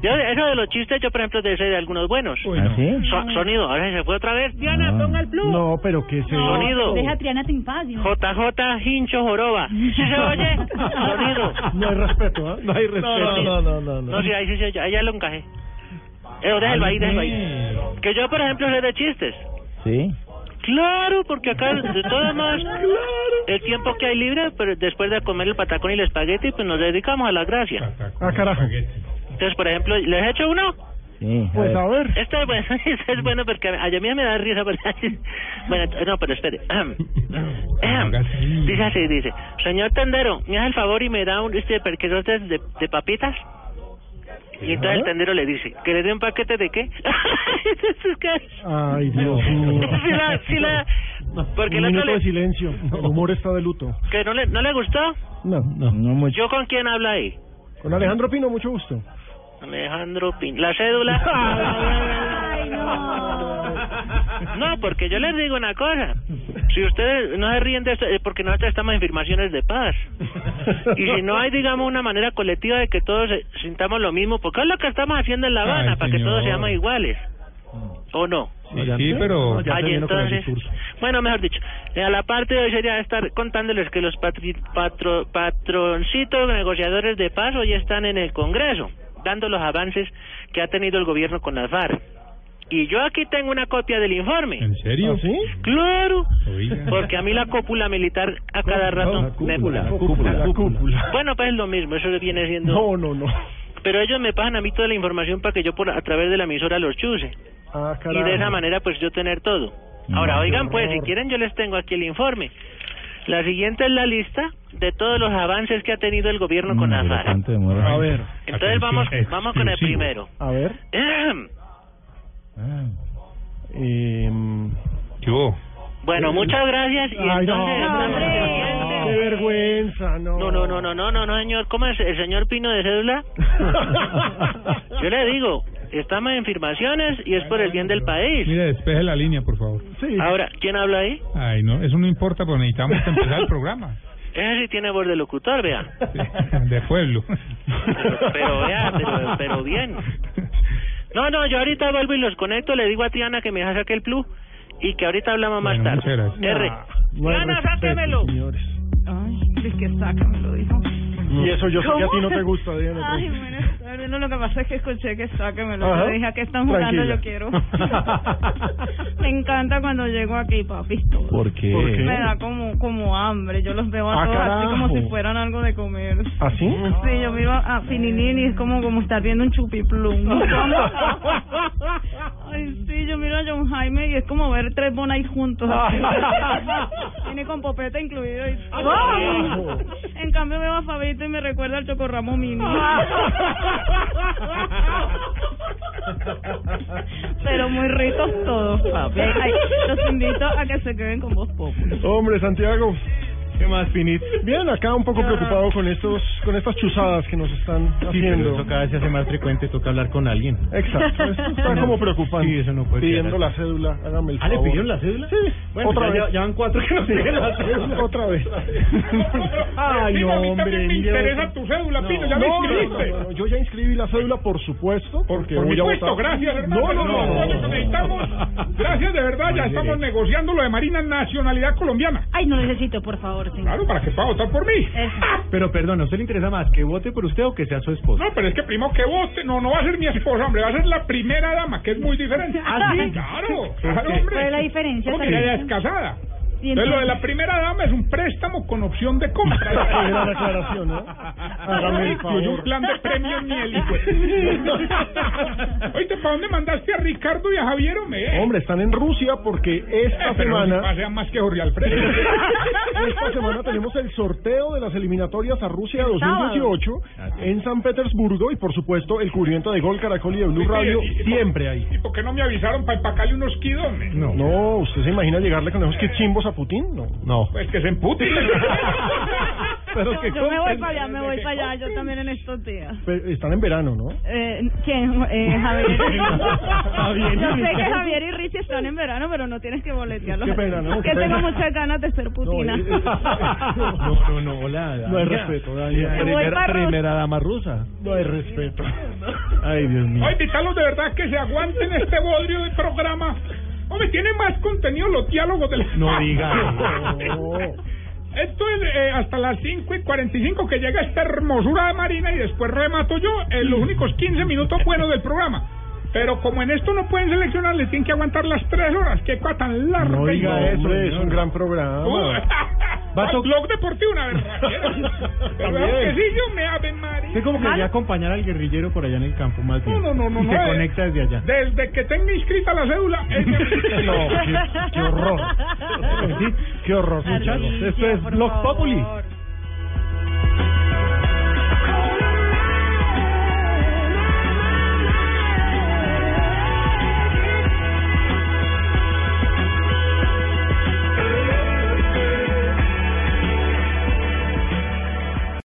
[SPEAKER 54] Yo, eso de los chistes, yo por ejemplo te sé de algunos buenos.
[SPEAKER 16] ¿Ah, sí?
[SPEAKER 54] So- sonido, ahora se fue otra vez. Diana, ponga el plus.
[SPEAKER 3] No, pero ¿qué es
[SPEAKER 5] No,
[SPEAKER 54] Sonido.
[SPEAKER 5] Deja a Triana sin paz. ¿no?
[SPEAKER 54] JJ Hincho Joroba. ¿Sí se oye? Sonido.
[SPEAKER 3] No hay respeto, ¿ah?
[SPEAKER 8] No hay respeto.
[SPEAKER 54] No,
[SPEAKER 8] no, no.
[SPEAKER 54] No, sí, ahí sí, sí, ahí ya lo encajé. Eh, déjelo ahí, déjelo ahí. Que yo, por ejemplo, sé de chistes.
[SPEAKER 16] Sí.
[SPEAKER 54] Claro, porque acá de todas más el tiempo que hay libre, pero después de comer el patacón y el espagueti, pues nos dedicamos a la gracia.
[SPEAKER 3] Ah, carajo.
[SPEAKER 54] Entonces, por ejemplo, ¿les he hecho uno?
[SPEAKER 26] Sí,
[SPEAKER 3] Pues a ver.
[SPEAKER 54] Este es bueno, este es bueno porque a mí me da risa. Pero, bueno, no, pero espere. Ahem. Ahem. Dice así, dice, señor tendero, me hace el favor y me da un este perquerote de, de papitas. Y entonces el tendero le dice, ¿que le dé un paquete de qué? Entonces, ¿qué?
[SPEAKER 3] Ay, Dios mío.
[SPEAKER 54] Sí la- sí la- porque
[SPEAKER 3] Un
[SPEAKER 54] el otro
[SPEAKER 3] minuto
[SPEAKER 54] le-
[SPEAKER 3] de silencio. El humor está de luto.
[SPEAKER 54] ¿Que no le, no le gustó?
[SPEAKER 3] No, no, no mucho.
[SPEAKER 54] ¿Yo con quién habla ahí?
[SPEAKER 3] Con Alejandro Pino, mucho gusto.
[SPEAKER 54] Alejandro Pin. ¿La cédula? No, porque yo les digo una cosa. Si ustedes no se ríen de esto, es porque nosotros estamos en firmaciones de paz. Y si no hay, digamos, una manera colectiva de que todos eh, sintamos lo mismo, porque es lo que estamos haciendo en La Habana,
[SPEAKER 14] Ay,
[SPEAKER 54] para que todos
[SPEAKER 14] señor.
[SPEAKER 54] seamos iguales. ¿O no?
[SPEAKER 14] Sí, sí, pero...
[SPEAKER 54] Ay, entonces, bueno, mejor dicho, eh, a la parte de hoy sería estar contándoles que los patri- patro- patroncitos negociadores de paz hoy están en el Congreso, dando los avances que ha tenido el gobierno con las FARC. Y yo aquí tengo una copia del informe.
[SPEAKER 14] ¿En serio?
[SPEAKER 54] ¿Ah,
[SPEAKER 3] ¿Sí?
[SPEAKER 54] Claro,
[SPEAKER 14] Oiga.
[SPEAKER 54] porque a mí la cópula militar a cada rato me
[SPEAKER 3] cúpula, cúpula.
[SPEAKER 54] Bueno, pues es lo mismo, eso viene siendo...
[SPEAKER 3] No, no, no.
[SPEAKER 54] Pero ellos me pasan a mí toda la información para que yo por a través de la emisora los chuse.
[SPEAKER 3] Ah,
[SPEAKER 54] Y
[SPEAKER 3] carajo.
[SPEAKER 54] de esa manera pues yo tener todo. Ahora,
[SPEAKER 3] qué
[SPEAKER 54] oigan, pues si
[SPEAKER 3] horror.
[SPEAKER 54] quieren yo les tengo aquí el informe. La siguiente es la lista de todos los avances que ha tenido el gobierno
[SPEAKER 3] Mm,
[SPEAKER 54] con las FARC.
[SPEAKER 3] A ver.
[SPEAKER 54] Entonces vamos, vamos con el
[SPEAKER 3] exclusivo.
[SPEAKER 54] primero.
[SPEAKER 3] A ver. Em,
[SPEAKER 54] Bueno, muchas gracias. Y
[SPEAKER 3] Ay,
[SPEAKER 54] entonces
[SPEAKER 3] no.
[SPEAKER 54] estamos
[SPEAKER 3] Hombre.
[SPEAKER 54] pendientes.
[SPEAKER 3] Qué vergüenza, no.
[SPEAKER 54] No, no, no, no, no, no, no, señor. ¿Cómo es el señor Pino de cédula? Yo le digo, estamos en firmaciones y es por el bien del país.
[SPEAKER 10] Mire, despeje la línea, por favor.
[SPEAKER 54] Ahora, ¿quién habla ahí?
[SPEAKER 10] Ay, no, eso no importa, porque necesitamos empezar el programa
[SPEAKER 54] Ese sí tiene voz de locutor, vea.
[SPEAKER 10] de pueblo.
[SPEAKER 54] Pero vea, pero, pero bien. No, no, yo ahorita vuelvo y los conecto. Le digo a Tiana que me deja saque el plus y que ahorita hablamos más
[SPEAKER 10] Bueno,
[SPEAKER 54] tarde.
[SPEAKER 10] muchas
[SPEAKER 54] R.
[SPEAKER 53] Ah,
[SPEAKER 10] gracias.
[SPEAKER 3] Ah, No hay
[SPEAKER 54] Tiana,
[SPEAKER 3] respeto,
[SPEAKER 54] sáquemelo.
[SPEAKER 3] señores.
[SPEAKER 53] Ay, es que sácamelo, dijo.
[SPEAKER 3] Y eso yo sé que a ti no te
[SPEAKER 53] ¿Cómo?
[SPEAKER 3] gusta, Diana. pues.
[SPEAKER 53] Ay, buenas tardes. No, lo que pasa es que escuché que sácamelo.
[SPEAKER 3] Ajá.
[SPEAKER 53] Yo dije, ¿a qué están jugando?
[SPEAKER 3] Tranquila.
[SPEAKER 53] Yo quiero. Me encanta cuando llego aquí, papi.
[SPEAKER 8] ¿Por qué?
[SPEAKER 53] Me da como, como hambre. Yo los veo a
[SPEAKER 8] Ah,
[SPEAKER 53] todos así como
[SPEAKER 8] carajo.
[SPEAKER 53] si fueran algo de comer.
[SPEAKER 3] ¿Así?
[SPEAKER 53] Sí, yo miro a Fininini y es como, como estar viendo un chupiplum.
[SPEAKER 54] Ah,
[SPEAKER 53] Ay, sí, yo miro a John Jaime y es como ver tres bonais juntos. Tiene con popeta incluido. Y...
[SPEAKER 3] Ah.
[SPEAKER 27] carajo.
[SPEAKER 53] En cambio veo a Fabito y me recuerda al Chocorramo Mini. Pero muy ricos todos, papi. Ay, los invito a que se queden con vos, Pop.
[SPEAKER 3] Hombre, Santiago.
[SPEAKER 16] ¿Qué más, Finit?
[SPEAKER 3] Bien, acá un poco preocupado con estos, con estas chuzadas que nos están
[SPEAKER 16] Sí, pero
[SPEAKER 3] haciendo.
[SPEAKER 16] eso cada vez se hace más frecuente, toca hablar con alguien.
[SPEAKER 3] Exacto, esto está como preocupante.
[SPEAKER 16] Sí, eso no puede
[SPEAKER 3] Pidiendo
[SPEAKER 16] quedar.
[SPEAKER 3] la cédula, hágame el
[SPEAKER 16] Ah, ¿le
[SPEAKER 3] favor.
[SPEAKER 16] pidieron la cédula?
[SPEAKER 3] Sí.
[SPEAKER 16] Bueno,
[SPEAKER 3] otra
[SPEAKER 16] ya-
[SPEAKER 3] vez.
[SPEAKER 16] ya- ya van cuatro que nos piden la cédula.
[SPEAKER 3] Otra vez.
[SPEAKER 27] Sí,
[SPEAKER 3] Ay,
[SPEAKER 27] a mí
[SPEAKER 3] hombre.
[SPEAKER 27] también me
[SPEAKER 3] Dios.
[SPEAKER 27] interesa tu cédula, Pino, ya me
[SPEAKER 3] no, no,
[SPEAKER 27] inscribiste.
[SPEAKER 3] no, no, no, yo ya inscribí la cédula, por supuesto, porque
[SPEAKER 27] Por
[SPEAKER 3] voy a
[SPEAKER 27] supuesto,
[SPEAKER 3] votar.
[SPEAKER 27] gracias, hermano.
[SPEAKER 3] No, no,
[SPEAKER 27] Eso
[SPEAKER 3] no.
[SPEAKER 27] es lo que necesitamos. Gracias, de verdad, ya estamos negociando lo de Marina Nacionalidad Colombiana.
[SPEAKER 5] Ay, no necesito, por favor, señor.
[SPEAKER 27] Claro, para que pueda votar por mí. Ah,
[SPEAKER 16] Pero perdón, ¿a usted le interesa más que vote por usted o que sea su esposa?
[SPEAKER 27] No, pero es que primo que vote, no, no va a ser mi esposa, hombre, va a ser la primera dama, que es muy diferente.
[SPEAKER 5] ¿Ah, sí?
[SPEAKER 27] Claro, claro,
[SPEAKER 5] ¿Cuál
[SPEAKER 27] hombre.
[SPEAKER 5] es la diferencia?
[SPEAKER 27] Porque
[SPEAKER 5] Santiago?
[SPEAKER 27] ella es casada.
[SPEAKER 5] Y
[SPEAKER 27] Entonces, lo de
[SPEAKER 5] entonces-
[SPEAKER 27] la primera dama es un préstamo con opción de compra.
[SPEAKER 3] Qué gran aclaración, ¿no? Hágame el
[SPEAKER 27] Incluye un
[SPEAKER 3] favor.
[SPEAKER 27] plan de premios ni el hijo. Oíste, ¿para dónde mandaste a Ricardo y a Javier, hombre?
[SPEAKER 3] Hombre, están en Rusia porque esta
[SPEAKER 27] Eh, pero
[SPEAKER 3] semana...
[SPEAKER 27] no pasean más que Jorge Alfredo.
[SPEAKER 3] Esta semana tenemos el sorteo de las eliminatorias a Rusia 2018 en San Petersburgo y por supuesto el cubrimiento de Gol Caracol y de Blue Radio
[SPEAKER 27] Y- y- y-
[SPEAKER 3] siempre ahí.
[SPEAKER 27] ¿Y por qué no me avisaron para empacarle unos quidones?
[SPEAKER 3] No. ¿usted se imagina llegarle con esos chimbos a Putin? No.
[SPEAKER 16] No.
[SPEAKER 27] Pues que se empute.
[SPEAKER 3] Pero que
[SPEAKER 53] Yo, yo me voy
[SPEAKER 3] compren.
[SPEAKER 53] para allá, me voy para allá. Yo también en estos días.
[SPEAKER 3] Pero están en verano, ¿no?
[SPEAKER 53] Eh, ¿Quién? Eh, Javier.
[SPEAKER 3] Javier y
[SPEAKER 53] Yo sé que
[SPEAKER 3] Richie.
[SPEAKER 53] Javier y Richie están en verano, pero no tienes que boletearlos.
[SPEAKER 3] Qué pena, ¿no?
[SPEAKER 53] Que
[SPEAKER 3] Qué
[SPEAKER 53] tengo
[SPEAKER 3] pena.
[SPEAKER 53] muchas ganas de ser putina.
[SPEAKER 3] eh, eh,
[SPEAKER 16] No, no, no, hola.
[SPEAKER 3] No hay
[SPEAKER 16] amiga.
[SPEAKER 3] respeto, Daniel.
[SPEAKER 16] Primera-
[SPEAKER 53] Me voy para Rusia.
[SPEAKER 16] primera dama rusa.
[SPEAKER 3] No hay respeto.
[SPEAKER 16] Ay, Dios mío.
[SPEAKER 27] No, invitarlos de verdad que se aguanten este bodrio de programa. Hombre, tiene más contenido los diálogos del...
[SPEAKER 16] No diga.
[SPEAKER 27] Esto es eh, hasta las 5 y 45 que llega esta hermosura de Marina y después remato yo en los únicos 15 minutos buenos del programa. Pero como en esto no pueden seleccionar, les tienen que aguantar las 3 horas. Qué cosa tan larga.
[SPEAKER 3] No
[SPEAKER 27] y-
[SPEAKER 3] diga eso,
[SPEAKER 27] Hombre,
[SPEAKER 3] es un gran programa.
[SPEAKER 27] ¿Al Uh, blog deportivo, una berraquera. ¿Verdad que sí, yo me ave María?
[SPEAKER 6] Usted como que
[SPEAKER 27] Mal-
[SPEAKER 6] debería acompañar al guerrillero por allá en el campo, más bien.
[SPEAKER 27] No, no, no,
[SPEAKER 6] Y
[SPEAKER 27] no,
[SPEAKER 6] se
[SPEAKER 27] eh.
[SPEAKER 6] conecta desde allá.
[SPEAKER 27] Desde que tenga inscrita la cédula, es de mi-
[SPEAKER 6] No, qué- qué horror. Sí, qué horror, muchachos. Esto es Blog Populi.